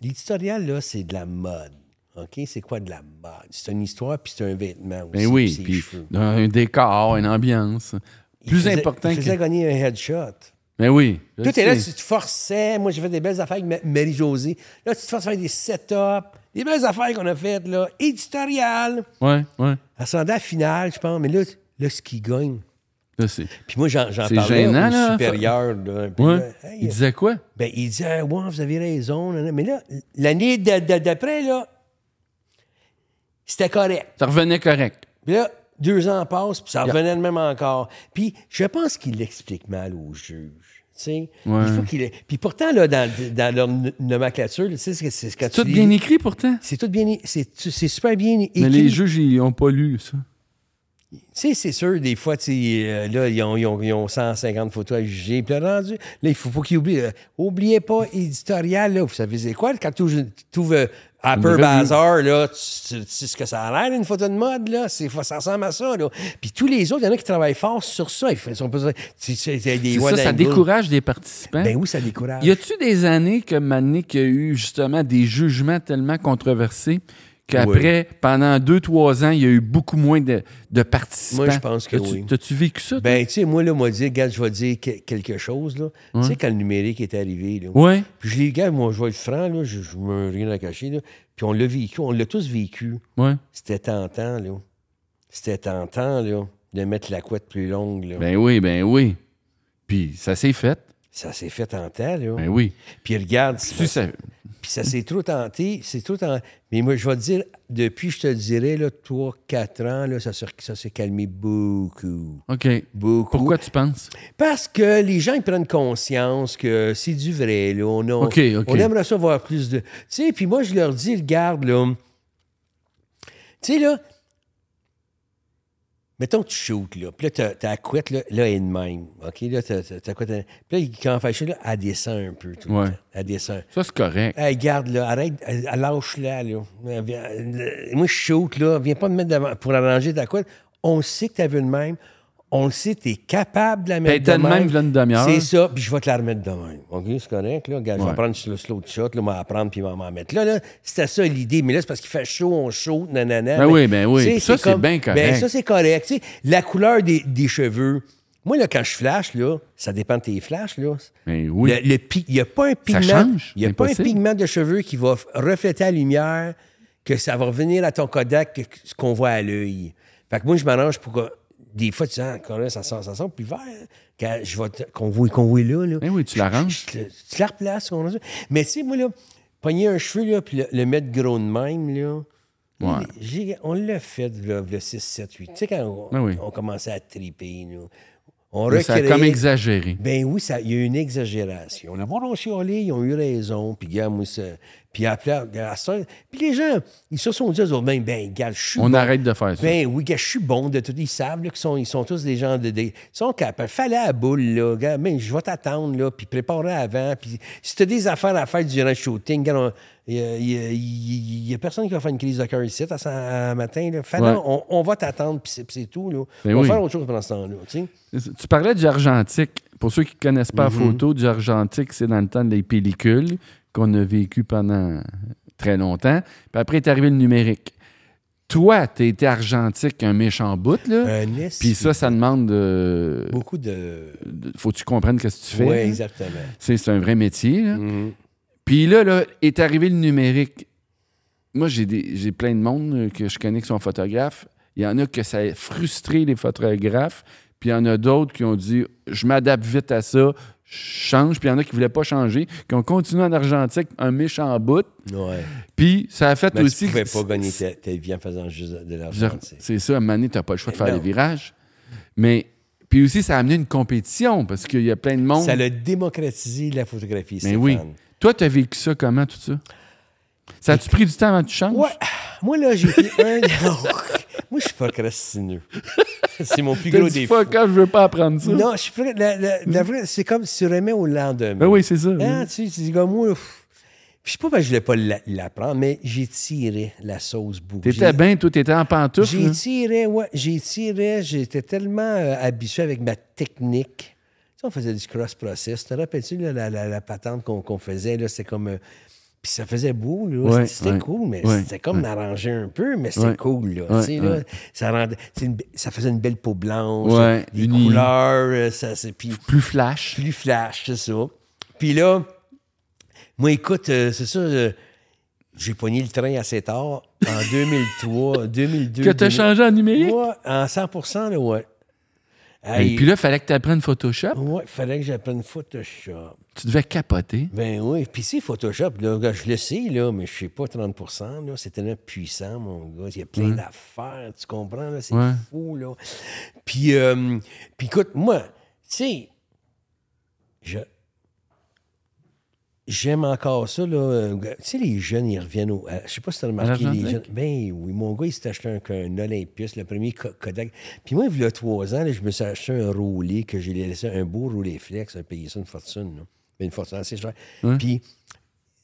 l'éditorial, là, c'est de la mode. OK? C'est quoi de la mode? C'est une histoire, puis c'est un vêtement aussi.
Ben oui,
c'est les
puis
cheveux.
un, un décor, une ambiance.
Il
Plus
faisait-
important
Il faisait
que.
gagner un headshot.
Ben oui. je
Toi, t'es là,
sais.
tu te forçais. Moi, j'ai fait des belles affaires avec Ma- Marie-Josée. Là, tu te forces à faire des setups. Des belles affaires qu'on a faites, là. Éditoriales.
Ouais, ouais.
Ascendant à finale, je pense. Mais là, là ce qui gagne.
Là, c'est
Puis moi, j'en, j'en
C'est
parlais
gênant,
au
là.
supérieur. là. Puis
ouais.
là, hey,
Il disait quoi?
ben, il dit, Ah, ouais, vous avez raison. nanana. Mais là, l'année d'a- d'a- d'après, là, c'était correct.
Ça revenait correct.
Puis là, deux ans passent, puis ça revenait de même encore. Puis je pense qu'il l'explique mal aux juges. Tu sais,
Ouais.
il faut qu'il ait- Puis pourtant, là, dans, dans leur n- nomenclature, tu sais, c'est, c'est quand
Tout
tu
bien
lis-
écrit pourtant.
C'est tout bien é- c'est, c'est super bien écrit.
Mais les juges, ils n'ont pas lu ça.
Tu sais, c'est sûr, des fois, tu sais, euh, là, ils ont, ils ont- ils ont 150 photos à juger. Puis là, rendu, là, il faut pas qu'ils oublient. euh, oubliez pas, éditorial, là, vous savez, c'est quoi? Quand tu trouves euh, Upper
revue.
Bazaar, là, tu, tu- tu sais ce que ça a l'air, une photo de mode, là. C'est, faut- ça ressemble à ça, là. Puis tous les autres, il y en a qui travaillent fort sur ça. Ils font- ils sont pas... tu sais, c'est des
C'est ça,
one
ça
angle.
décourage des participants.
Ben oui, ça décourage.
Y a-tu des années que Manic a eu justement des jugements tellement controversés qu'après, pendant deux, trois ans, il y a eu beaucoup moins de, de participants?
Moi, je pense que
As-tu-
oui.
T'as-tu vécu ça?
Ben, tu sais, moi, là, moi, dire, regarde, je vais dire que- quelque chose, là. Tu sais, quand le numérique est arrivé, là.
Oui.
Puis je les gars, moi, je vais être franc, là, je ne me rien à cacher. Là. Puis on l'a vécu, on l'a tous vécu.
Ouais.
C'était tentant, là. C'était tentant, là, de mettre la couette plus longue, là.
Ben oui, ben oui. Puis ça s'est fait.
Ça s'est fait tentant, là.
Ben oui.
Puis regarde,
Tu sais,
puis ça s'est trop tenté, c'est trop tenté. Mais moi, je vais te dire, depuis, je te dirais, là, 3-4 ans, là, ça, se- ça s'est calmé beaucoup.
OK.
Beaucoup.
Pourquoi tu penses?
Parce que les gens ils prennent conscience que c'est du vrai. Là. On, a-
OK, OK.
on aimerait ça voir plus de. Tu sais, puis moi, je leur dis, regarde, là. Tu sais, là. Mettons que tu shootes, là. Puis là, t'as t'as la couette, là, là, elle est de même. OK? Là, t'as t'as- t'as la couette. elle- Puis là, quand on fait chier, là, elle descend un peu. Tout le
Ouais.
temps. Elle descend.
Ça, c'est correct.
Hey, garde, là, arrête, elle- elle lâche-la, là. Elle vient- elle- Moi, je shoot, là. Viens pas me mettre devant pour arranger ta couette. On le sait que t'as vu de même. On le sait, t'es capable de la mettre
Ben, t'as
de
de même v'là une demi-heure.
C'est ça, puis je vais te la remettre de même. OK, c'est correct, là. Regarde, Je
Ouais.
vais prendre sur le slow shot, là, on va prendre, puis on va m'en mettre. Là, là, c'était ça l'idée, mais là, c'est parce qu'il fait chaud, on shoot, nanana.
Ben
Mais,
oui, ben oui.
tu sais,
Puis ça, c'est
comme-
bien correct.
Ben, ça, c'est correct. Tu sais, la couleur des, des cheveux. Moi, là, quand je flash, là, ça dépend de tes flashs, là.
Ben oui.
Le- le pi- il n'y a pas un pigment.
change,
Il y a pas un
impossible.
pigment de cheveux qui va f- refléter la lumière, que ça va revenir à ton Kodak, que- que- ce qu'on voit à l'œil. Fait que moi, je m'arrange pour que. Des fois, tu dis, ah, Colin, ça sent, ça sent plus vert. Quand je vais te- qu'on voit, qu'on voit là, là.
Ben oui, tu
Je-
l'arranges.
je- je te- Tu la replaces. on- Mais tu sais, moi, là, pogner un cheveu, là, puis le, le mettre gros de même, là.
Ouais.
J'ai- on l'a fait, là, le 6, 7, 8. Tu sais, quand on,
Ben oui.
on commençait à triper, nous. On
Là, Ça a
recréait-
comme exagéré.
ben oui, ça- il y a eu une exagération. Le monde a chialé, ils ont eu raison. Puis, gars, moi, ça- Puis après, à cette heure- Puis les gens, ils se sont dit eux autres, ben, ben, gars, je suis
On
bon.
arrête de faire ça.
Ben oui, gars, je suis bon de tout. Ils savent là, qu'ils sont, ils sont tous des gens de. des- ils sont capables. Fallait à la boule, là. Gars, mais je vais t'attendre, là, puis préparer avant. Puis si t'as des affaires à faire durant le shooting, gars, on- il y a- il y a- il y a, personne qui va faire une crise de cœur ici à, sa- à matin. Là. Fallait,
Ouais.
on, on va t'attendre, puis c'est, puis c'est tout, là. on
Ben
va
oui. Hein?
faire autre chose pendant ce temps-là, tu sais.
Tu parlais du argentique. Pour ceux qui ne connaissent pas la photo, du argentique, c'est dans le temps des pellicules qu'on a vécu pendant très longtemps. Puis après, est arrivé le numérique. Toi, tu été argentique, un méchant bout, là.
Un esti-
Puis ça, ça demande. euh,
Beaucoup de.
de- faut que tu comprennes ce que tu fais. hein? Mm-hmm.
Oui,
là.
exactement.
C'est c'est un vrai métier. là. Puis là, là, est arrivé le numérique. Moi, j'ai des- j'ai plein de monde euh, que je connais qui sont photographes. Il y en a que ça a frustré les photographes. Puis il y en a d'autres qui ont dit Je m'adapte vite à ça, je change. Puis il y en a qui ne voulaient pas changer, qui ont continué en Argentique, un méchant bout.
Ouais.
Puis ça a fait
Mais
aussi.
Ben, tu pouvais
que-
pas gagner ta, ta vie en faisant juste de l'argent.
Bizarre-
tu sais.
C'est ça, à un moment donné, tu n'as pas le choix de
Mais
faire les
non.
virages. Mais. Puis aussi, ça a amené une compétition parce qu'il y a plein de monde.
Ça l'a démocratisé la photographie,
Mais
Stéphane.
oui. Toi, t'as vécu ça comment, tout ça? Ça a-tu pris du temps avant que tu changes?
Ben, Ouais. Moi, là, j'ai été un. [laughs] Moi, je suis
[laughs]
procrastineux. C'est mon plus
T'as
gros
dit,
défaut.
fuck off, je veux pas apprendre ça. Mm-hmm.
Non, je suis pro- la- la- la vraie- C'est comme si tu remets au lendemain.
Ben oui, c'est ça.
Hein, tu sais, tu dis comme moi. pff. Je sais pas parce que je voulais pas la- l'apprendre, mais j'ai tiré la sauce bougie.
T'étais bien, toi, t'étais en pantoufle.
J'ai
là.
tiré, ouais, j'ai tiré. J'étais tellement euh, habitué avec ma technique. Tu sais, on faisait du cross-process. Tu te rappelles-tu là, la, la- la patente qu'on qu'on faisait? là, C'était comme. euh, puis ça faisait beau, là.
Ouais,
c'était
ouais,
cool, mais
ouais,
c'était comme arrangé un peu, mais c'était
Ouais,
cool, là.
ouais,
Tu sais, là,
ouais.
ça, rendait- c'est une be- ça faisait une belle peau blanche,
Ouais,
des
uni.
couleurs, euh, ça, c'est- puis
Plus flash.
plus flash, c'est ça. Puis là, moi, écoute, euh, c'est ça, euh, j'ai pogné le train assez tard, en 2003, 2002.
Que t'as
2000.
changé en numérique.
Moi, en 100 là, ouais.
Et puis là, fallait que t'apprennes Photoshop.
Ouais, fallait que j'apprenne Photoshop.
Tu devais capoter.
Ben oui, puis c'est Photoshop, là, gars, je le sais, là, mais je sais pas, 30 là, c'est tellement puissant, mon gars. Il y a plein d'affaires, tu comprends, là, c'est
Ouais.
fou, là. Puis, euh, puis écoute, moi, tu sais, je... J'aime encore ça, là. euh, gars, Tu sais, les jeunes, ils reviennent au... à- Je sais pas si t'as remarqué, les
l'argentique?
jeunes... Ben oui, mon gars, il s'est acheté un, un Olympus, le premier co- Kodak. Puis moi, il y a trois ans, là, je me suis acheté un roulé que j'ai laissé, un beau roulé flex, j'ai payé ça une fortune, là. Mais une fortune assez chère. Puis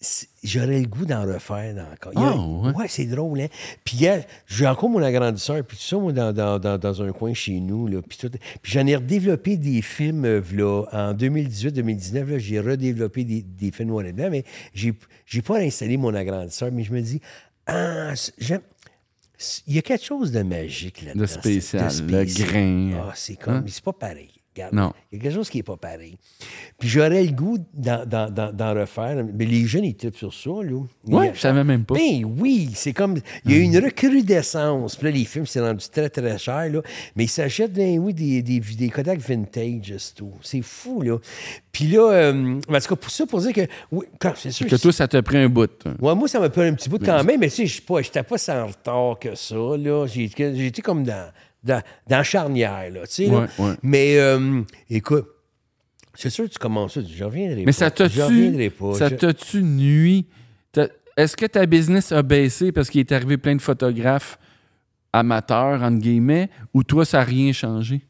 c'est- j'aurais le goût d'en refaire dans- encore. Il y a-
Ah, ouais.
c'est drôle, hein? Puis hier, j'ai encore mon agrandisseur, puis tout ça, moi, dans, dans- dans- dans un coin chez nous, là, puis tout. Puis j'en ai redéveloppé des films, euh, v'là, en 2018-2019, là, j'ai redéveloppé des, des films noir et blanc, mais j'ai, j'ai pas installé mon agrandisseur, mais je me dis, ah, c'est- j'aime... c'est- Il y a quelque chose de magique là-dedans.
De
c'est-
spécial, le grain.
Ah, c'est comme, mais c'est pas pareil. Regarde,
Hein? Non.
Il y a quelque chose qui n'est pas pareil. Puis j'aurais le goût d'en, d'en- d'en- d'en refaire. Mais les jeunes, ils trippent sur ça, là. Ils
Ouais,
achètent.
je savais même pas. Hum.
Ben oui, c'est comme. Il y a une recrudescence. Puis là, les films, c'est rendu très, très cher, là. Mais ils s'achètent, ben oui, des, des, des Kodak vintage, c'est tout. C'est fou, là. Puis là, euh, en tout cas, pour ça, pour dire que. Oui, quand, c'est sûr
Que toi, ça t'a pris un bout.
Ouais, moi, ça m'a pris un petit bout quand même, mais tu sais, je suis pas- j'étais pas sans retard que ça. là. J'ai- que- J'étais comme dans, dans, dans charnière, là, tu sais. là.
Ouais, ouais.
Mais euh, écoute, c'est sûr que tu commences ça. tu dis, Je reviendrai pas.
Mais ça
Je reviendrai
t'a-tu.
pas.
Ça
Je-
t'a-tu nuit? T'as- Est-ce que ta business a baissé parce qu'il est arrivé plein de photographes amateurs, entre guillemets, ou toi, ça n'a rien changé?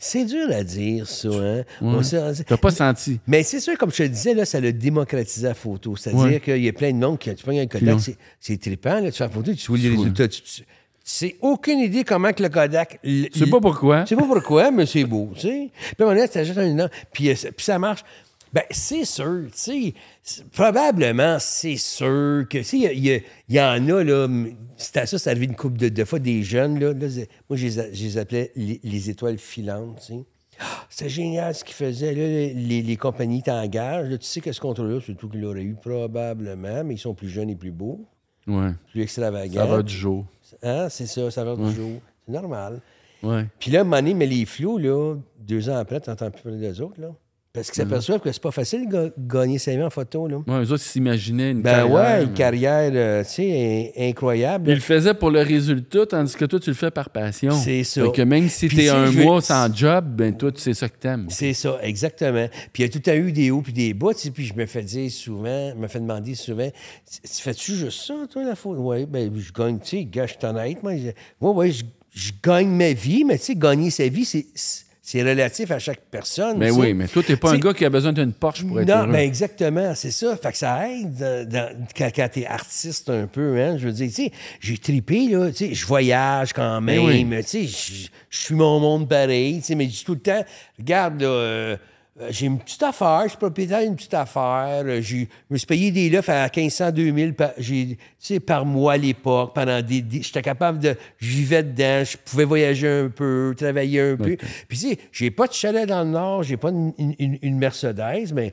C'est dur à dire, ça. Hein?
Ouais.
On s'en-
T'as pas senti?
Mais c'est sûr, comme je te disais, là, ça l'a démocratisé la photo. C'est-à-dire
Ouais.
qu'il y a plein de monde qui tu prends un
Puis on-
Kodak, c'est- c'est trippant, là, tu fais la photo, tu vois
Ouais.
les résultats. Tu, tu- tu sais aucune idée comment que le Kodak. l-
Tu sais pas pourquoi.
Je sais pas pourquoi, mais c'est beau, tu sais. Puis à un moment donné, t'achètes un énorme, puis, euh, ça- puis ça marche. Ben, c'est sûr, tu sais. c'est- Probablement, c'est sûr que, tu sais, il y a- il y, a- il y en a, là, m- c'était ça, ça arrivait une couple de, de fois, des jeunes, là. là, c'est- moi, je les, a- je les appelais les, les étoiles filantes, tu sais. Ah, C'est génial ce qu'ils faisaient. Là, les, les compagnies t'engagent. Là, tu sais que ce contrôle-là, c'est tout qu'il aurait eu probablement, mais ils sont plus jeunes et plus beaux,
Ouais.
plus extravagants.
Ça va du jour.
Hein, c'est ça, ça va du jour. C'est normal.
Ouais.
Puis là, à un moment donné, mais les flots, là, deux ans après, t'entends plus parler d'eux autres, là. Parce
Mm-hmm.
qu'ils s'aperçoivent que c'est pas facile de ga- gagner sa vie en photo. Là.
Ouais, eux autres, ils s'imaginaient une
Ben
carrière,
ouais, une
mais-
carrière euh, tu sais, in- incroyable.
Ils le faisaient pour le résultat, tandis que toi, tu le fais par passion.
C'est ça.
Fait que même si
Puis
t'es
si
un
je vais-
mois sans job, ben toi, tu sais ça que t'aimes.
C'est ça, exactement. Puis il y a tout à eu des hauts puis des bas, tu sais, puis je me fais dire souvent, me fais demander souvent, tu tu fais-tu juste ça, toi, la faute? Oui, ben je gagne, tu sais, gars, je suis honnête, moi, je- moi, ouais, je, je gagne ma vie, mais tu sais, gagner sa vie, c'est- c'est c'est relatif à chaque personne.
Ben
tu sais.
oui, mais toi, t'es pas un
C'est-
gars qui a besoin d'une Porsche pour être
non,
heureux.
ben exactement, c'est ça. Fait que ça aide dans- dans- quand, quand t'es artiste un peu, hein. Je veux dire, tu sais, j'ai tripé, là, tu sais, je voyage quand même,
Ben oui.
mais tu sais, je je suis mon monde pareil, tu sais, mais je dis tout le temps, regarde, là, euh, euh, j'ai une petite affaire, je suis propriétaire d'une petite affaire, euh, j'ai- je me suis payé des lofts à 1500, 2000 par, j'ai- tu sais, par mois à l'époque, pendant des, des- j'étais capable de, je vivais dedans, je pouvais voyager un peu, travailler un peu. Puis tu sais, j'ai pas de chalet dans le Nord, j'ai pas une, une- une- une Mercedes, mais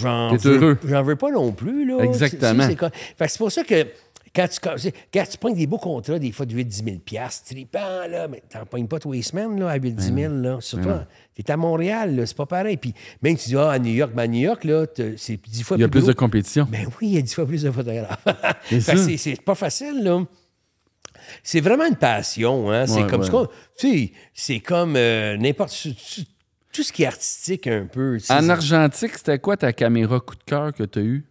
j'en
T'es
veux,
heureux.
j'en veux pas non plus, là.
Exactement.
C'est- c'est- c'est quand- Fait que c'est pour ça que quand tu, quand, quand tu pognes des beaux contrats, des fois de 8-10 000 piastres, tripant, là, mais t'en pognes pas tous les semaines, là, à 8-10 000, là. Surtout, t'es à Montréal, là, c'est pas pareil. Puis même tu dis, ah, à New York, ben, à New York, là, t'as- c'est 10 fois
Il y a
plus
plus
gros.
de compétition.
Ben oui, il y a 10 fois plus de photographes. [laughs]
C'est
Fait que
ça.
c'est- c'est pas facile, là. C'est vraiment une passion, hein. C'est
Ouais,
comme
ouais.
ce qu'on- Tu sais, c'est comme euh, n'importe... tu- tu- Tout ce qui est artistique, un peu. tu sais,
En
c'est-
argentique, c'était quoi ta caméra coup de cœur que t'as eue?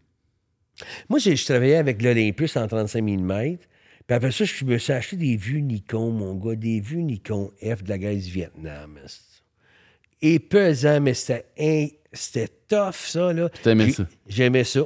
Moi, j'ai- je travaillais avec l'Olympus en 35 000 mètres. Puis après ça, je me suis acheté des vues Nikon, mon gars, des vues Nikon F de la guerre du Vietnam. Et pesant, mais c'était, in- c'était tough, ça, là.
t'aimais
J'ai-
ça?
J'aimais ça.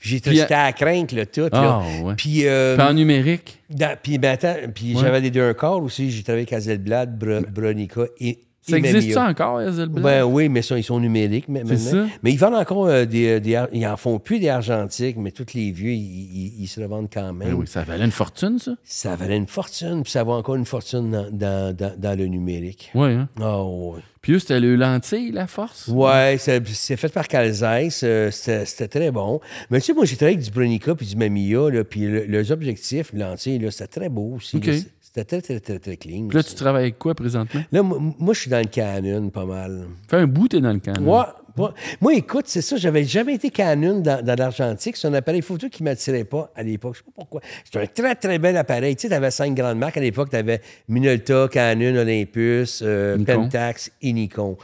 J'ai
Puis,
testé à craindre, là, tout. là.
Ah, ouais.
Puis, euh,
Puis en numérique?
dans- puis, ben, attends, puis j'avais des deux un corps aussi. J'ai travaillé avec Hazelblad, Bro- Bronica et
Ça
et
existe
Mamiya.
ça encore, Hazelblad?
Ben oui, mais ça, ils sont numériques mais- maintenant.
ça.
Mais ils vendent encore euh, des, des ar- Ils en font plus des argentiques, mais tous les vieux, ils, ils- ils se le vendent quand même.
Ben oui, ça valait une fortune, ça.
Ça valait une fortune, puis ça vaut encore une fortune dans, dans- dans- dans le numérique.
Oui, hein?
Ah ouais.
Puis eux, c'était le lentille, la force.
Ouais, c'est c'est fait par Calzès. euh, C'était c'était très bon. Mais tu sais, moi, j'ai travaillé avec du Bronica puis du Mamia, là, puis le- leurs objectifs, l'entier, là, c'était très beau aussi.
OK.
là. C'était très, très, très, très clean.
Puis là,
aussi.
tu travailles avec quoi présentement?
Là, moi, moi, je suis dans le Canon pas mal.
Fais un bout, t'es dans le canon.
Moi, moi- moi, écoute, c'est ça, j'avais jamais été Canon dans, dans l'argentique. C'est un appareil photo qui m'attirait pas à l'époque. Je sais pas pourquoi. C'est un très, très bel appareil. Tu sais, t'avais cinq grandes marques à l'époque. T'avais Minolta, Canon, Olympus, euh,
Nikon.
Pentax et Nikon.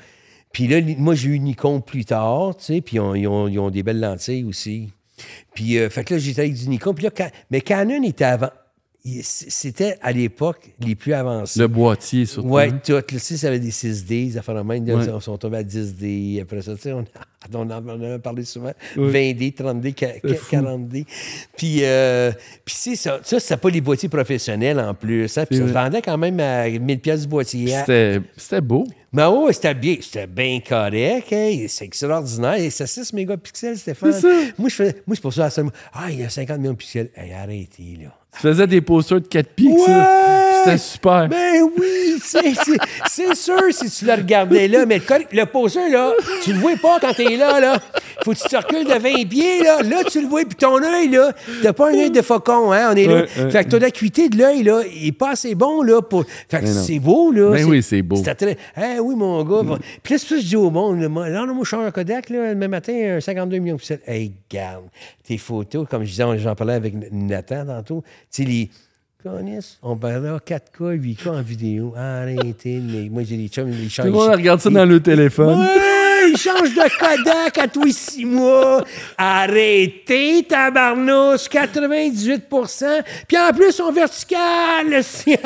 Puis là, li- moi, j'ai eu Nikon plus tard, tu sais, puis on- ils ont, ils ont des belles lentilles aussi. Puis, euh, fait que là, j'étais avec du Nikon. Puis là, Ca- mais Canon était avant. il- C'était à l'époque les plus avancés.
Le boîtier, surtout.
Ouais,
hein?
tout. Là, tu sais, ça avait des 6D, ça fait la même.
Ouais.
Ils sont tombés à 10D. Après ça, tu sais, on, [laughs] on en on en a parlé souvent. 20D, 30D, qua- qua- 40D. Puis, euh, puis c'est ça. Ça, c'était pas les boîtiers professionnels en plus. hein. Puis ça se
vrai.
vendait quand même à 1000 pièces du boîtier.
Puis C'était c'était beau.
Mais ouais, c'était bien. C'était bien correct. hein. C'est extraordinaire. Et c'est 6 mégapixels, Stéphane.
C'est ça.
Moi, je faisais- moi, c'est pour ça, la seule- Ah, il y a 50 millions de pixels. Hey, arrêtez, là.
Tu faisais des postures de 4 pieds,
Ouais!
ça. C'était super.
Ben oui, c'est- c'est c'est sûr si tu le regardais là, mais le, cor- le poseur, là, tu le vois pas quand t'es là, là. Faut que tu te recules de 20 pieds, là. Là, tu le vois, puis ton œil, là, t'as pas un œil de faucon, hein, on est là.
Ouais, ouais.
Fait que ton acuité de l'œil, là, il est pas assez bon, là, pour... Fait que
Mais non.
c'est beau, là.
Ben oui, c'est beau.
C'était très... Eh oui, mon gars. bon.
Mm.
Puis là, c'est ça que je dis au monde, là, moi, non, non, moi, je suis un Kodak, là, demain matin, un 52 millions de pixels. Hey, garde, tes photos, comme je disais, on- j'en parlais avec Nathan tantôt, tu sais, les... Connaisse, on verra 4K, 8K en vidéo. Arrêtez, mais moi j'ai des chums, ils
Tout
changent.
le monde regarde ça dans le téléphone.
Ouais, ils changent de Kodak à tous les six mois. Arrêtez, tabarnouche, 98 Puis en plus, on vertical. le si-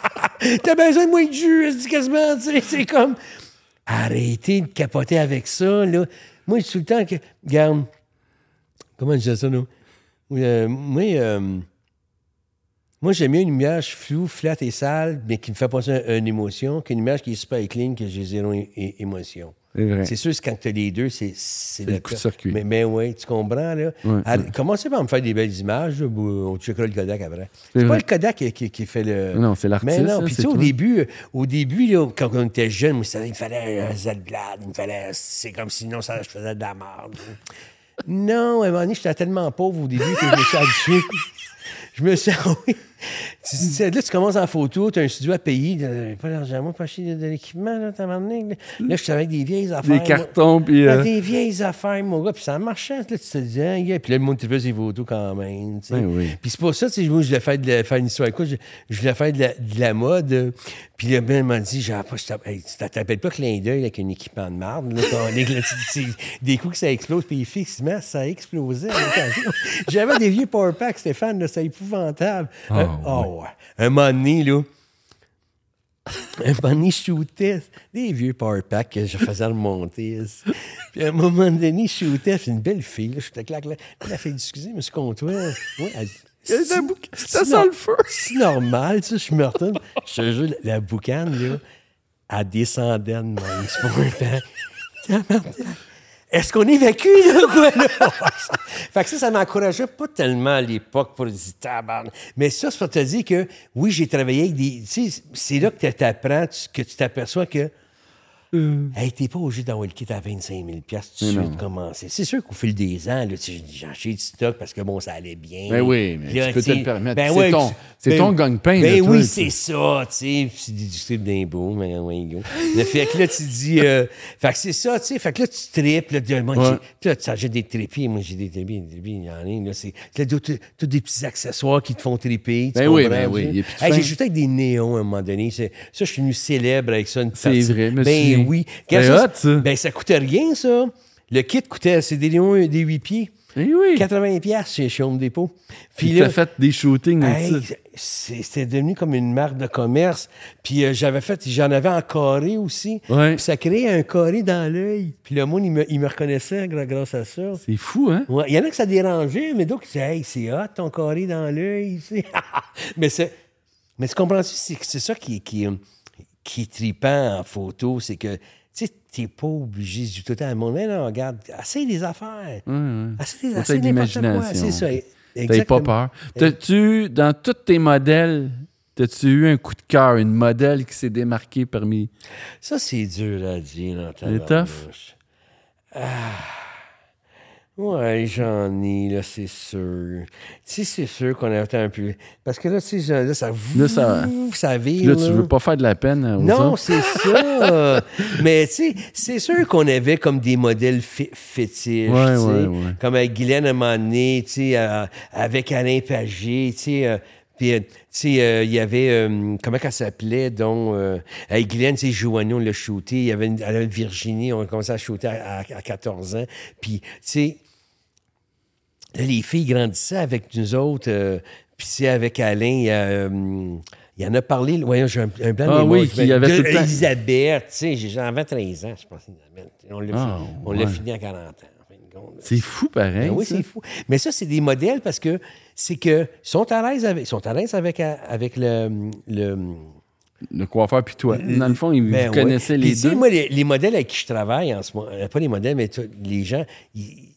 [laughs] T'as besoin de moins de jus, c'est quasiment, tu sais, c'est comme... Arrêtez de capoter avec ça, là. Moi, je suis tout le temps que... Regarde, comment je disais ça, là? Euh, moi, euh, moi, j'aime mieux une image floue, flat et sale, mais qui me fait passer un- une émotion, qu'une image qui est super clean, que j'ai zéro é- é- émotion.
C'est vrai.
C'est sûr, c'est quand tu as les deux, c'est c'est
le coup de
cas.
circuit.
Mais, mais oui, tu comprends, là. Arr- Commencez par me faire des belles images, là, ou- on checkera le Kodak après. C'est pas
vrai.
le Kodak qui, qui- qui fait le.
Non, c'est l'artiste,
Mais non,
là,
puis tu
c'est
sais, au
toi.
début, euh, au début là, quand on était jeune, moi, ça, il me fallait un Zelblad, il me fallait. C'est comme sinon, ça, je faisais de la merde. Non, à un moment donné, j'étais tellement pauvre au début que je me suis [laughs] habitué. Je me suis, oui, Tu- tu- là, tu commences en photo, tu as un studio à payer, t'as euh, pas d'argent, moi, pas acheter de, de l'équipement, là, t'as donné. Là, Là, je suis avec des vieilles affaires.
Des
moi.
cartons, puis.
Dans
euh,
des vieilles affaires, mon gars. Puis ça marchait. Là, tu te disais, ah, yeah. Puis là, le monde te faisait ses photos quand même. tu sais.
Ben oui.
Puis c'est pour ça, tu sais, moi, je voulais faire, de la, faire une histoire. Écoute, je, je voulais faire de la, de la mode. euh, Puis le ben m'a dit, genre, pas, je t'app- hey, tu t'appelles pas clin d'œil avec un équipement de marde. Là, quand on est- là, tu- tu- des coups que ça explose. Puis effectivement, ça explosait. là, quand- J'avais des vieux power packs, Stéphane. là, C'était épouvantable.
Ah,
un, oh, ouais. un moment donné, là. Un moment donné, je shootais des vieux power packs que je faisais remonter. ici. Puis à un moment donné, je shootais. C'est une belle fille. Là, je te claque. Là. Elle a fait excusez, monsieur Comtois. Ouais, elle dit,
Elle a
C'est-
la bouc-
c'est
ça sent
nor-
le feu.
C'est normal, tu sais. Je me retourne. Je te jure, la boucane, là, elle descendait de même. C'est pour un temps. Tabarnak. Est-ce qu'on évacue, là, ou quoi, là? [laughs] fait que ça, ça m'encourageait pas tellement à l'époque pour dire tabarnak. Mais ça, c'est pour te dire que, oui, j'ai travaillé avec des. Tu sais, c'est là que t'apprends, tu- que tu t'aperçois que.
Euh.
Hey, t'es pas obligé d'avoir le kit à 25 000 tout de suite de commencer. C'est sûr qu'au fil des ans, là, tu sais, j'ai acheté du stock parce que bon, ça allait bien.
Ben oui, mais
Puis là,
tu peux te
sais,
le permettre. C'est ton- c'est ton gagne-pain,
Ben
là, toi,
oui,
tu-
c'est ça, tu sais. Puis c'est déductible d'impôts, mais oui, go. Le fait que là, tu dis. euh, fait que c'est ça, tu sais. Fait que là, tu tripes. Là, tu- moi, j'ai-
Ouais.
puis là, tu achètes des trépieds. Moi, j'ai des trépieds, des trépieds, il y en a. Là, c'est là, tout- tout- tout des petits accessoires qui te font triper. tu
Ben oui,
comprends,
ben oui,
tu sais.
il y a plus de
Hey,
fin.
j'ai joué avec des néons à un moment donné. C'est- Ça, je suis venu célèbre avec ça. une
C'est
partie.
vrai, je me souviens.
Ben oui.
C'est
Regarde
hot, ça.
Ben, ça coûtait rien, ça. Le kit coûtait, c'est des néons euh, des 8 pieds.
Eh oui.
80 pièces chez, chez Home Depot.
Puis t'as fait des shootings avec
Hey,
ça.
c'est- c'était devenu comme une marque de commerce. Puis euh, j'avais fait, j'en avais en carré aussi.
Ouais.
Puis ça créait un carré dans l'œil. Puis le monde, il me, il me reconnaissait gra- grâce à ça.
C'est fou, hein?
Ouais, Il y en a que ça dérangeait, mais d'autres qui disaient Hey, c'est hot, ton carré dans l'œil. tu sais. [laughs] mais, c'est- mais tu comprends-tu, c'est c'est ça qui, qui, euh, qui est tripant en photo, c'est que tu n'es pas obligé du tout le temps. Mon non, regarde, essaye des affaires. Essaye des
Faut
essaye
t'aider
n'importe quoi.
l'imagination.
C'est ça.
T'as pas
exactement.
peur. T'as-tu, dans tous tes modèles, t'as-tu eu un coup de cœur, une modèle qui s'est démarquée parmi.
Ça, c'est dur à dire. en
tough?
tabarnouche. Ah. Ouais, j'en ai, là, c'est sûr. Tu sais, c'est sûr qu'on attend un peu. Parce que là, tu sais, je- là, ça...
Là, ça-
ça vire,
Là, tu veux pas faire de la peine aux
Non,
autres?
c'est ça.
[laughs]
Mais tu sais, c'est sûr qu'on avait comme des modèles fé- fétiches.
Ouais,
tu sais.
ouais, ouais.
Comme avec Guylaine à un moment donné, tu sais, euh, avec Alain Pagé, tu sais. euh, puis, euh, tu sais, euh, il y avait, euh, comment qu'elle s'appelait, donc, euh, avec Guylaine, tu sais, Joanneau, on l'a shooté. Il y avait une, elle avait Virginie, on a commencé à shooter à, à- à 14 ans. Puis, tu sais, Là, les filles grandissaient avec nous autres. euh, Puis c'est avec Alain, il y a, euh, il y en a parlé. là. Voyons, j'ai un, un blanc de
Ah
mémoire,
oui,
je
qu'il
me-
y avait
de
tout le temps-
Elisabeth, tu sais, j'ai- j'avais 13 ans, je pense, Elisabeth. On l'a
Ah,
fi- on l'a
ouais.
fini à 40 ans. en fin de compte.
C'est fou, pareil.
Ben oui,
ça.
c'est fou. Mais ça, c'est des modèles parce que c'est que ils sont à l'aise avec, ils sont à l'aise avec, euh, avec le- le
Le coiffeur puis toi. Dans le fond, ils
ben
vous
ouais.
connaissaient
Puis
les
tu sais,
deux.
moi, les, les modèles avec qui je travaille en ce moment, euh, pas les modèles, mais tu- les gens, ils-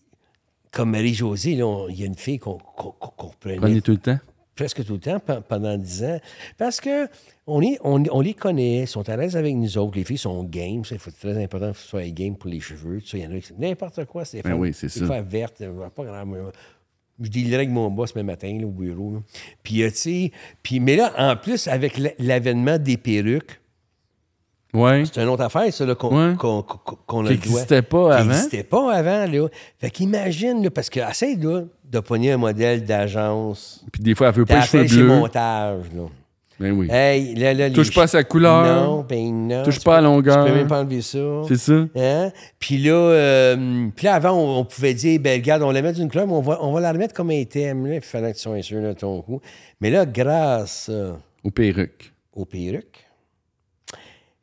comme Marie-Josée, là, on- il y a une fille qu'on qu'on- qu'on- qu'on prenait
Prenez tout le temps.
presque tout le temps pe- pendant dix ans. Parce que on, est, on, on les connaît, ils sont à l'aise avec nous autres. Les filles sont game. ça, Il faut c'est très important que ce soit game pour les cheveux. tout ça. Il y en a qui- n'importe quoi. C'est
Ben oui, c'est ça.
verte, euh, pas grave. moi. Je dealerais avec mon boss ce matin là, au bureau. là. Puis, euh, tu sais, puis, mais là, en plus, avec l'a- l'avènement des perruques,
Ouais.
c'est une autre affaire, ça, là, qu'on
Ouais.
qu'on- qu'on- qu'on a
Qui
le doigt.
existait pas
Qui
avant.
n'existait pas avant, là. Fait qu'imagine, là, parce que essaye, là, de pogner un modèle d'agence.
Puis des fois, elle veut
T'as
pas les cheveux
fait chez
bleus.
montage, là.
Ben oui.
Hey, là, là, les
Touche pas à sa couleur.
Non, ben non.
Touche
Tu
pas à
peux-
longueur.
Tu peux même pas enlever ça.
C'est ça.
Hein? Puis là, euh, puis là, avant, on, on pouvait dire, ben regarde, on la met d'une couleur, mais on va, on va la remettre comme un thème. Là, il fallait que tu sois sûr de ton coup. Mais là, grâce euh,
Aux perruques.
aux perruques,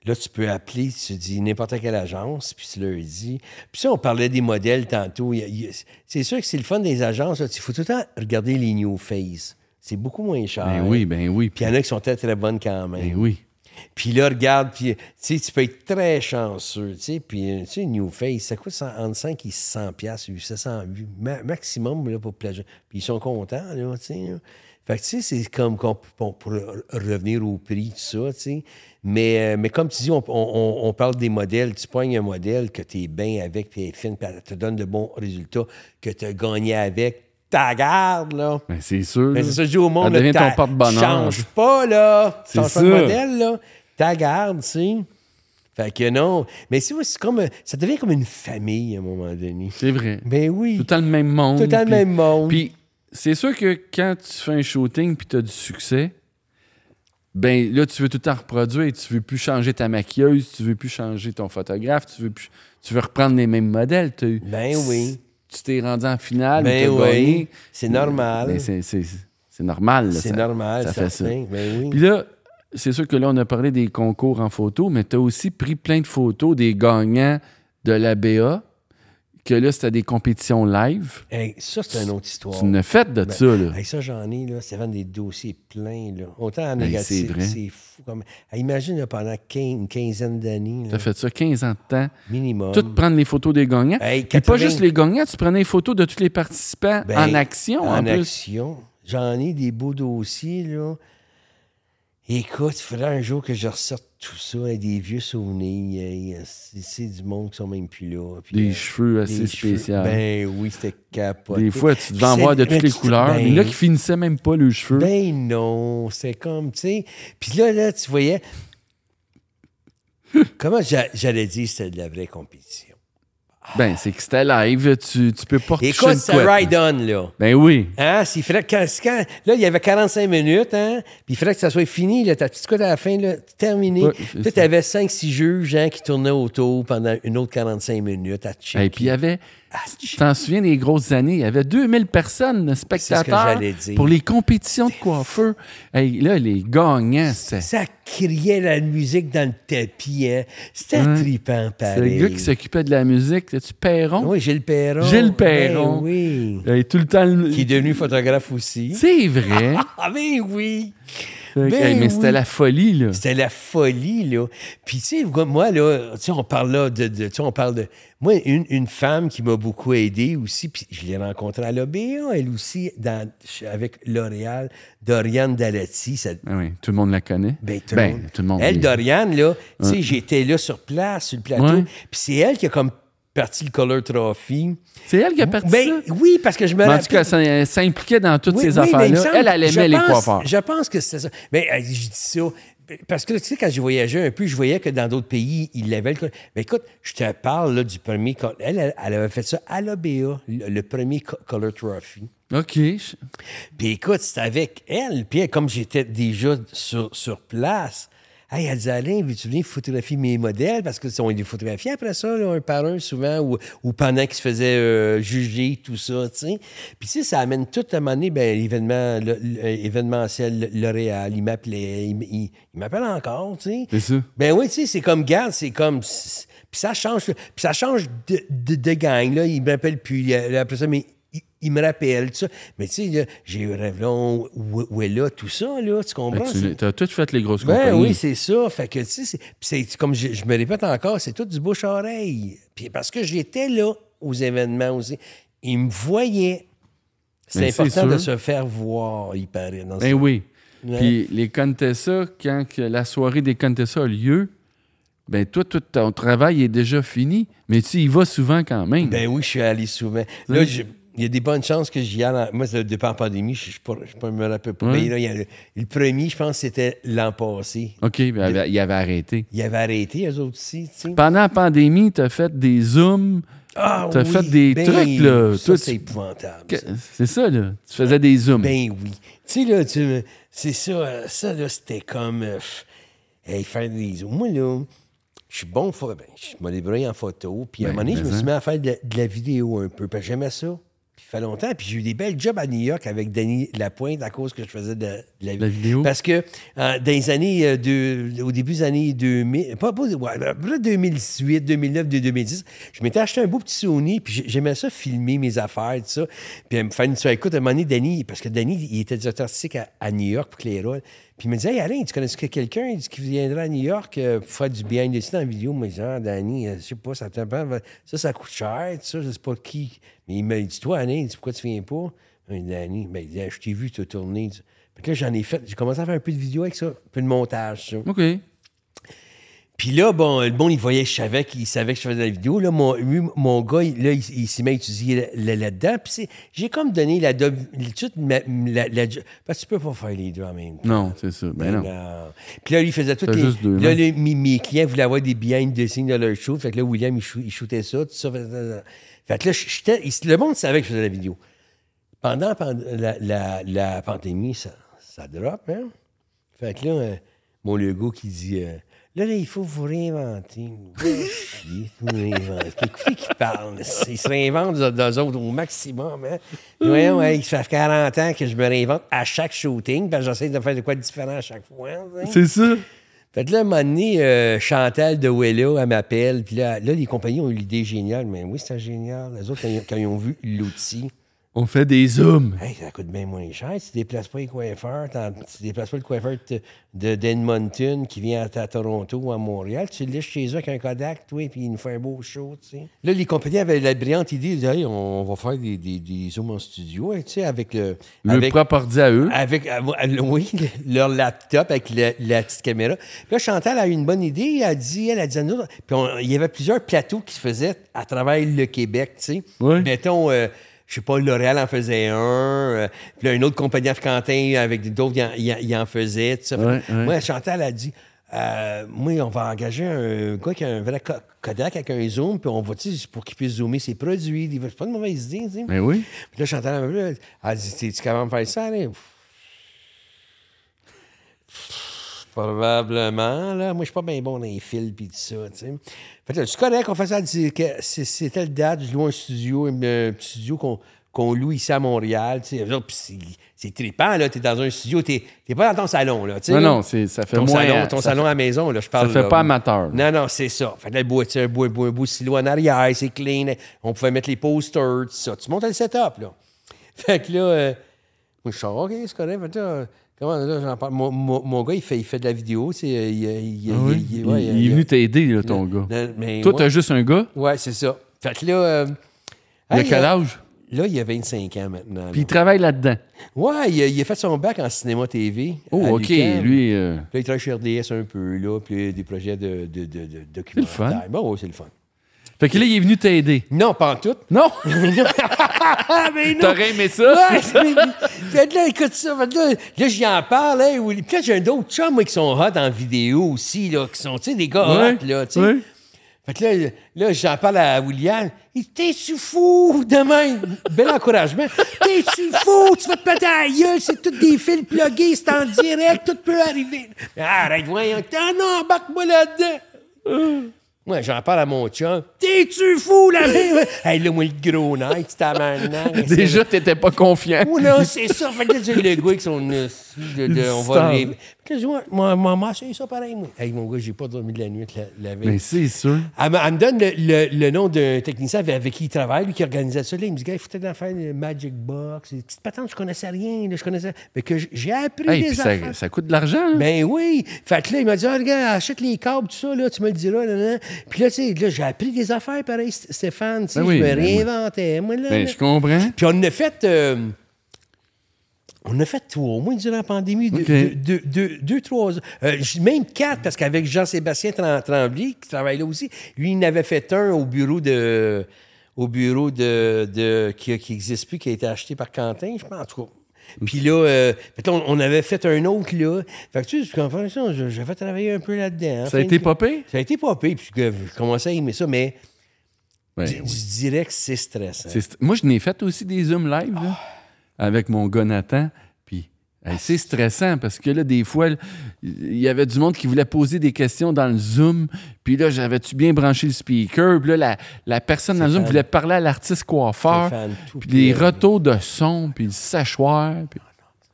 là, tu peux appeler, tu dis n'importe quelle agence, puis tu leur dis. Puis ça, on parlait des modèles tantôt. Il y a- il y a- C'est sûr que c'est le fun des agences. là. Il faut tout le temps regarder les new face. C'est beaucoup moins cher.
Ben oui, ben oui.
Puis il y en a qui sont très, très bonnes quand même.
Ben oui.
Puis là, regarde, puis, tu sais, tu peux être très chanceux, tu sais. Puis, euh, tu sais, New Face, ça coûte cent- entre 5 et 600 piastres, 700, ma- maximum, là, pour plagier. Puis ils sont contents, là, tu sais. là. Fait que, tu sais, c'est comme qu'on on pourrait revenir au prix, tout ça, tu sais. Mais, euh, mais comme tu dis, on, on- on- on parle des modèles. Tu pognes un modèle que tu es bien avec, puis elle est fine, puis elle te donne de bons résultats, que tu as gagné avec. ta garde, là.
Ben, c'est sûr.
Mais
là.
c'est ça, que je dis au monde.
Ça
là,
Ah, devient
ta-
ton porte-bonheur.
Change pas, là.
C'est
Change pas de
ça.
modèle, là. Ta garde, tu sais. Fait que non. Mais c'est c'est comme. euh, Ça devient comme une famille à un moment donné.
C'est vrai.
Ben oui.
Tout le temps le même monde.
Tout le temps le
puis-
même monde.
Puis c'est sûr que quand tu fais un shooting puis tu as du succès, ben là, tu veux tout le temps reproduire. Tu veux plus changer ta maquilleuse, tu veux plus changer ton photographe, tu veux plus, tu veux reprendre les mêmes modèles. t'as eu-
Ben oui.
Tu t'es rendu en finale,
Ben
ou
oui.
t'as gagné.
C'est normal.
Mais c'est- c'est c'est normal. là,
C'est
ça-
normal,
ça
ça
fait ça.
Ben oui.
Puis là, c'est sûr que là, on a parlé des concours en photo, mais tu as aussi pris plein de photos des gagnants de la BA, que là, c'était des compétitions live.
Hey, ça, c'est une autre histoire.
Tu n'as fait de ça, là.
Ben, Hey, ça, j'en ai, là. C'est vraiment des dossiers pleins, là. Autant en
Hey,
négatif,
c'est vrai.
c'est fou. Comme... Hey, imagine, là, pendant quin- une quinzaine d'années,
Tu as
là,
fait ça 15 ans de temps.
minimum.
Tout prendre les photos des gagnants.
Hey,
Puis pas
80.
juste les gagnants, tu prenais les photos de tous les participants
Ben,
en action, en,
en
plus.
action. J'en ai des beaux dossiers, là. Écoute, il faudrait un jour que je ressorte tout ça, hein, des vieux souvenirs. hein, c'est- C'est du monde qui sont même plus là. puis,
Des
euh,
cheveux assez
des cheveux.
spéciaux.
Ben oui, c'était capoté.
des fois, tu devais en
C'est-
voir de toutes
mais
les
tu-
couleurs.
ben-
mais là, qui finissaient même pas le cheveux.
Ben non, c'est comme, tu sais. Puis là, là, tu
[laughs]
voyais. Comment j'a- j'allais dire c'était de la vraie compétition?
Ben, c'est que c'était live. Tu, tu peux pas retoucher
Écoute,
une
ça
couette.
ride on, là.
Ben oui.
Hein? S'il fallait que- quand- quand- là, il y avait 45 minutes, hein? Puis il fallait que ça soit fini, là, ta petite côte à la fin, là, terminée.
Ouais, c'est
Puis tu avais 5-6 juges hein, qui tournaient autour pendant une autre 45 minutes à
Et
checker.
puis il y avait,
Ah,
je t'en souviens des grosses années, il y avait 2000 personnes, de spectateurs,
j'allais dire.
pour les compétitions de coiffeurs. Hey, là, les gagnants, c'était
ça criait la musique dans le tapis. hein. C'était
Ouais.
trippant,
c'est le
pareil.
gars qui s'occupait de la musique, c'était-tu Perron?
Oui, Gilles Perron.
Gilles
Ben
Perron.
oui.
Hey, tout le temps... le-
qui est devenu photographe aussi.
C'est vrai!
Ah ben oui!
Fait que,
Ben
hey, mais c'était
oui.
la folie, là.
C'était la folie, là. Puis, tu sais, moi- moi, là, tu sais, on parle là de... de- tu sais, on parle de... Moi, une, une femme qui m'a beaucoup aidé aussi, puis je l'ai rencontrée à l'OBA, elle aussi, dans- avec L'Oréal, Doriane Dalati, ça-
Ah oui, tout le monde la connaît.
Ben, tout, le monde.
tout le monde.
Elle,
est-
Doriane, là, tu sais, j'étais là sur place, sur le plateau,
Ouais.
puis c'est elle qui a comme parti le Color Trophy.
C'est elle qui a parti
Ben
ça?
oui, parce que je me
Mais en tout
rappelle-
cas, ça, elle s'impliquait dans toutes
Oui,
ces
oui, mais il me
affaires-là.
semble-
Elle, elle
je
aimait les
pense-
coiffeurs.
Je pense que c'est ça. Mais euh, je dis ça parce que, tu sais, quand j'ai voyagé un peu, je voyais que dans d'autres pays, ils l'avaient. le co- Mais écoute, je te parle là, du premier... co- Elle, elle, elle avait fait ça à l'OBA, le, le premier co- Color Trophy.
OK. je-
Puis écoute, c'était avec elle. Puis elle, comme j'étais déjà sur, sur place, hey, elle disait, Alain, veux-tu venir photographier mes modèles? Parce que on les photographiait après ça, là, un par un, souvent, ou, ou pendant qu'ils se faisaient euh, juger, tout ça, tu sais. Puis tu sais, ça amène tout à un moment donné, ben, l'événement, le- le- euh, événementiel L'Oréal, il m'appelait, il, il- il m'appelle encore, tu sais.
C'est ça.
Ben oui, tu sais, c'est comme, garde, c'est comme. c'est- Puis ça change, puis ça change de, de, de gang, là. Il me rappelle plus, euh, après ça, mais il, il me rappelle, tout ça. Mais tu sais, là, j'ai eu Revlon, où, où est là, tout ça, là, tu
Ben,
comprends?
tu
c'est-
as toutes fait les grosses
ben
compagnies.
oui, c'est ça. Fait que, tu sais, c'est- puis c'est comme je, je me répète encore, c'est tout du bouche-oreille. Puis parce que j'étais là aux événements aussi. Ils me voyaient. C'est
Ben, c'est
important
sûr.
de se faire voir, il paraît. Dans
Ben
ce-
oui.
Ouais.
Puis les Contessa, quand que la soirée des Contessa a lieu, ben toi, tout ton travail est déjà fini, mais tu y vas souvent quand même.
Ben oui, je suis allé souvent. Là, je- il y a des bonnes chances que j'y aille. en- Moi, c'est le départ en pandémie, je ne me rappelle pas.
Ouais.
Mais Ben, là, il y a le, le premier, je pense, c'était l'an passé.
OK, ben, ben, il avait arrêté.
Il avait arrêté, eux autres aussi, tu sais.
Pendant la pandémie, tu as fait des zooms.
Ah,
T'as fait des trucs, là.
Ça,
Toi,
c'est
tu-
épouvantable.
Que-
ça.
C'est ça, là. Tu faisais des zooms.
Ben oui. Tu sais, là, tu me- c'est ça, euh, ça, là, c'était comme. euh, pff, hey, faire des. Moi, là, je suis bon. pho- ben, je me débrouille en photo. Puis à un
Ben,
moment donné, je
mais
me suis
hein.
mis à faire de, la- de la vidéo un peu. Parce que j'aimais ça. Puis ça fait longtemps. Puis j'ai eu des belles jobs à New York avec Danny Lapointe à cause que je faisais de, la- de la,
La vidéo.
Parce que euh, dans les années. euh, de- au début des années 2000. Pas, pas- ouais, à peu près 2018, 2009, 2010. Je m'étais acheté un beau petit Sony. Puis j'ai- j'aimais ça filmer mes affaires, tout ça. Puis elle me fait une sur écoute à un moment donné, Danny. Parce que Danny, il était directeur artistique à, à New York pour Cléro. Puis il me disait, hey Alain, tu connais quelqu'un qui viendra à New York euh, pour faire du behind the scenes en vidéo? Moi, je dis, ah, Danny, euh, je sais pas, ça te prend- Ça, ça coûte cher, tout ça, je sais pas qui. Mais il me dit, toi, Alain, il dit, pourquoi tu viens pas? Il dit, Danny, ben, il dit, Ah, je t'ai vu, tu as tourné. Puis là, j'en ai fait, j'ai commencé à faire un peu de vidéo avec ça, un peu de montage, ça.
OK.
Puis là, bon, le bon, il voyait, je savais qu'il savait que je faisais la vidéo. Là, mon, lui, mon gars, il, là, il, il s'est mis à étudier là- là-dedans. Puis c'est- j'ai comme donné la... do- toute ma- la- la- parce que tu peux pas faire les deux en même temps.
Non, c'est ça. Ben non.
Non. Puis là, lui, il faisait toutes
T'as
les...
juste deux
là,
mains.
les- mes, mes clients voulaient avoir des behind the scenes de leur show. Fait que là, William, il, shoo- il shootait ça, tout ça. Fait, fait que là, j'étais- il- le monde savait que je faisais la vidéo. Pendant la pan- la, la- la pandémie, ça, ça drop, hein? Fait que là, euh, mon Legault qui dit... euh, Là, là, il faut vous réinventer. Vous [laughs] chier, vous réinventer. Écoutez qui parle. Ils se réinventent d'eux- d'eux autres au maximum. Hein? Ouais, ouais, ça fait 40 ans que je me réinvente à chaque shooting, parce que j'essaie de faire de quoi de différent à chaque fois. hein.
C'est ça.
Fait que là, à un moment donné, euh, Chantal de Wella, elle m'appelle. Puis là, là, les compagnies ont eu l'idée géniale. Mais oui, c'est génial. Les autres, quand ils, quand ils ont vu l'outil,
On fait des zooms.
hey, ça coûte bien moins cher. Tu déplaces pas les coiffeurs. t'en- Tu déplaces pas le coiffeur de- de d'Edmonton qui vient à, à Toronto ou à Montréal. Tu le laisses chez eux avec un Kodak, toi, puis il nous fait un beau show, tu sais. Là, les compagnies avaient la brillante idée. Ils disaient, Hey, on va faire des, des, des zooms en studio, hein, tu sais, avec le...
Le
avec-
propre ordi à eux.
avec, euh, euh, oui, le- leur laptop avec le- la petite caméra. Puis là, Chantal a eu une bonne idée. Elle a dit, elle a dit à nous, puis on- il y avait plusieurs plateaux qui se faisaient à travers le Québec, tu sais.
Oui.
Mettons, euh, je sais pas, L'Oréal en faisait un. euh, puis là, une autre compagnie africaine avec d'autres, il en- il en, il en faisait, tout ça.
Ouais,
Fait-
ouais.
Moi, Chantal a dit, euh, moi, on va engager un gars qui a un vrai co- Kodak avec un zoom, puis on va, tu sais, pour qu'il puisse zoomer ses produits. C'est pas une mauvaise idée, tu sais.
Ben oui.
Puis là, j'entends la même là, Elle dit T'es-tu capable de faire ça, là Pff, Probablement, là. Moi, je suis pas bien bon dans les fils pis tout ça, tu sais. Fait que là, tu connais qu'on fait ça, elle dit que c'est- c'était le date, je loue un studio, un euh, petit studio qu'on qu'on loue ici à Montréal, tu sais. Eux autres, pis c'est- C'est trippant, là. T'es dans un studio, t'es t'es pas dans ton salon, là, tu sais.
Non,
là.
non, c'est- ça fait
ton
moins-
Salon, ton
ça
salon à la maison, là, je parle.
fait
là.
pas amateur, là.
Non, non, c'est ça. Fait que là, le bois, tu sais, un bois, bois, bois silo en arrière, c'est clean. On pouvait mettre les posters, tout ça. Tu montes le setup, là. [laughs] Fait que là, euh, moi, je sors, OK, c'est correct. Fait que là, euh, comment, là, j'en parle. Mon, mon- mon gars, il fait, il fait de la vidéo, tu sais. euh, Il, il- il-
Ah oui.
il-
Il,
il- ouais,
il est
il-
venu t'aider, là, ton
Non,
gars.
non, mais
Toi,
ouais.
t'as juste un gars.
Ouais, c'est ça. Fait que là... euh,
Il a
hey,
quel
là-
âge?
Là, il a 25 ans maintenant.
Puis
là.
il travaille là-dedans.
Ouais, il a, il a fait son bac en cinéma-TV.
Oh,
à
OK.
l'UQAM.
Lui, euh,
Là, il travaille chez RDS un peu, là, puis des projets de, de, de, de documentaires.
fun.
Bon, ouais, c'est le fun.
Fait que là, il est venu t'aider.
Non, pas en tout.
Non!
[laughs] Ah, mais non!
[laughs] T'aurais aimé ça?
Ouais, mais- fait que là, écoute ça. Fait que là, là j'y en parle. Hein, Willy. Puis là, j'ai un autre chum, moi, qui sont hot en vidéo aussi, là, qui sont, tu sais, des gars
Ouais, Ah,
hot, là, tu sais.
ouais.
Fait que là, là j'en parle à William. Il t'es-tu fou demain? Bel
[laughs]
encouragement. T'es-tu fou? Tu vas te péter à la gueule, c'est toutes des fils plugués, c'est en direct, tout peut arriver. Arrête, voyons. Ah non, embarque-moi là-dedans. Moi, j'en parle à mon chum. T'es-tu fou, là?
[laughs]
hey, là, moi, le gros night, tu t'amènes.
Déjà, t'étais pas confiant.
Oh non, c'est ça. Fait que là, j'ai le gars avec son. euh, de- de- on va
Star.
rêver. Fait que là, je dis, ouais, moi, maman, c'est ça pareil, moi. Hey, mon gars, j'ai pas dormi de la nuit la, la veille.
Mais c'est sûr.
Elle, me- elle me donne le, le- le nom d'un technicien avec, avec qui il travaille, lui qui organisait ça. Là, il me dit, gars, il faut peut-être en faire une Magic Box. Des petites patentes, je connaissais rien. là, je connaissais. Mais que j- j'ai appris
Hey,
des
puis
affaires.
ça, ça coûte de l'argent. hein?
Ben oui. Fait que là, il m'a dit, Ah, regarde, achète les câbles, tout ça, là, tu me le diras. Là, là. Puis là, tu sais, là, j'ai appris des affaires pareil, St- Stéphane. tu sais,
Ben oui,
je me
ben oui.
réinventais. Moi, là,
Ben,
là.
je comprends.
Puis on a fait. euh, on a fait trois, au moins durant la pandémie, deux,
OK.
deux- deux- deux, trois, euh, j- même quatre, parce qu'avec Jean-Sébastien Tran- Tremblay, qui travaille là aussi, lui, il en avait fait un au bureau de. Au bureau de, de- qui n'existe plus, qui a été acheté par Quentin, je pense, en tout cas. Puis là, euh, fait que là, on, on avait fait un autre, là. Fait que tu sais, tu comprends ça, je- j'avais travaillé un peu là-dedans. hein.
Ça a été pas pire?
Ça a été pas pire, puis que je commençais à aimer ça, mais
Ben,
je je dirais que c'est stressant.
Euh, C'est st- Moi, je n'ai fait aussi des Zooms live là, avec mon gars Nathan. Puis,
Ah,
hey, c'est stressant parce que là, des fois, là, il y avait du monde qui voulait poser des questions dans le Zoom. Puis là, j'avais-tu bien branché le speaker? Puis là, la, la personne dans le Zoom
Stéphane.
voulait parler à l'artiste coiffeur.
Stéphane, tout Ah,
Puis les
plein.
retours de son, puis le sachoir. Puis...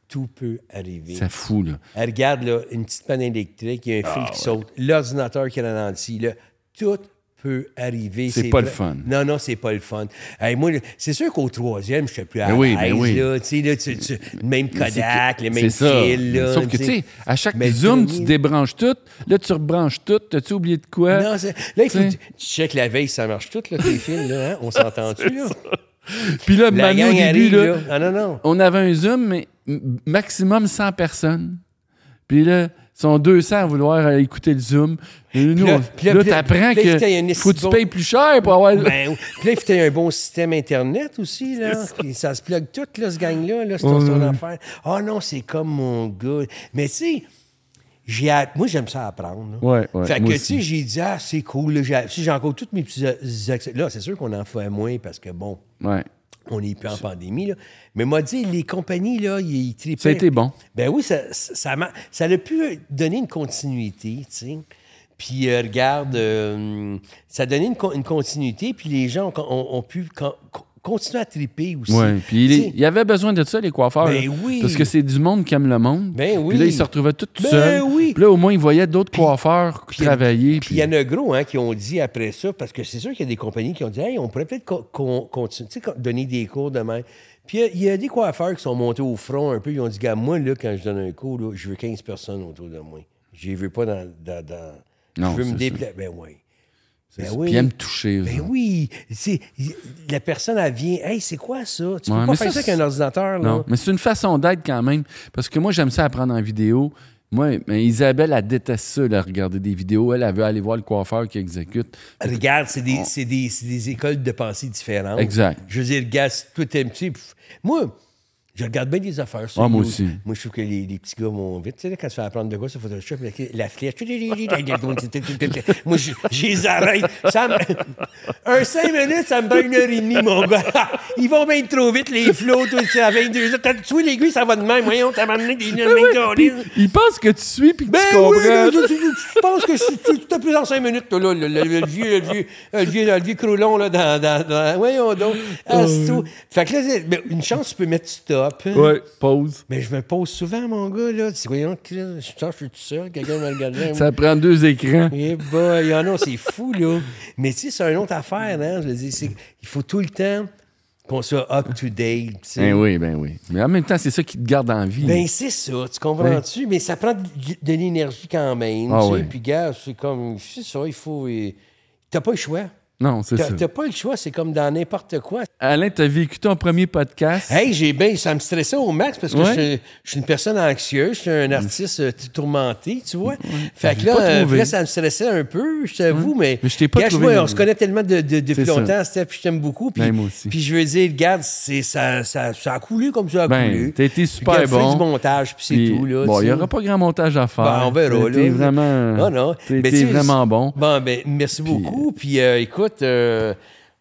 Tout peut arriver.
Ça fout, là.
Elle regarde là, une petite panne électrique, il y a un fil
Ah,
qui saute, l'ordinateur qui ralentit. Là, tout peut arriver.
C'est pas
vrai.
le fun.
Non, non, c'est pas le fun. Hey, moi, le- c'est sûr qu'au troisième, je suis plus à
Ben oui, ben
l'aise,
oui.
là, tu sais, là, tu- tu- le même Kodak, les
C'est- c'est
mêmes
ça.
fils. là,
Sauf que, tu sais, à chaque
Mais le
Zoom,
premier-
tu débranches tout. Là, tu rebranches tout. T'as-tu oublié de quoi?
Non, c'est- là, il faut que tu,
Tu sais.
tu checkes la veille, ça marche tout, là, tes fils, là, hein? On
[laughs]
s'entend-tu, là?
Puis là,
La
Manu, au
gang
début,
arrive,
là,
là. Ah, non, non.
on avait un Zoom, mais m- maximum 100 personnes. Puis là, Ils sont 200 à vouloir euh, écouter le Zoom. Et Nous,
là-
on-
puis là-
là,
puis là-
t'apprends
puis là, putain, il y a une
que faut que tu
esti-
payes plus cher pour avoir...
Ben, puis là, il faut que t'aies un bon système Internet aussi, là. Puis ça se plug tout, là, ce gang-là, là, c'est ton, ton affaire. Ah non, c'est comme mon gars. Mais tu sais, j'ai app- moi, j'aime ça apprendre. là.
Ouais, ouais,
fait que,
moi
tu
aussi.
sais, j'ai dit, ah, c'est cool. Là, j'ai- si j'ai encore tous mes petits euh, accès. Là, c'est sûr qu'on en fait moins parce que, bon,
Ouais.
on n'est plus en pandémie, là. Mais m'a dit, les compagnies, là, ils ils tripaient.
Ça a été bon.
Ben oui, ça, ça, ça m'a- ça a pu donner une continuité, tu sais. Puis euh, regarde, euh, ça a donné une, co- une continuité, puis les gens ont, ont- ont pu con- con- continuer à triper aussi.
Ouais. Puis il,
Tu sais,
il y avait besoin de ça, les coiffeurs.
Ben
là.
oui.
Parce que c'est du monde qui aime le monde.
Ben oui.
Puis là, ils se retrouvaient tous
Ben
seuls.
oui.
Puis là, au moins, ils voyaient d'autres coiffeurs
il y a-
travailler.
Puis il
puis-
y en a gros hein, qui ont dit après ça, parce que c'est sûr qu'il y a des compagnies qui ont dit Hey, on pourrait peut-être co- con- continuer, tu sais, con- donner des cours demain. Puis il y a- il y, a des coiffeurs qui sont montés au front un peu, ils ont dit Gars, moi, là, quand je donne un cours, là, je veux 15 personnes autour de moi. Je les veux pas dans. dans- dans-
Non,
je veux me
c'est ça.
déplacer. Ben oui. Ben
Puis
oui.
ils aiment toucher. eux
Ben
autres.
oui, c'est- y- la personne, elle vient, hey, c'est quoi ça? Tu
Ouais,
peux pas
mais
faire
ça,
ça avec un
c'est-
ordinateur, là.
Non, mais c'est une façon d'être quand même. Parce que moi, j'aime ça apprendre en vidéo. Moi, mais Isabelle, elle déteste ça, là, regarder des vidéos. Elle, elle veut aller voir le coiffeur qui exécute.
Regarde, c'est des, c'est des, c'est des écoles de pensée différentes.
Exact.
Je veux dire, regarde, si toi, t'aimes, tu sais, pff, Moi, je regarde bien des affaires. sur
Ah, moi
YouTube.
aussi.
Moi, je trouve que les, les petits gars vont vite. Tu sais, là, quand tu fais apprendre de quoi sur Photoshop, la, la flèche. moi, je, je les arrête. Ça me- [laughs] Un cinq minutes, ça me prend une heure et demie, mon gars. Ils vont bien trop vite, les flots. Toi, tu sais, à 22 heures. T'as- Tu vois, l'aiguille, ça va de même. Voyons, t'as amené des
Puis,
des-
il pense que tu suis puis que
ben
tu comprends.
oui, là, je, je- je pense que si tu tu t'as plus dans cinq minutes, toi, là, le, le- le vieux, le vieux, le vieux, le vieux Croulon, là, dans, dans, dans- voyons donc, Ah, c'est tout. Fait que là, c'est- ben, une chance, tu peux mettre stop. hein.
Ouais, pause.
Mais je me pose souvent, mon gars, là, tu dis, voyons, Chris, je suis je suis tout seul, quelqu'un m'a regardé.
Ça prend deux écrans.
Eh ben, il y en a, c'est fou, là. Mais tu sais, c'est une autre affaire, hein, je veux dire, c'est- il faut tout le temps qu'on soit up-to-date, tu sais.
Ben oui, ben oui. Mais en même temps, c'est ça qui te garde en vie.
Ben, c'est ça, tu comprends-tu? Mais ça prend de, de l'énergie quand même.
Ah
tu sais.
oui.
Puis, gars, c'est comme. C'est ça, il faut. euh, T'as pas le choix.
non, c'est
T'as
ça.
t'as pas le choix, c'est comme dans n'importe quoi.
Alain, t'as vécu ton premier podcast.
Hey, j'ai bien. Ça me stressait au max parce que
Ouais.
je, je suis une personne anxieuse, je suis un artiste euh, t- tourmenté, tu vois. Fait que
l'ai
là,
pas
euh,
trouvé.
là, ça me stressait un peu, je t'avoue, mais.
Mais je t'ai pas
Gars,
trouvé
vois,
non
on
plus.
se connaît tellement de, de- depuis
C'est ça.
longtemps, Steph, puis je t'aime beaucoup. Puis,
Ben, moi aussi.
puis je veux dire, regarde, c'est- ça, ça, ça a coulé comme ça a
Ben,
coulé.
t'as été
Puis,
super
regarde, fais
bon.
du montage, puis c'est
Puis,
tout, là.
bon,
tu
il n'y
sais.
aura pas grand montage à faire.
Ben, on verra.
T'es
là.
vraiment.
Non, non.
T'es
Mais
t'es
tu sais,
vraiment bon.
Bon, ben, merci beaucoup. Puis euh, écoute, euh,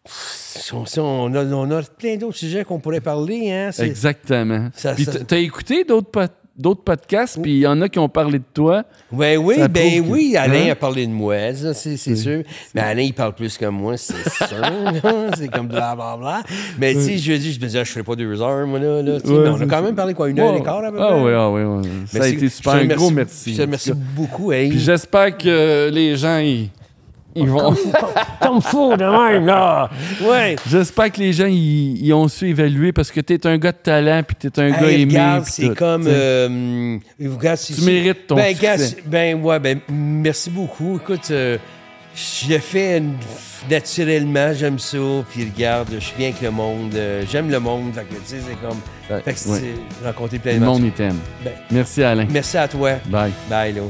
pff, on, on a, on a plein d'autres sujets qu'on pourrait parler. Hein, c'est-
Exactement.
Ça-
Puis
ça-
t- t'as écouté d'autres pod- d'autres podcasts, puis il y en a qui ont parlé de toi.
Ouais, oui,
Ça
ben
prouve que-
oui, Alain
Hein?
a parlé de moi, ça, c'est c'est sûr. Mais Alain, il parle plus que moi,
[laughs]
c'est sûr. là. c'est comme blablabla. Mais tu sais, je dis, je me dis, ah, je ferai pas deux heures, moi, là. là, tu sais.
Ouais,
Mais on a
c'est
quand
ça.
même parlé, quoi, une heure
Ouais.
et quart, à peu
Ah
près.
oui, ah oui. ouais. Ça a
Merci-
été super.
je te
Un gros
remercie-
merci.
Je te remercie
En tout cas.
beaucoup, hey.
Puis j'espère que euh, les gens, ils, ils vont...
Comme fou de même, là. Ouais.
J'espère que les gens, ils, ils ont su évaluer parce que t'es un gars de talent, puis t'es un
Hey,
gars aimé.
regarde,
puis
c'est
tout,
comme.
t'sais.
euh, regarde, c'est-
Tu mérites ton
ben, gars,
succès.
c'est- ben, ouais, ben, merci beaucoup. Écoute, euh, je le fais n- naturellement, j'aime ça. Puis regarde, je suis bien avec le monde. euh, j'aime le monde. Fait que, tu sais, c'est comme.
Ouais,
Fait que
ouais.
c'est rencontrer plein
Tout
de
le
monde.
monde, il t'aime.
Ben,
Merci, Alain.
merci à toi.
Bye.
Bye, là.